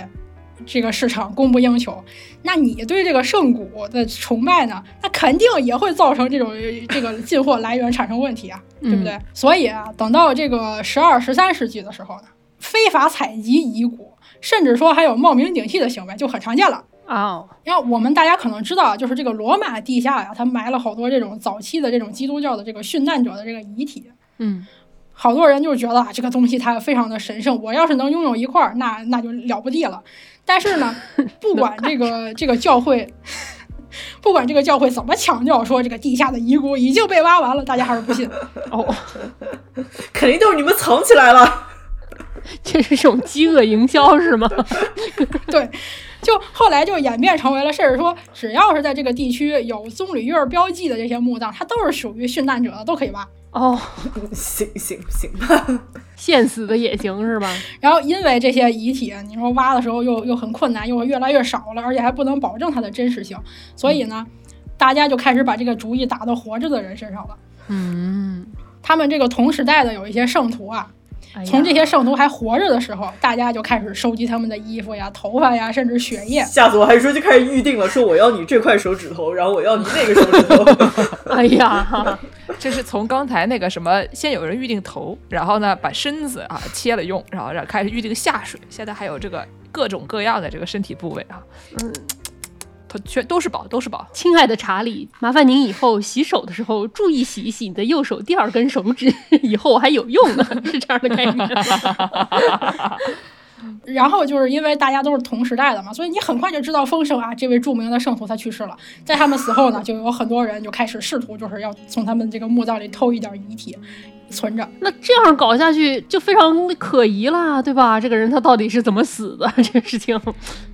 Speaker 5: 这个市场供不应求。那你对这个圣谷的崇拜呢？那肯定也会造成这种这个进货来源产生问题啊，对不对？所以啊，等到这个十二、十三世纪的时候呢，非法采集遗骨，甚至说还有冒名顶替的行为就很常见了。
Speaker 3: 哦，
Speaker 5: 然后我们大家可能知道，就是这个罗马地下呀、它埋了好多这种早期的这种基督教的这个殉难者的这个遗体。
Speaker 3: 嗯，
Speaker 5: 好多人就觉得啊，这个东西它非常的神圣，我要是能拥有一块儿，那那就了不地了。但是呢，不管这个这个教会， 不管这个教会怎么强调说这个地下的遗骨已经被挖完了，大家还是不信。
Speaker 3: 哦，
Speaker 4: 肯定都是你们藏起来了。
Speaker 3: 这是种饥饿营销是吗？
Speaker 5: 对，就后来就演变成为了，甚至说只要是在这个地区有棕榈叶儿标记的这些墓葬，它都是属于殉难者的，都可以挖。
Speaker 3: 哦，
Speaker 4: 行行行吧，
Speaker 3: 现死的也行是吧？
Speaker 5: 然后因为这些遗体，你说挖的时候又又很困难，又越来越少了，而且还不能保证它的真实性，所以呢，大家就开始把这个主意打到活着的人身上了。
Speaker 3: 嗯，
Speaker 5: 他们这个同时代的有一些圣徒啊，
Speaker 3: 哎呀
Speaker 5: 从这些圣徒还活着的时候，大家就开始收集他们的衣服呀、头发呀，甚至血液。
Speaker 4: 吓死我！还说就开始预定了，说我要你这块手指头，然后我要你那个手指头。
Speaker 3: 哎呀，
Speaker 2: 这是从刚才那个什么，先有人预定头，然后呢把身子啊切了用，然后让开始预定下水，现在还有这个各种各样的这个身体部位啊，
Speaker 3: 嗯，
Speaker 2: 它全都是宝，都是宝。
Speaker 3: 亲爱的查理，麻烦您以后洗手的时候注意洗一洗你的右手第二根手指，以后还有用 呢，是这样的概念。
Speaker 5: 然后就是因为大家都是同时代的嘛，所以你很快就知道风声啊，这位著名的圣徒他去世了。在他们死后呢，就有很多人就开始试图就是要从他们这个墓葬里偷一点遗体存着。
Speaker 3: 那这样搞下去就非常可疑啦，对吧？这个人他到底是怎么死的？ 这个事情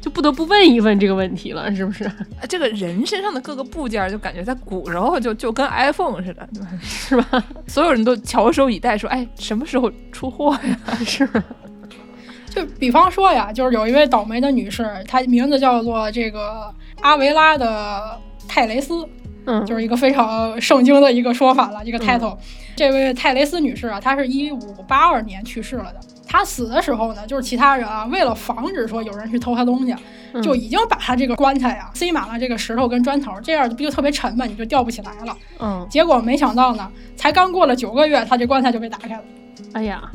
Speaker 3: 就不得不问一问这个问题了，是不是？
Speaker 2: 啊这个人身上的各个部件，就感觉在古时候就就跟 iPhone 似的，
Speaker 3: 是吧？
Speaker 2: 所有人都翘首以待，说：“哎，什么时候出货呀
Speaker 3: 是吧？
Speaker 5: 就比方说呀，就是有一位倒霉的女士，她名字叫做这个阿维拉的泰雷斯，
Speaker 3: 嗯，
Speaker 5: 就是一个非常圣经的一个说法了，一个 title。这位泰雷斯女士啊，她是一五八二年去世了的。她死的时候呢，就是其他人啊，为了防止说有人去偷她东西，啊
Speaker 3: 嗯
Speaker 5: 就已经把她这个棺材啊塞满了这个石头跟砖头，这样不就特别沉嘛，你就吊不起来了。
Speaker 3: 嗯，
Speaker 5: 结果没想到呢，才刚过了九个月，她这棺材就被打开了，
Speaker 3: 哎呀，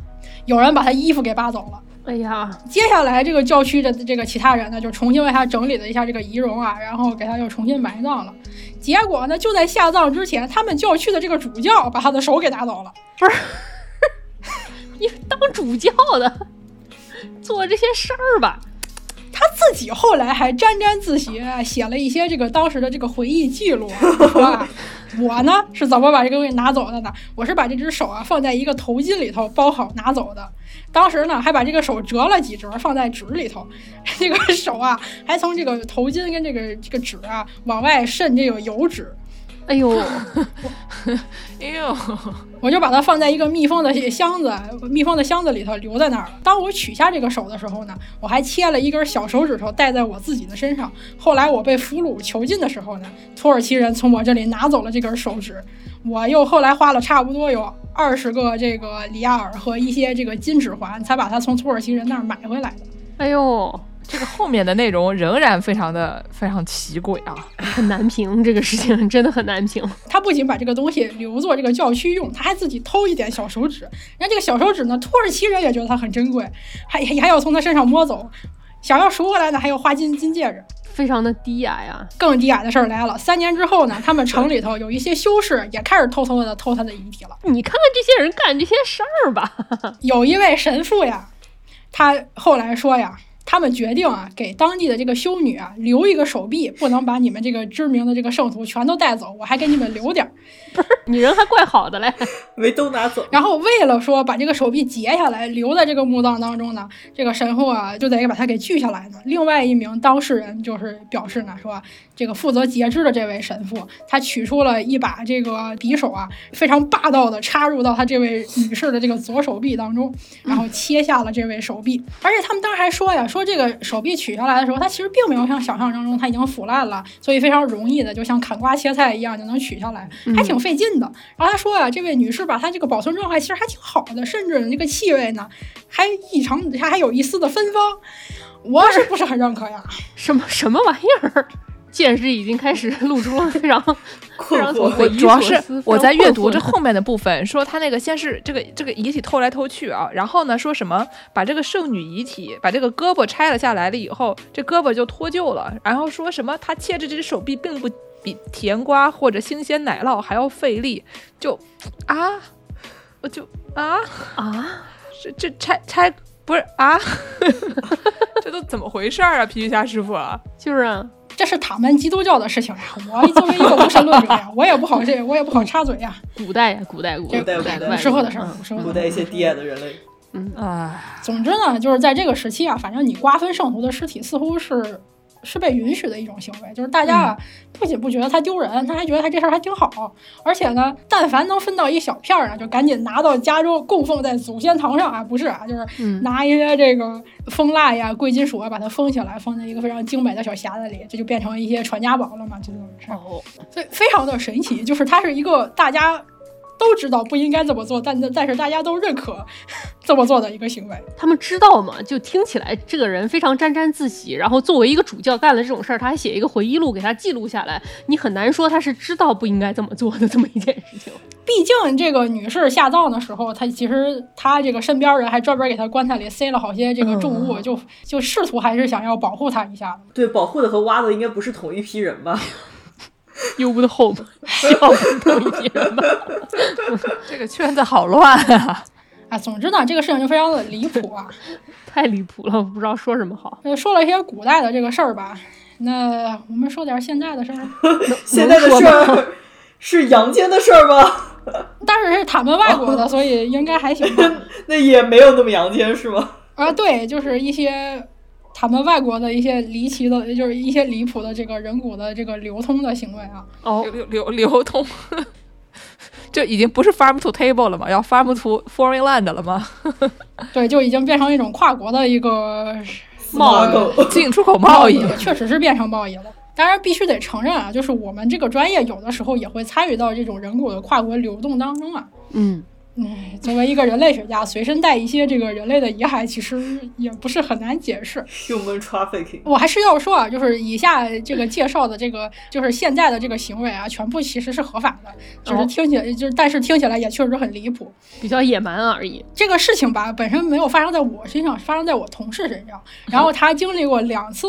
Speaker 5: 有人把她衣服给扒走了。
Speaker 3: 哎呀，
Speaker 5: 接下来这个教区的这个其他人呢，就重新为他整理了一下这个仪容啊，然后给他又重新埋葬了。结果呢，就在下葬之前，他们教区的这个主教把他的手给打倒了。
Speaker 3: 你当主教的 做这些事儿吧？
Speaker 5: 他自己后来还沾沾自喜，哎写了一些这个当时的这个回忆记录啊。说啊我呢是怎么把这个东西拿走的呢？我是把这只手啊放在一个头巾里头包好拿走的。当时呢还把这个手折了几折放在纸里头， 这个手啊还从这个头巾跟这个这个纸啊往外渗这个油脂。
Speaker 3: 哎呦，？”
Speaker 2: 哎呦，
Speaker 5: 我就把它放在一个密封的箱子，密封的箱子里头留在那儿了。当我取下这个手的时候呢，我还切了一根小手指头戴在我自己的身上。后来我被俘虏囚禁的时候呢，土耳其人从我这里拿走了这根手指。我又后来花了差不多有二十个这个里亚尔和一些这个金指环，才把它从土耳其人那儿买回来的。
Speaker 3: 哎呦，
Speaker 2: 这个后面的内容仍然非常的非常奇诡啊！
Speaker 3: 很难评这个事情，真的很难评。
Speaker 5: 他不仅把这个东西留作这个教区用，他还自己偷一点小手指。然后这个小手指呢，土耳其人也觉得它很珍贵，还也还要从他身上摸走。想要赎回来呢，还要花金金戒指。
Speaker 3: 非常的低矮呀、
Speaker 5: 更低矮的事儿来了，三年之后呢，他们城里头有一些修士也开始偷偷的偷他的遗体了。
Speaker 3: 你看看这些人干这些事儿吧，
Speaker 5: 有一位神父呀，他后来说呀，他们决定啊，给当地的这个修女啊留一个手臂，不能把你们这个知名的这个圣徒全都带走，我还给你们留点儿。
Speaker 3: 你人还怪好的嘞。
Speaker 4: 没都拿走。
Speaker 5: 然后为了说把这个手臂截下来留在这个墓葬当中呢，这个神父啊就得把它给锯下来呢。另外一名当事人就是表示呢说，这个负责截肢的这位神父，他取出了一把这个匕首啊，非常霸道的插入到他这位女士的这个左手臂当中，然后切下了这位手臂。而且他们当时还说呀，说这个手臂取下来的时候，它其实并没有像想象当中它已经腐烂了，所以非常容易的就像砍瓜切菜一样就能取下来，还挺费劲的。然后他说呀、啊这位女士吧，她这个保存状态其实还挺好的，甚至这个气味呢还异常，还还有一丝的芬芳。我是不是很认可呀？
Speaker 3: 什么什么玩意儿？见识已经开始露出了非常非
Speaker 4: 困
Speaker 3: 常
Speaker 4: 惑
Speaker 3: 匪
Speaker 2: 我
Speaker 3: 夷
Speaker 2: 主要
Speaker 3: 所
Speaker 2: 是
Speaker 3: 思
Speaker 2: 我
Speaker 3: 非常
Speaker 2: 在阅读
Speaker 3: 困惑
Speaker 2: 这后面的部分，说他那个先是这个这个遗体偷来偷去啊，然后呢说什么把这个剩女遗体把这个胳膊拆了下来了以后，这胳膊就脱臼了，然后说什么他切这只手臂并不比甜瓜或者新鲜奶酪还要费力，就啊，我就啊，
Speaker 3: 啊，
Speaker 2: 这这拆拆不是啊， 这都怎么回事儿啊，皮皮虾师傅啊，
Speaker 3: 就是啊，
Speaker 5: 这是他们基督教的事情呀，我作为一个无神论者呀，我也不好这，我也不好插嘴呀。
Speaker 3: 古代呀，古代古
Speaker 5: 这
Speaker 3: 代
Speaker 5: 古代
Speaker 3: 古代古
Speaker 4: 古代
Speaker 3: 代
Speaker 5: 古时候的事儿
Speaker 3: 嗯
Speaker 5: 古时候的
Speaker 4: 古代一些低矮的人类，
Speaker 2: 唉，
Speaker 5: 总之呢，就是在这个时期啊，反正你瓜分圣徒的尸体似乎是是被允许的一种行为，就是大家啊不仅不觉得它丢人，他还觉得他这事儿还挺好，而且呢，但凡能分到一小片儿啊呢，就赶紧拿到家中供奉在祖先堂上啊，不是啊，就是
Speaker 3: 嗯
Speaker 5: 拿一些这个蜂蜡呀、贵金属啊，把它封起来，放在一个非常精美的小匣子里，这就变成一些传家宝了嘛，就这种事儿。
Speaker 3: 哦，
Speaker 5: 所以非常的神奇，就是它是一个大家都知道不应该这么做，但但是大家都认可这么做的一个行为。
Speaker 3: 他们知道嘛？就听起来这个人非常沾沾自喜，然后作为一个主教干了这种事儿，他还写一个回忆录给他记录下来，你很难说他是知道不应该这么做的这么一件事情。
Speaker 5: 毕竟这个女士下葬的时候，她其实她这个身边人还专门给她棺材里塞了好些这个重物，就就试图还是想要保护她一下的。
Speaker 4: 对，保护的和挖的应该不是同一批人吧？
Speaker 3: You would hope，希望不同一人吧。
Speaker 2: 这个圈子好乱 啊，
Speaker 5: 啊，总之呢，这个事情就非常的离谱啊。
Speaker 3: 太离谱了，我不知道说什么好。
Speaker 5: 呃，说了一些古代的这个事儿吧，那我们说点现在的事儿。
Speaker 4: 现在的事儿是阳间的事儿吗？
Speaker 5: 但是是他们外
Speaker 2: 哦
Speaker 5: 国的，所以应该还 行吧。
Speaker 4: 那也没有那么阳间是吗？
Speaker 5: 啊，对，就是一些他们外国的一些离奇的，就是一些离谱的这个人骨的这个流通的行为啊。
Speaker 3: 哦
Speaker 2: 流，流流流通， 这已经不是 farm to table 了吗？要 farm to foreign land 了吗？
Speaker 5: 对，就已经变成一种跨国的一个
Speaker 4: 猫狗，
Speaker 2: 进出口贸易，
Speaker 5: 确实是变成贸易了。当然，必须得承认啊，就是我们这个专业有的时候也会参与到这种人骨的跨国流动当中啊。
Speaker 3: 嗯，
Speaker 5: 嗯，作为一个人类学家，随身带一些这个人类的遗骸，其实也不是很难解释。
Speaker 4: human trafficking，
Speaker 5: 我还是要说啊，就是以下这个介绍的这个，就是现在的这个行为啊，全部其实是合法的，只是
Speaker 3: 哦
Speaker 5: 听起来就是，但是听起来也确实很离谱。
Speaker 3: 比较野蛮而已。
Speaker 5: 这个事情吧，本身没有发生在我身上，发生在我同事身上。然后他经历过两次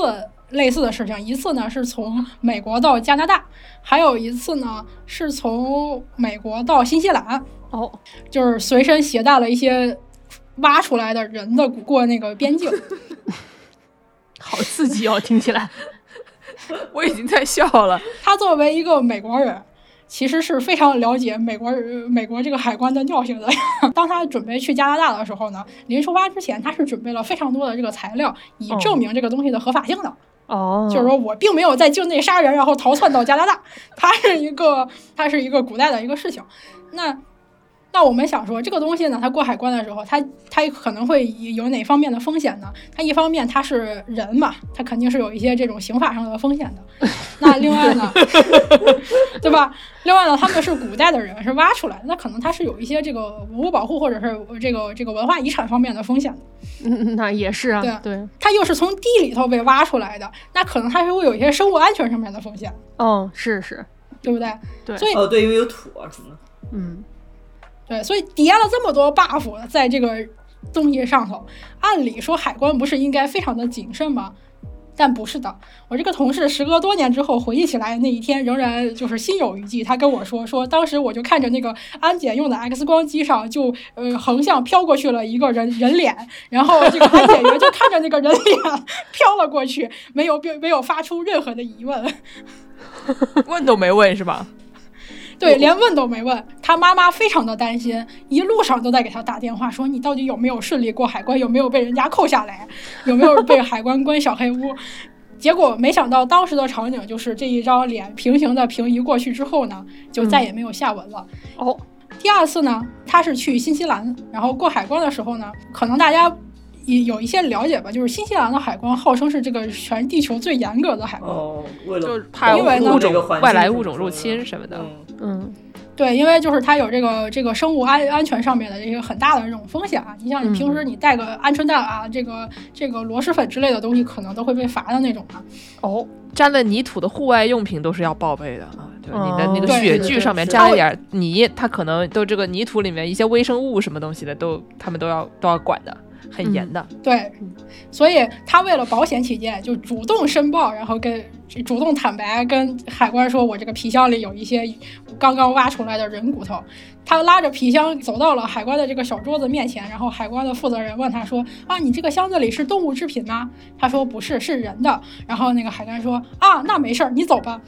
Speaker 5: 类似的事情，一次呢是从美国到加拿大，还有一次呢是从美国到新西兰，
Speaker 3: 哦，
Speaker 5: 就是随身携带了一些挖出来的人的骨过那个边境。
Speaker 3: 好刺激哦，听起来。
Speaker 2: 我已经在笑了。
Speaker 5: 他作为一个美国人，其实是非常了解美国人美国这个海关的尿性的。 当他准备去加拿大的时候呢，临出发之前，他是准备了非常多的这个材料，以
Speaker 3: 哦
Speaker 5: 证明这个东西的合法性的。
Speaker 3: 哦，
Speaker 5: 就是说我并没有在境内杀人，然后逃窜到加拿大， 它是一个它是一个古代的一个事情。那那我们想说，这个东西呢，它过海关的时候，它它可能会有哪方面的风险呢？它一方面它是人嘛，它肯定是有一些这种刑法上的风险的。那另外呢，对吧？另外呢，他们是古代的人，是挖出来的，那可能它是有一些这个文物保护或者是这个这个文化遗产方面的风险的。
Speaker 3: 嗯，那也是啊
Speaker 5: 对啊，
Speaker 3: 对，
Speaker 5: 它又是从地里头被挖出来的，那可能它是会有一些生物安全上面的风险。
Speaker 3: 哦，是是，
Speaker 5: 对不对？
Speaker 3: 对
Speaker 5: 所 以
Speaker 4: 哦，对，因为有土啊什么的。
Speaker 3: 嗯，
Speaker 5: 对，所以叠了这么多 buff 在这个东西上头，按理说海关不是应该非常的谨慎吗？但不是的，我这个同事时隔多年之后回忆起来那一天，仍然就是心有余悸。他跟我说，说当时我就看着那个安检用的 X 光机上就呃横向飘过去了一个人人脸，然后这个安检员就看着那个人脸 飘了过去，没有并没有发出任何的疑问。
Speaker 2: 问都没问是吧？
Speaker 5: 对，连问都没问。他妈妈非常的担心，一路上都在给他打电话，说你到底有没有顺利过海关，有没有被人家扣下来，有没有被海关关小黑屋。结果没想到，当时的场景就是这一张脸平行的平移过去之后呢，就再也没有下文了。
Speaker 3: 哦，
Speaker 5: 第二次呢，他是去新西兰，然后过海关的时候呢，可能大家也有一些了解吧，就是新西兰的海关号称是这个全地球最严格的海关。
Speaker 4: 哦，为了
Speaker 2: 就是怕
Speaker 5: 因为呢
Speaker 2: 物
Speaker 5: 这
Speaker 2: 种外来物种入侵什么的。
Speaker 3: 嗯，
Speaker 5: 对，因为就是它有这个这个生物安安全上面的一个很大的这种风险啊。你像你平时你带个鹌鹑蛋啊，这个这个螺蛳粉之类的东西，可能都会被罚的那种啊。
Speaker 2: 哦，沾了泥土的户外用品都是要报备的啊，就是你的
Speaker 3: 哦
Speaker 2: 那个
Speaker 5: 对
Speaker 2: 雪
Speaker 5: 是的
Speaker 2: 具
Speaker 4: 是
Speaker 2: 上面
Speaker 4: 是
Speaker 2: 沾了一点泥，它可能都这个泥土里面一些微生物什么东西的都他们都要都要管的，很严的。
Speaker 5: 对
Speaker 3: 嗯，
Speaker 5: 所以他为了保险起见，就主动申报，然后跟主动坦白跟海关说，我这个皮箱里有一些刚刚挖出来的人骨头。他拉着皮箱走到了海关的这个小桌子面前，然后海关的负责人问他说：“啊，你这个箱子里是动物制品吗？”他说：“不是，是人的。”然后那个海关说：“啊，那没事儿，你走吧。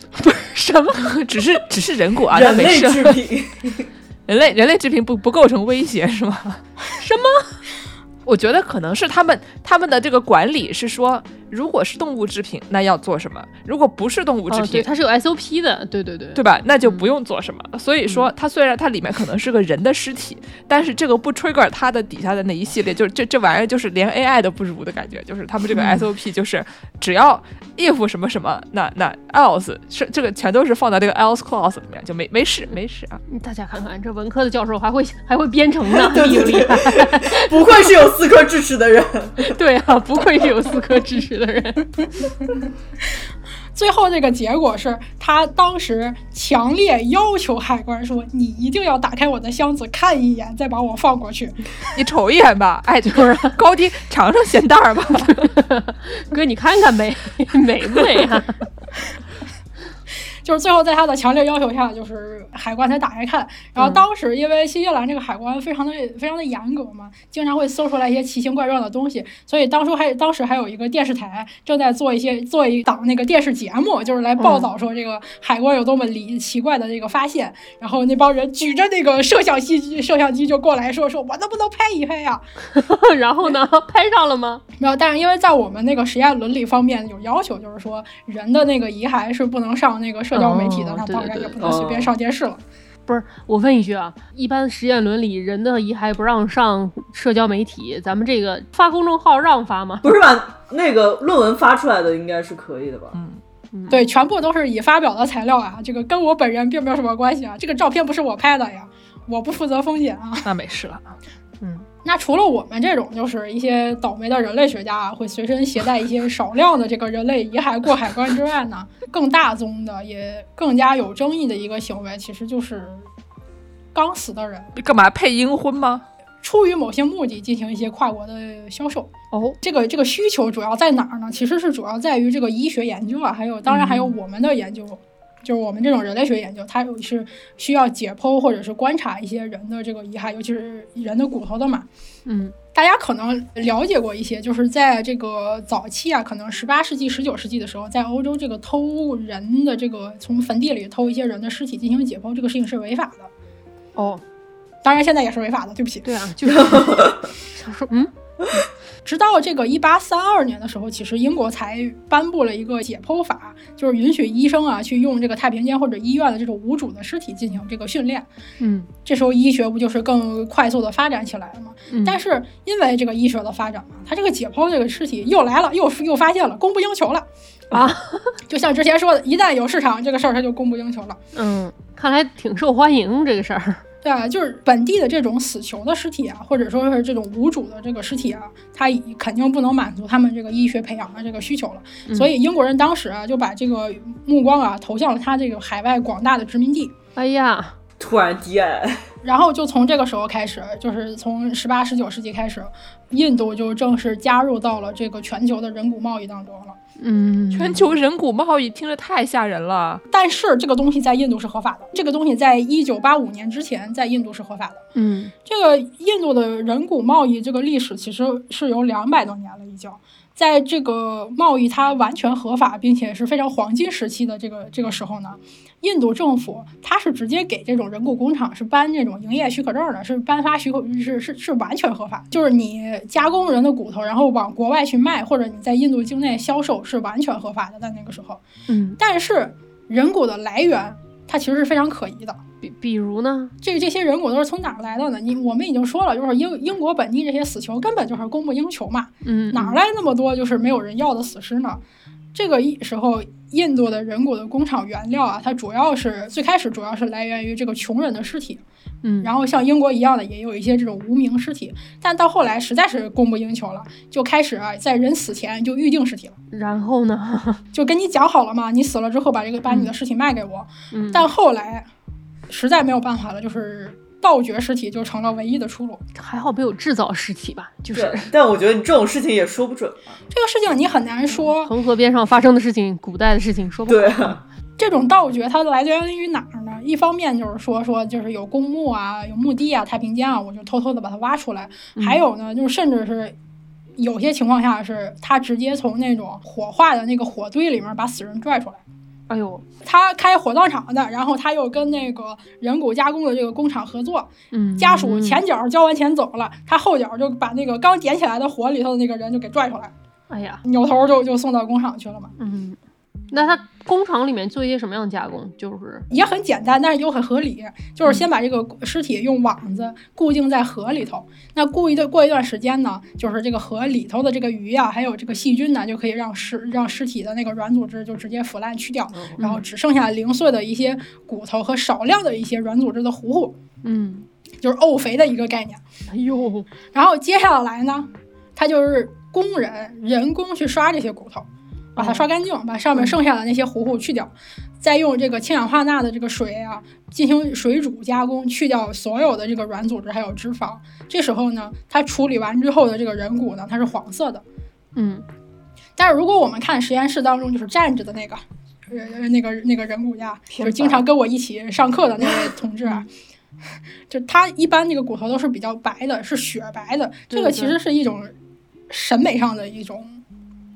Speaker 2: 什么？只是只是人骨啊，那
Speaker 4: 人
Speaker 2: 没
Speaker 4: 类
Speaker 2: 事。
Speaker 4: 制品，
Speaker 2: 人类人类制品不不构成威胁是吗？什么？我觉得可能是他们他们的这个管理是说，如果是动物制品，那要做什么；如果不是动物制
Speaker 3: 哦，
Speaker 2: 品，
Speaker 3: 对，它是有 SOP 的，对对对，
Speaker 2: 对吧？那就不用做什么。所以说，它虽然它里面可能是个人的尸体，但是这个不 trigger 它的底下的那一系列，就是这这玩意儿就是连 AI 都不如的感觉，就是他们这个 SOP 就是只要 if 什么什么，那那 else 是这个全都是放在这个 else clause 里面，就没没事没事啊。
Speaker 3: 嗯大家看看，这文科的教授还会还会编程 呢，
Speaker 4: 对
Speaker 3: 厉
Speaker 4: 对
Speaker 3: 不厉害？
Speaker 4: 对，不愧是有四颗智齿的人。
Speaker 3: 对啊，不愧是有思科知识的人。”
Speaker 5: 最后这个结果是他当时强烈要求海关说：“你一定要打开我的箱子看一眼，再把我放过去。”
Speaker 2: 你瞅一眼吧，哎，就是高低尝尝咸淡儿吧。
Speaker 3: 哥，你看看美美不美啊？
Speaker 5: 就是最后在他的强烈要求下，就是海关才打开看。然后当时因为新西兰这个海关非常的非常的严格嘛，经常会搜出来一些奇形怪状的东西，所以当初还当时还有一个电视台正在做一些做一档那个电视节目，就是来报道说这个海关有多么离奇怪的这个发现。然后那帮人举着那个摄像机摄像机就过来说说，我能不能拍一拍呀、
Speaker 3: 然后呢，拍上了吗？
Speaker 5: 没有，但是因为在我们那个实验伦理方面有要求，就是说人的那个遗骸是不能上那个社交媒体的，
Speaker 3: 哦
Speaker 5: 那
Speaker 3: 对
Speaker 5: 当
Speaker 3: 对
Speaker 5: 然
Speaker 3: 对
Speaker 5: 也不能随便上电视了。
Speaker 3: 不是，我问一句啊，一般实验伦理，人的遗骸不让上社交媒体，咱们这个发公众号让发吗？
Speaker 4: 不是吧？那个论文发出来的应该是可以的吧？
Speaker 3: 嗯
Speaker 5: 对，全部都是已发表的材料啊，这个跟我本人并没有什么关系啊，这个照片不是我拍的呀，我不负责风险啊。
Speaker 2: 那没事了，
Speaker 5: 那除了我们这种，就是一些倒霉的人类学家啊，会随身携带一些少量的这个人类遗骸过海关之外呢，更大宗的也更加有争议的一个行为，其实就是刚死的人
Speaker 2: 干嘛配阴婚吗？
Speaker 5: 出于某些目的进行一些跨国的销售。
Speaker 3: 哦，
Speaker 5: 这个这个需求主要在哪儿呢？其实是主要在于这个医学研究啊，还有当然
Speaker 3: 嗯
Speaker 5: 还有我们的研究，就是我们这种人类学研究，它有是需要解剖或者是观察一些人的这个遗骸，尤其是人的骨头的嘛。
Speaker 3: 嗯，
Speaker 5: 大家可能了解过一些，就是在这个早期啊，可能十八世纪、十九世纪的时候，在欧洲这个偷人的这个从坟地里偷一些人的尸体进行解剖，这个事情是违法的。
Speaker 3: 哦，
Speaker 5: 当然，现在也是违法的，对不起。
Speaker 3: 对啊， 就是想说，嗯，
Speaker 5: 直到这个一八三二年的时候，其实英国才颁布了一个解剖法，就是允许医生啊去用这个太平间或者医院的这种无主的尸体进行这个训练。
Speaker 3: 嗯，
Speaker 5: 这时候医学不就是更快速的发展起来了吗？
Speaker 3: 嗯
Speaker 5: 但是因为这个医学的发展嘛，它这个解剖这个尸体又来了，又又发现了，供不应求了
Speaker 3: 啊！
Speaker 5: 就像之前说的，一旦有市场，这个事儿它就供不应求了。
Speaker 3: 嗯，看来挺受欢迎这个事儿。
Speaker 5: 对啊，就是本地的这种死囚的尸体啊，或者说是这种无主的这个尸体啊，它已肯定不能满足他们这个医学培养的这个需求了。
Speaker 3: 嗯
Speaker 5: 所以英国人当时啊，就把这个目光啊投向了他这个海外广大的殖民地。
Speaker 3: 哎呀，
Speaker 4: 突然低矮，
Speaker 5: 然后就从这个时候开始，就是从十八、十九世纪开始，印度就正式加入到了这个全球的人骨贸易当中了。
Speaker 3: 嗯，
Speaker 2: 全球人骨贸易听着太吓人了。
Speaker 5: 但是这个东西在印度是合法的，这个东西在一九八五年之前在印度是合法的。
Speaker 3: 嗯，
Speaker 5: 这个印度的人骨贸易这个历史其实是有两百多年了，已经。在这个贸易它完全合法，并且是非常黄金时期的这个这个时候呢，印度政府它是直接给这种人骨工厂是颁这种营业许可证的，是颁发许可是是是完全合法，就是你加工人的骨头，然后往国外去卖，或者你在印度境内销售是完全合法的，在那个时候。
Speaker 3: 嗯，
Speaker 5: 但是人骨的来源它其实是非常可疑的。
Speaker 3: 比比如呢，
Speaker 5: 这这些人骨都是从哪儿来的呢？你我们已经说了，就是英英国本地这些死囚根本就是供不应求嘛，
Speaker 3: 嗯，
Speaker 5: 哪儿来那么多就是没有人要的死尸呢？这个一时候，印度的人骨的工厂原料啊，它主要是最开始主要是来源于这个穷人的尸体，
Speaker 3: 嗯，
Speaker 5: 然后像英国一样的也有一些这种无名尸体，但到后来实在是供不应求了，就开始啊在人死前就预定尸体了，
Speaker 3: 然后呢，
Speaker 5: 就跟你讲好了嘛，你死了之后把这个把你的尸体卖给我，
Speaker 3: 嗯，
Speaker 5: 但后来实在没有办法了，就是盗掘尸体就成了唯一的出路。
Speaker 3: 还好没有制造尸体吧，就是
Speaker 4: 对， 但我觉得你这种事情也说不准嘛。
Speaker 5: 这个事情你很难说，
Speaker 3: 恒河边上发生的事情，古代的事情，说不好
Speaker 4: 对，
Speaker 5: 这种盗掘它来源于哪儿呢？一方面就是说说就是有公墓啊、有墓地啊、太平间啊，我就偷偷的把它挖出来。还有呢，就是甚至是有些情况下是他直接从那种火化的那个火堆里面把死人拽出来。
Speaker 3: 哎呦，
Speaker 5: 他开火葬场的，然后他又跟那个人骨加工的这个工厂合作，
Speaker 3: 嗯，
Speaker 5: 家属前脚交完钱走了，他后脚就把那个刚点起来的火里头的那个人就给拽出来，
Speaker 3: 哎呀，
Speaker 5: 扭头就就送到工厂去了嘛。
Speaker 3: 嗯，那他工厂里面做一些什么样的加工？就是
Speaker 5: 也很简单，但是又很合理，就是先把这个尸体用网子固定在河里头。那过一段过一段时间呢，就是这个河里头的这个鱼呀、还有这个细菌呢，就可以让尸让尸体的那个软组织就直接腐烂去掉，然后只剩下零碎的一些骨头和少量的一些软组织的糊糊，
Speaker 3: 嗯，
Speaker 5: 就是沤肥的一个概念。
Speaker 3: 哎呦，
Speaker 5: 然后接下来呢，它就是工人人工去刷这些骨头，把它刷干净，把上面剩下的那些糊糊去掉，再用这个氢氧化钠的这个水啊进行水煮加工，去掉所有的这个软组织还有脂肪。这时候呢，它处理完之后的这个人骨呢，它是黄色的。
Speaker 3: 嗯，
Speaker 5: 但是如果我们看实验室当中就是站着的那个，呃，那个那个人骨架，就是经常跟我一起上课的那位同志啊， 就他一般那个骨头都是比较白的，是雪白的。
Speaker 3: 对
Speaker 5: 这个
Speaker 3: 对
Speaker 5: 其实是一种审美上的一种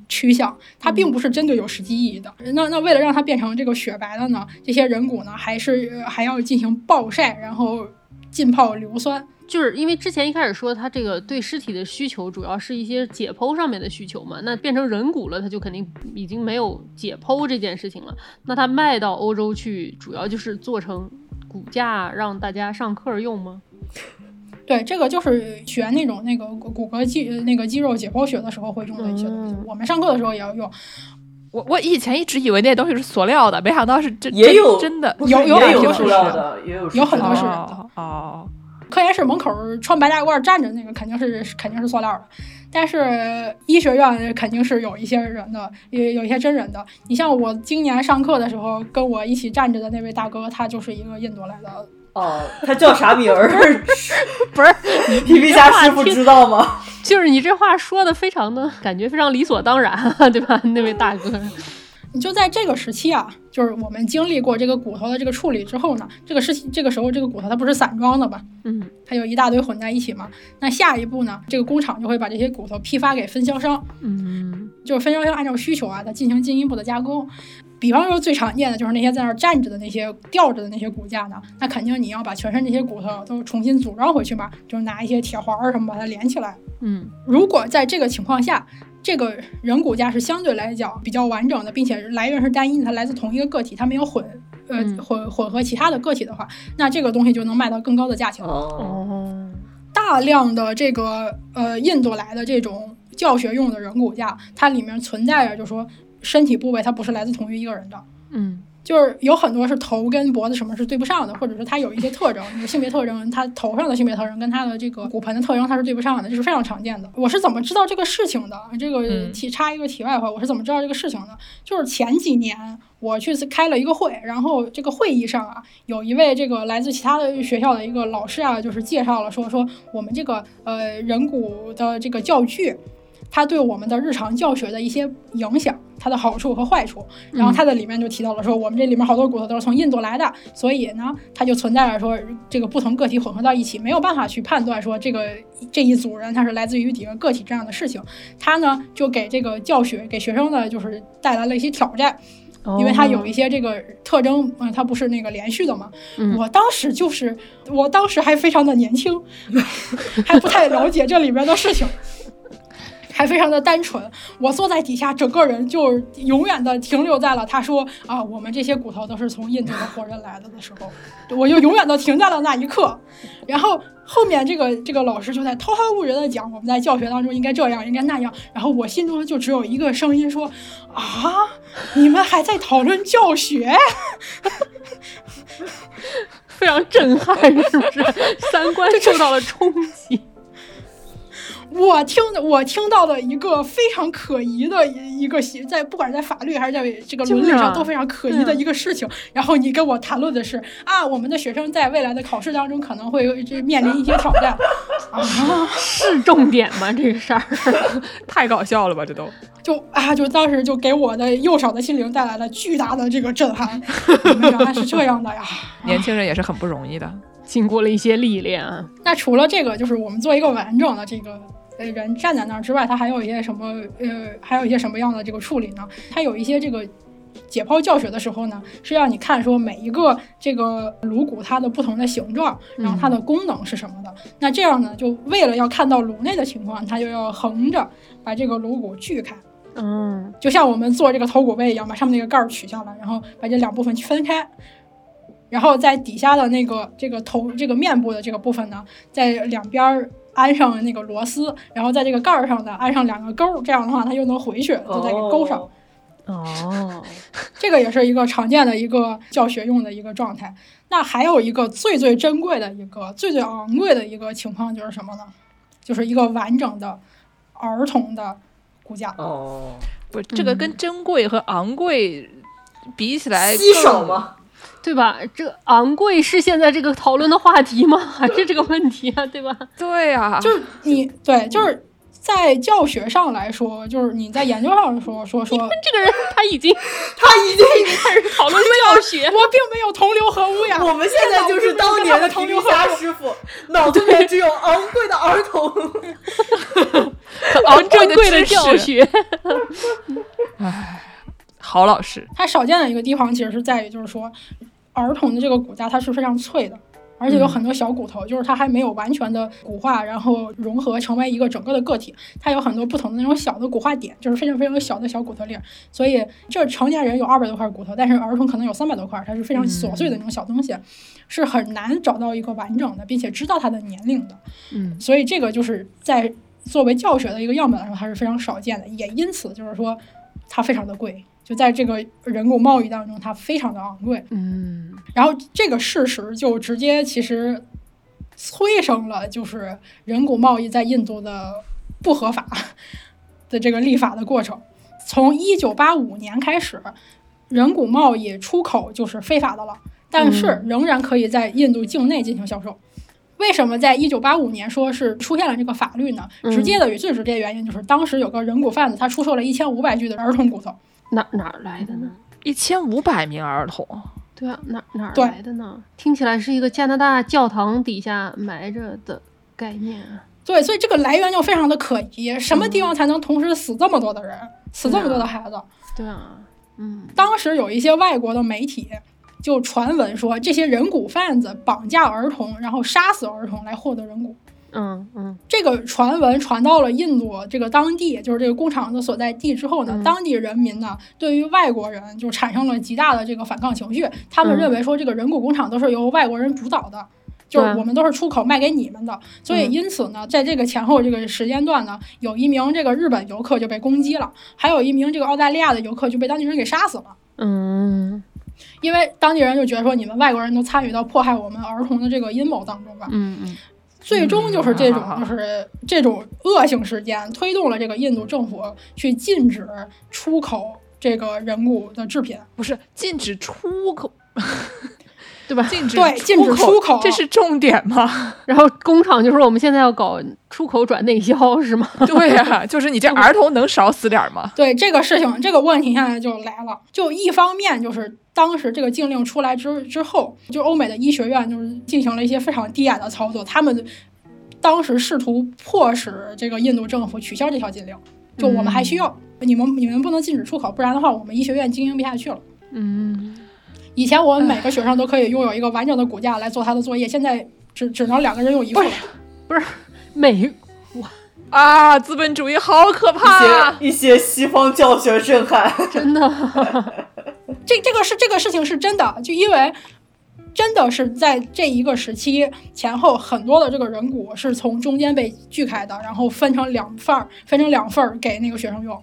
Speaker 5: 趋向，它并不是针对有实际意义的。那那为了让它变成这个雪白的呢，这些人骨呢还是呃还要进行暴晒，然后浸泡硫酸。
Speaker 3: 就是因为之前一开始说他这个对尸体的需求主要是一些解剖上面的需求嘛，那变成人骨了，他就肯定已经没有解剖这件事情了。那他卖到欧洲去，主要就是做成骨架让大家上课用吗？
Speaker 5: 对，这个就是学那种那个骨骨骼肌那个肌肉解剖学的时候会用的一些东西。
Speaker 3: 嗯
Speaker 5: 我们上课的时候也要用，
Speaker 2: 我我以前一直以为那东西是塑料的，没想到是真
Speaker 4: 也
Speaker 2: 真
Speaker 4: 有
Speaker 2: 真 的
Speaker 4: 不是
Speaker 5: 有有
Speaker 4: 也
Speaker 5: 很多
Speaker 4: 有
Speaker 5: 是
Speaker 4: 塑料的，也有
Speaker 5: 有很多
Speaker 4: 是
Speaker 5: 是
Speaker 4: 塑料的
Speaker 2: 哦哦，
Speaker 5: 科研室门口穿白大褂站着那个肯定是肯定是塑料的，但是医学院肯定是有一些人的，有有一些真人的。你像我今年上课的时候，跟我一起站着的那位大哥，他就是一个印度来的。
Speaker 4: 哦，他叫啥名儿？
Speaker 3: 不是，
Speaker 4: 皮皮虾师傅知道吗？
Speaker 3: 就是你这话说的非常的感觉非常理所当然，啊对吧？那位大哥，
Speaker 5: 你就在这个时期啊，就是我们经历过这个骨头的这个处理之后呢，这个时期这个时候这个骨头它不是散装的嘛，
Speaker 3: 嗯，
Speaker 5: 它有一大堆混在一起嘛。那下一步呢，这个工厂就会把这些骨头批发给分销商，
Speaker 3: 嗯，
Speaker 5: 就是分销商按照需求啊，它进行进一步的加工。比方说最常见的就是那些在那儿站着的那些吊着的那些骨架呢，那肯定你要把全身这些骨头都重新组装回去嘛，就是拿一些铁环儿什么把它连起来。
Speaker 3: 嗯，
Speaker 5: 如果在这个情况下，这个人骨架是相对来讲比较完整的，并且来源是单一的，它来自同一个个体，它没有混呃
Speaker 3: 嗯
Speaker 5: 混混合其他的个体的话，那这个东西就能卖到更高的价钱了。
Speaker 4: 哦，
Speaker 3: 哦，
Speaker 5: 大量的这个呃印度来的这种教学用的人骨架，它里面存在着就说身体部位它不是来自同于一个人的，
Speaker 3: 嗯，
Speaker 5: 就是有很多是头跟脖子什么是对不上的，或者是它有一些特征，有性别特征，它头上的性别特征跟它的这个骨盆的特征它是对不上的，这是非常常见的。我是怎么知道这个事情的？这个
Speaker 2: 嗯
Speaker 5: 题插一个题外话，我是怎么知道这个事情的？就是前几年我去开了一个会，然后这个会议上啊，有一位这个来自其他的学校的一个老师啊，就是介绍了说说我们这个呃人骨的这个教具，它对我们的日常教学的一些影响，它的好处和坏处。然后它的里面就提到了说，我们这里面好多骨头都是从印度来的，所以呢，它就存在着说这个不同个体混合到一起，没有办法去判断说这个这一组人他是来自于几个个体这样的事情。它呢就给这个教学给学生呢就是带来了一些挑战，因为它
Speaker 3: 哦
Speaker 5: 有一些这个特征，嗯、它不是那个连续的嘛。
Speaker 3: 嗯
Speaker 5: 我当时就是，我 当时还非常的年轻，还不太了解这里边的事情。还非常的单纯。我坐在底下，整个人就永远的停留在了他说啊，我们这些骨头都是从印度的活人来的的时候，我就永远的停在了那一刻。然后后面这个这个老师就在滔滔不绝的讲，我们在教学当中应该这样，应该那样。然后我心中就只有一个声音说啊，你们还在讨论教学？
Speaker 3: 非常震撼，是不是？三观受到了冲击。
Speaker 5: 我听我听到了一个非常可疑的一一个习在不管是在法律还是在这个伦理
Speaker 3: 就是啊嗯
Speaker 5: 上都非常可疑的一个事情。然后你跟我谈论的是啊，我们的学生在未来的考试当中可能会这面临一些挑战 啊，
Speaker 3: 是重点吗？这个事儿
Speaker 2: 太搞笑了吧，这都。
Speaker 5: 就啊就当时就给我的幼小的心灵带来了巨大的这个震撼。原来是这样的呀。
Speaker 2: 年轻人也是很不容易的。
Speaker 3: 经过了一些历练啊，
Speaker 5: 那除了这个，就是我们做一个完整的这个呃人站在那儿之外，它还有一些什么呃，还有一些什么样的这个处理呢？它有一些这个。解剖教学的时候呢，是让你看说每一个这个颅骨它的不同的形状，然后它的功能是什么的。那这样呢，就为了要看到颅内的情况，它就要横着把这个颅骨锯开，
Speaker 3: 嗯，
Speaker 5: 就像我们做这个头骨位一样，把上面那个盖儿取下来，然后把这两部分分开，然后在底下的那个这个头这个面部的这个部分呢，在两边儿安上那个螺丝，然后在这个盖儿上呢安上两个钩儿，这样的话它又能回去，就再给勾上。
Speaker 4: 哦
Speaker 3: 哦，
Speaker 5: 这个也是一个常见的一个教学用的一个状态。那还有一个最最珍贵的一个最最昂贵的一个情况就是什么呢？就是一个完整的儿童的骨架。
Speaker 4: 哦，
Speaker 2: 不，这个跟珍贵和昂贵比起来，
Speaker 4: 稀少？吗？
Speaker 3: 对吧？这昂贵是现在这个讨论的话题吗？ 还是这个问题啊？对吧？
Speaker 2: 对啊，
Speaker 5: 就是你对，就是在教学上来说，就是你在研究上说说说，我
Speaker 3: 这个人他已经
Speaker 4: 他已经，
Speaker 3: 开始讨论教学，
Speaker 5: 并没有同流合污呀。
Speaker 4: 我啊们现在就是当年的皮皮虾师傅， 脑子里面只有昂贵的儿童。
Speaker 3: 昂
Speaker 2: 贵的
Speaker 3: 贵的
Speaker 2: 知识
Speaker 3: 教学，
Speaker 2: 好老师，
Speaker 5: 它少见的一个地方其实是在于，就是说儿童的这个骨架它是非常脆的。而且有很多小骨头，就是它还没有完全的骨化，然后融合成为一个整个的个体。它有很多不同的那种小的骨化点，就是非常非常小的小骨头粒儿。所以这成年人有二百多块骨头，但是儿童可能有三百多块，它是非常琐碎的那种小东西，是很难找到一个完整的，并且知道它的年龄的。
Speaker 3: 嗯，
Speaker 5: 所以这个就是在作为教学的一个样本来说，还是非常少见的，也因此就是说它非常的贵，就在这个人工贸易当中，它非常的昂贵。
Speaker 3: 嗯，
Speaker 5: 然后这个事实就直接其实催生了就是人骨贸易在印度的不合法的这个立法的过程。从一九八五年开始，人骨贸易出口就是非法的了，但是仍然可以在印度境内进行销售。为什么在一九八五年说是出现了这个法律呢？
Speaker 3: 嗯
Speaker 5: 直接的与最直接的原因就是当时有个人骨贩子，他出售了一千五百具的儿童骨头。
Speaker 3: 哪哪儿来的呢？
Speaker 2: 一千五百名儿童，
Speaker 3: 对啊，哪哪儿
Speaker 5: 对
Speaker 3: 来的呢？听起来是一个加拿大教堂底下埋着的概念啊。
Speaker 5: 对，所以这个来源就非常的可疑，什么地方才能同时死这么多的人，死这么多的孩子？
Speaker 3: 对啊，嗯，
Speaker 5: 当时有一些外国的媒体就传闻说，这些人骨贩子绑架儿童，然后杀死儿童来获得人骨。
Speaker 3: 嗯嗯
Speaker 5: 这个传闻传到了印度这个当地，就是这个工厂的所在地之后呢，
Speaker 3: 嗯
Speaker 5: 当地人民呢对于外国人就产生了极大的这个反抗情绪，他们
Speaker 3: 嗯
Speaker 5: 认为说这个人骨工厂都是由外国人主导的。就是
Speaker 3: 对
Speaker 5: 我们都是出口卖给你们的，所以
Speaker 3: 嗯
Speaker 5: 因此呢，在这个前后这个时间段呢，有一名这个日本游客就被攻击了，还有一名这个澳大利亚的游客就被当地人给杀死了。
Speaker 3: 嗯
Speaker 5: 因为当地人就觉得说你们外国人都参与到迫害我们儿童的这个阴谋当中吧，
Speaker 3: 嗯嗯，
Speaker 5: 最终就是 这种
Speaker 2: 嗯好好
Speaker 5: 就是这种恶性事件推动了这个印度政府去禁止出口这个人骨的制品，
Speaker 2: 不是禁止出 口，
Speaker 3: 对吧？
Speaker 2: 禁止
Speaker 5: 对禁止出口
Speaker 2: 这是重点吗？
Speaker 3: 然后工厂就说我们现在要搞出口转内销是吗？
Speaker 2: 对呀、就是你这儿童能少死点儿吗？
Speaker 5: 对这个事情，这个问题现在就来了。就一方面就是当时这个禁令出来之之后，就欧美的医学院就是进行了一些非常低矮的操作，他们当时试图迫使这个印度政府取消这条禁令，就我们还
Speaker 2: 嗯
Speaker 5: 需要、你们你们不能禁止出口，不然的话我们医学院经营不下去了。
Speaker 3: 嗯，
Speaker 5: 以前我们每个学生都可以拥有一个完整的骨架来做他的作业，现在只只能两个人用一副了。
Speaker 3: 美。哇，
Speaker 2: 啊，资本主义好可怕啊！
Speaker 4: 一些一些西方教学震撼。
Speaker 3: 真的，
Speaker 5: 这这个是这个事情是真的，就因为真的是在这一个时期前后，很多的这个人骨是从中间被锯开的，然后分成两份儿，分成两份儿给那个学生 用。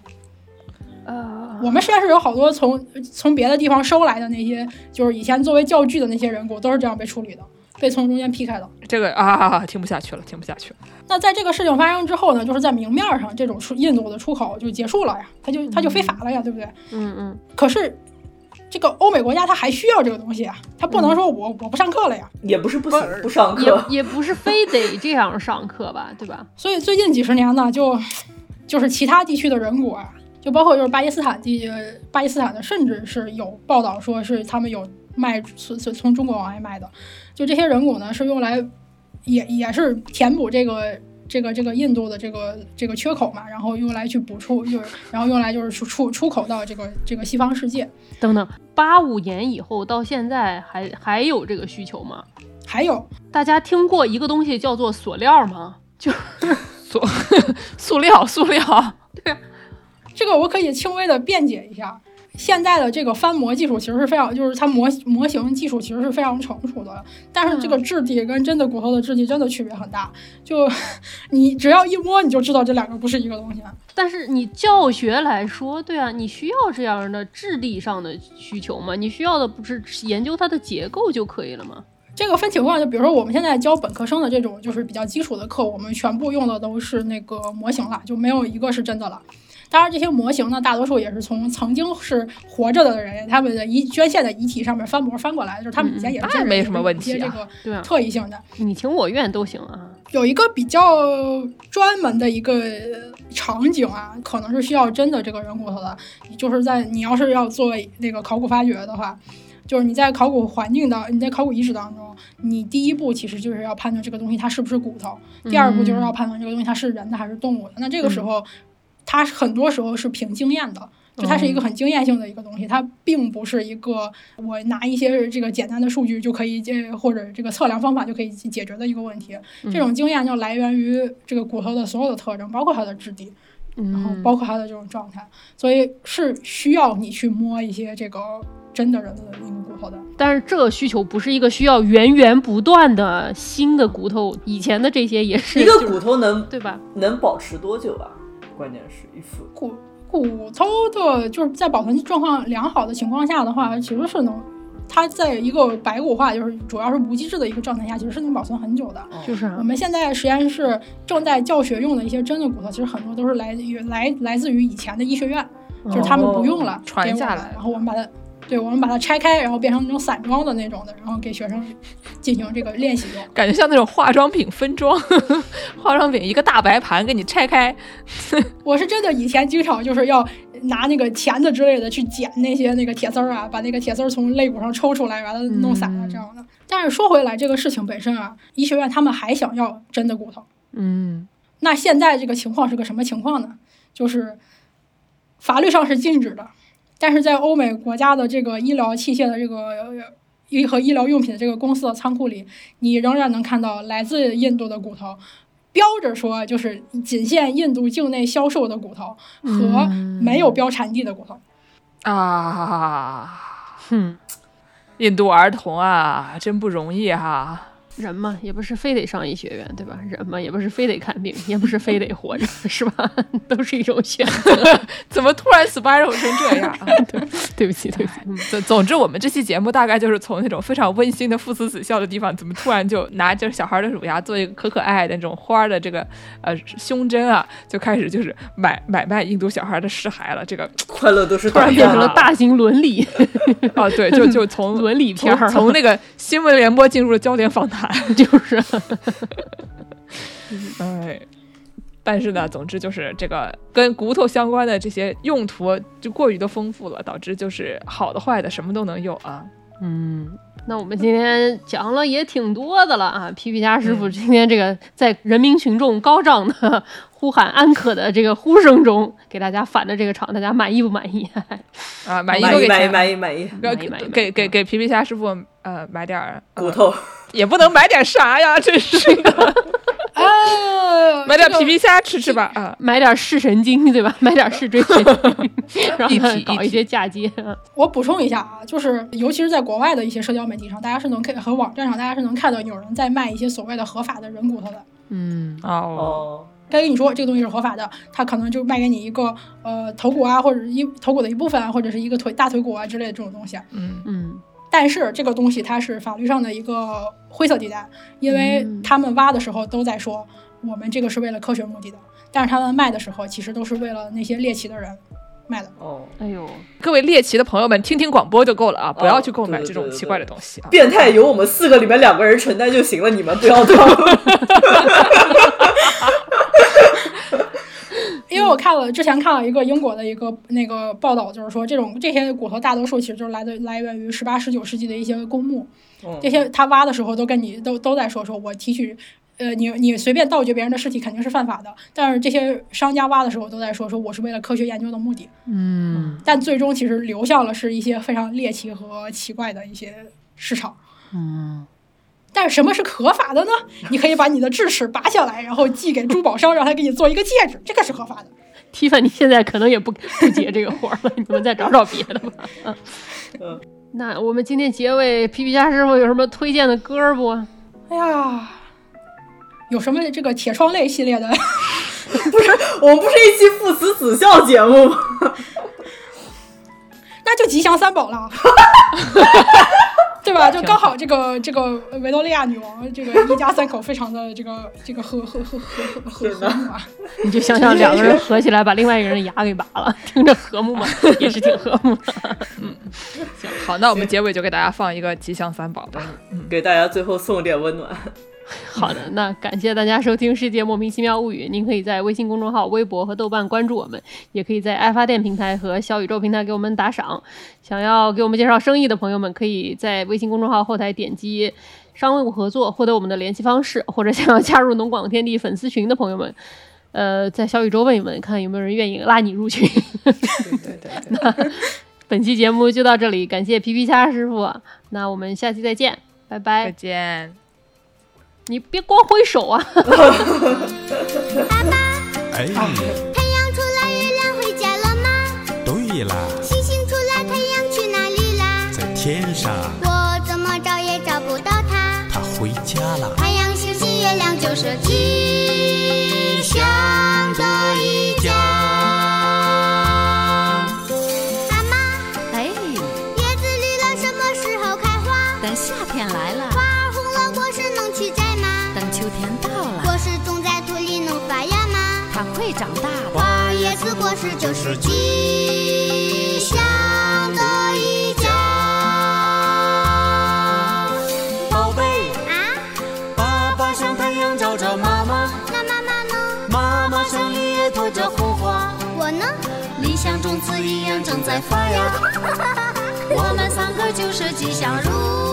Speaker 3: 呃，
Speaker 5: 我们实验室有好多从从别的地方收来的那些，就是以前作为教具的那些人骨，都是这样被处理的，被从中间劈开的。
Speaker 2: 这个啊，听不下去了，听不下去了。
Speaker 5: 那在这个事情发生之后呢，就是在明面上，这种出印度的出口就结束了呀，它就它就非法了呀，对不对？
Speaker 3: 嗯嗯，
Speaker 5: 可是这个欧美国家它还需要这个东西啊，它不能说我、我不上课了呀。
Speaker 4: 也不是不行，不上课。
Speaker 3: 也也不是非得这样上课吧，对吧？
Speaker 5: 所以最近几十年呢，就就是其他地区的人骨啊，就包括就是巴基斯坦地，巴基斯坦的甚至是有报道说是他们有卖从从从中国往外卖的，就这些人骨呢是用来也也是填补这个。这个这个印度的这个这个缺口嘛，然后用来去补充，就是然后用来就是出出出口到这个这个西方世界，
Speaker 3: 等等，八五年以后到现在还还有这个需求吗？
Speaker 5: 还有
Speaker 3: 大家听过一个东西叫做锁料吗？就
Speaker 2: 塑塑料，塑料，
Speaker 5: 这个我可以轻微的辩解一下。现在的这个翻模技术其实是非常，就是它模模型技术其实是非常成熟的，但是这
Speaker 2: 嗯
Speaker 5: 个质地跟真的骨头的质地真的区别很大。就你只要一摸你就知道这两个不是一个东西。
Speaker 3: 但是你教学来说，对啊，你需要这样的智力上的需求吗？你需要的不是研究它的结构就可以了吗？
Speaker 5: 这个分情况，就比如说我们现在教本科生的这种就是比较基础的课，我们全部用的都是那个模型了，就没有一个是真的了。当然，这些模型呢，大多数也是从曾经是活着的人他们的遗捐献的遗体上面翻模翻过来的，就是他们以前也是
Speaker 2: 嗯
Speaker 5: 这
Speaker 2: 那
Speaker 5: 样
Speaker 2: 没什么问题啊
Speaker 5: 有一些这个
Speaker 3: 对啊，
Speaker 5: 特异性的。
Speaker 3: 你情我愿都行啊。
Speaker 5: 有一个比较专门的一个场景啊，可能是需要真的这个人骨头的，就是在你要是要做那个考古发掘的话，就是你在考古环境当，你在考古遗址当中，你第一步其实就是要判断这个东西它是不是骨头，第二步就是要判断这个东西它是人的还是动物的。那这个时候，它很多时候是凭经验的。就它是一个很经验性的一个东西，它并不是一个我拿一些这个简单的数据就可以呃或者这个测量方法就可以解决的一个问题。这种经验就来源于这个骨头的所有的特征，包括它的质地，然后
Speaker 3: 嗯，
Speaker 5: 包括它的这种状态，所以是需要你去摸一些这个真的人的那个骨头的。
Speaker 3: 但是这个需求不是一个需要源源不断的新的骨头，以前的这些也是
Speaker 4: 一个
Speaker 3: 就是
Speaker 4: 骨头能
Speaker 3: 对吧？
Speaker 4: 能保持多久啊？关键是一副
Speaker 5: 骨骨头的就是在保存状况良好的情况下的话，其实是能，它在一个白骨化，就是主要是无机质的一个状态下，其实是能保存很久的。
Speaker 3: 就是啊
Speaker 5: 我们现在实验室正在教学用的一些真的骨头，其实很多都是来于来来自于以前的医学院，就是他们不用了，
Speaker 2: 哦传
Speaker 5: 给我
Speaker 2: 下
Speaker 5: 们
Speaker 2: 来
Speaker 5: 然后我们把它，对我们把它拆开，然后变成那种散装的那种的，然后给学生进行这个练习用。
Speaker 2: 感觉像那种化妆品分装， 化妆品一个大白盘给你拆开，
Speaker 5: 我是真的以前经常就是要拿那个钳子之类的去剪那些那个铁丝儿啊，把那个铁丝儿从肋骨上抽出来，把它弄散了
Speaker 2: 嗯
Speaker 5: 这样的。但是说回来，这个事情本身啊，医学院他们还想要真的骨头。
Speaker 2: 嗯，
Speaker 5: 那现在这个情况是个什么情况呢？就是法律上是禁止的，但是在欧美国家的这个医疗器械的这个呃医和医疗用品的这个公司的仓库里，你仍然能看到来自印度的骨头，标着说就是仅限印度境内销售的骨头和没有标产地的骨头。
Speaker 2: 啊，
Speaker 3: 哼，
Speaker 2: 印度儿童啊，真不容易啊哈、
Speaker 3: 人嘛也不是非得上医学院，对吧？人嘛也不是非得看病，也不是非得活着，是吧？ 都是一种选择。
Speaker 2: 怎么突然 spiral 成这样啊？
Speaker 3: 对不起，对不起，嗯
Speaker 2: 总总之，我们这期节目大概就是从那种非常温馨的父慈子孝的地方，怎么突然就拿着小孩的乳牙做一个可可爱爱的那种花儿的这个呃胸针啊，就开始就是买买卖印度小孩的尸骸了。这个
Speaker 4: 快乐都是
Speaker 2: 突然
Speaker 4: 短
Speaker 3: 变
Speaker 4: 暂
Speaker 3: 成了
Speaker 4: 的。
Speaker 3: 大型伦理
Speaker 2: 啊，对，就就从
Speaker 3: 伦理片
Speaker 2: 从
Speaker 3: 儿，
Speaker 2: 从那个新闻联播进入了焦点访谈。
Speaker 3: 就是啊
Speaker 2: 哎，但是呢，总之就是这个跟骨头相关的这些用途就过于的丰富了，导致就是好的坏的什么都能用啊。
Speaker 3: 嗯，那我们今天讲了也挺多的了啊。皮皮虾师傅今天这个在人民群众高涨的呼喊安可的这个呼声中，给大家返的这个场，大家满意不满意？
Speaker 2: 啊，买一
Speaker 4: 满
Speaker 2: 个
Speaker 4: 意
Speaker 2: 给
Speaker 4: 满意
Speaker 2: 钱
Speaker 4: 满意满意，
Speaker 2: 给
Speaker 3: 满意满意满意
Speaker 2: 给给给皮皮虾师傅呃买点儿
Speaker 4: 骨头
Speaker 2: 也不能买点啥呀，真是的。
Speaker 5: 啊，
Speaker 2: 嗯买点
Speaker 5: 这个
Speaker 2: 皮皮虾吃吃吧啊！
Speaker 3: 买点视神经对吧？买点视锥神经， 让
Speaker 2: 一
Speaker 3: 他
Speaker 2: 体
Speaker 3: 搞
Speaker 2: 一
Speaker 3: 一
Speaker 2: 体
Speaker 3: 些嫁接。啊
Speaker 5: 我补充一下啊，就是尤其是在国外的一些社交媒体上，大家是能看和网站上，大家是能看到有人在卖一些所谓的合法的人骨头的。
Speaker 3: 嗯，
Speaker 2: 哦，
Speaker 4: 哦，
Speaker 5: 该跟你说这个东西是合法的，他可能就卖给你一个呃头骨啊，或者一头骨的一部分啊，或者是一个腿大腿骨啊之类的这种东西。
Speaker 2: 嗯，
Speaker 3: 嗯，
Speaker 5: 但是这个东西它是法律上的一个灰色地带，因为
Speaker 3: 嗯
Speaker 5: 他们挖的时候都在说我们这个是为了科学目的的，但是他们卖的时候其实都是为了那些猎奇的人卖的。
Speaker 4: 哦，
Speaker 3: 哎呦，
Speaker 2: 各位猎奇的朋友们，听听广播就够了啊，不要
Speaker 4: 哦
Speaker 2: 去购买
Speaker 4: 对对
Speaker 2: 这种
Speaker 4: 对对
Speaker 2: 奇怪的东西啊。
Speaker 4: 变态由我们四个里面两个人承担就行了，你们不要当。
Speaker 5: 因
Speaker 3: 嗯
Speaker 5: 为我看了之前看了一个英国的一个那个报道，就是说这种这些骨头大多数其实就是来自来源于十八十九世纪的一些公墓，
Speaker 4: 嗯
Speaker 5: 这些他挖的时候都跟你都都在说说，我提取，呃，你你随便盗掘别人的尸体肯定是犯法的，但是这些商家挖的时候都在说说我是为了科学研究的目的，
Speaker 3: 嗯
Speaker 5: 但最终其实流向了是一些非常猎奇和奇怪的一些市场。
Speaker 3: 嗯，
Speaker 5: 但是什么是合法的呢？你可以把你的智齿拔下来，然后寄给珠宝商，让他给你做一个戒指，这个是合法的。
Speaker 3: 蒂凡尼现在可能也不不接这个活儿了，你们再找找别的吧。嗯
Speaker 4: 嗯，
Speaker 3: 那我们今天结尾，皮皮虾师傅有什么推荐的歌儿不？
Speaker 5: 哎呀，有什么这个铁窗泪系列的？
Speaker 4: 不是，我们不是一期父慈子孝节目吗？
Speaker 5: 那就吉祥三宝了， 对吧？就刚好这个这个维多利亚女王，这个一家三口非常的这个这个和和和和和和和睦啊，
Speaker 3: 你就想想两个人合起来把另外一个人的牙给拔了，听着和睦吗？ 也是挺和睦的。
Speaker 2: 行，好，那我们结尾就给大家放一个吉祥三宝吧。
Speaker 4: 给大家最后送点温暖。
Speaker 3: 好的，那感谢大家收听《世界莫名其妙物语》。您可以在微信公众号、微博和豆瓣关注我们，也可以在爱发电平台和小宇宙平台给我们打赏。想要给我们介绍生意的朋友们，可以在微信公众号后台点击商务合作，获得我们的联系方式；或者想要加入农广天地粉丝群的朋友们，呃，在小宇宙问一问，看有没有人愿意拉你入群。呃
Speaker 4: 对对对对。
Speaker 3: 本期节目就到这里，感谢皮皮虾师傅，那我们下期再见，
Speaker 2: 再
Speaker 3: 拜拜！
Speaker 2: 见。
Speaker 3: 你别光挥手啊。
Speaker 6: 哎，
Speaker 7: 太阳出来，月亮回家了吗？
Speaker 6: 对啦，
Speaker 7: 星星出来，太阳去哪里啦？
Speaker 6: 在天上
Speaker 7: 我怎么找也找不到它。
Speaker 6: 他回家啦。
Speaker 7: 太阳、星星、月亮就是吉祥的一家。妈妈，
Speaker 8: 哎，
Speaker 7: 叶子绿了，什么时候开花？
Speaker 8: 等夏天来了，
Speaker 7: 花儿红了，果实能去摘吗？
Speaker 8: 等秋天到了，
Speaker 7: 果实种在土里能发芽吗？
Speaker 8: 它会长大的。
Speaker 7: 花、叶子、果实就是吉祥的一家。
Speaker 6: 宝贝，
Speaker 7: 啊，
Speaker 6: 爸爸像太阳照着妈妈，
Speaker 7: 那妈妈呢？
Speaker 6: 妈妈像绿叶托着红花，
Speaker 7: 我呢？
Speaker 8: 理 想种子一样正在发芽，我们三个就是吉祥如。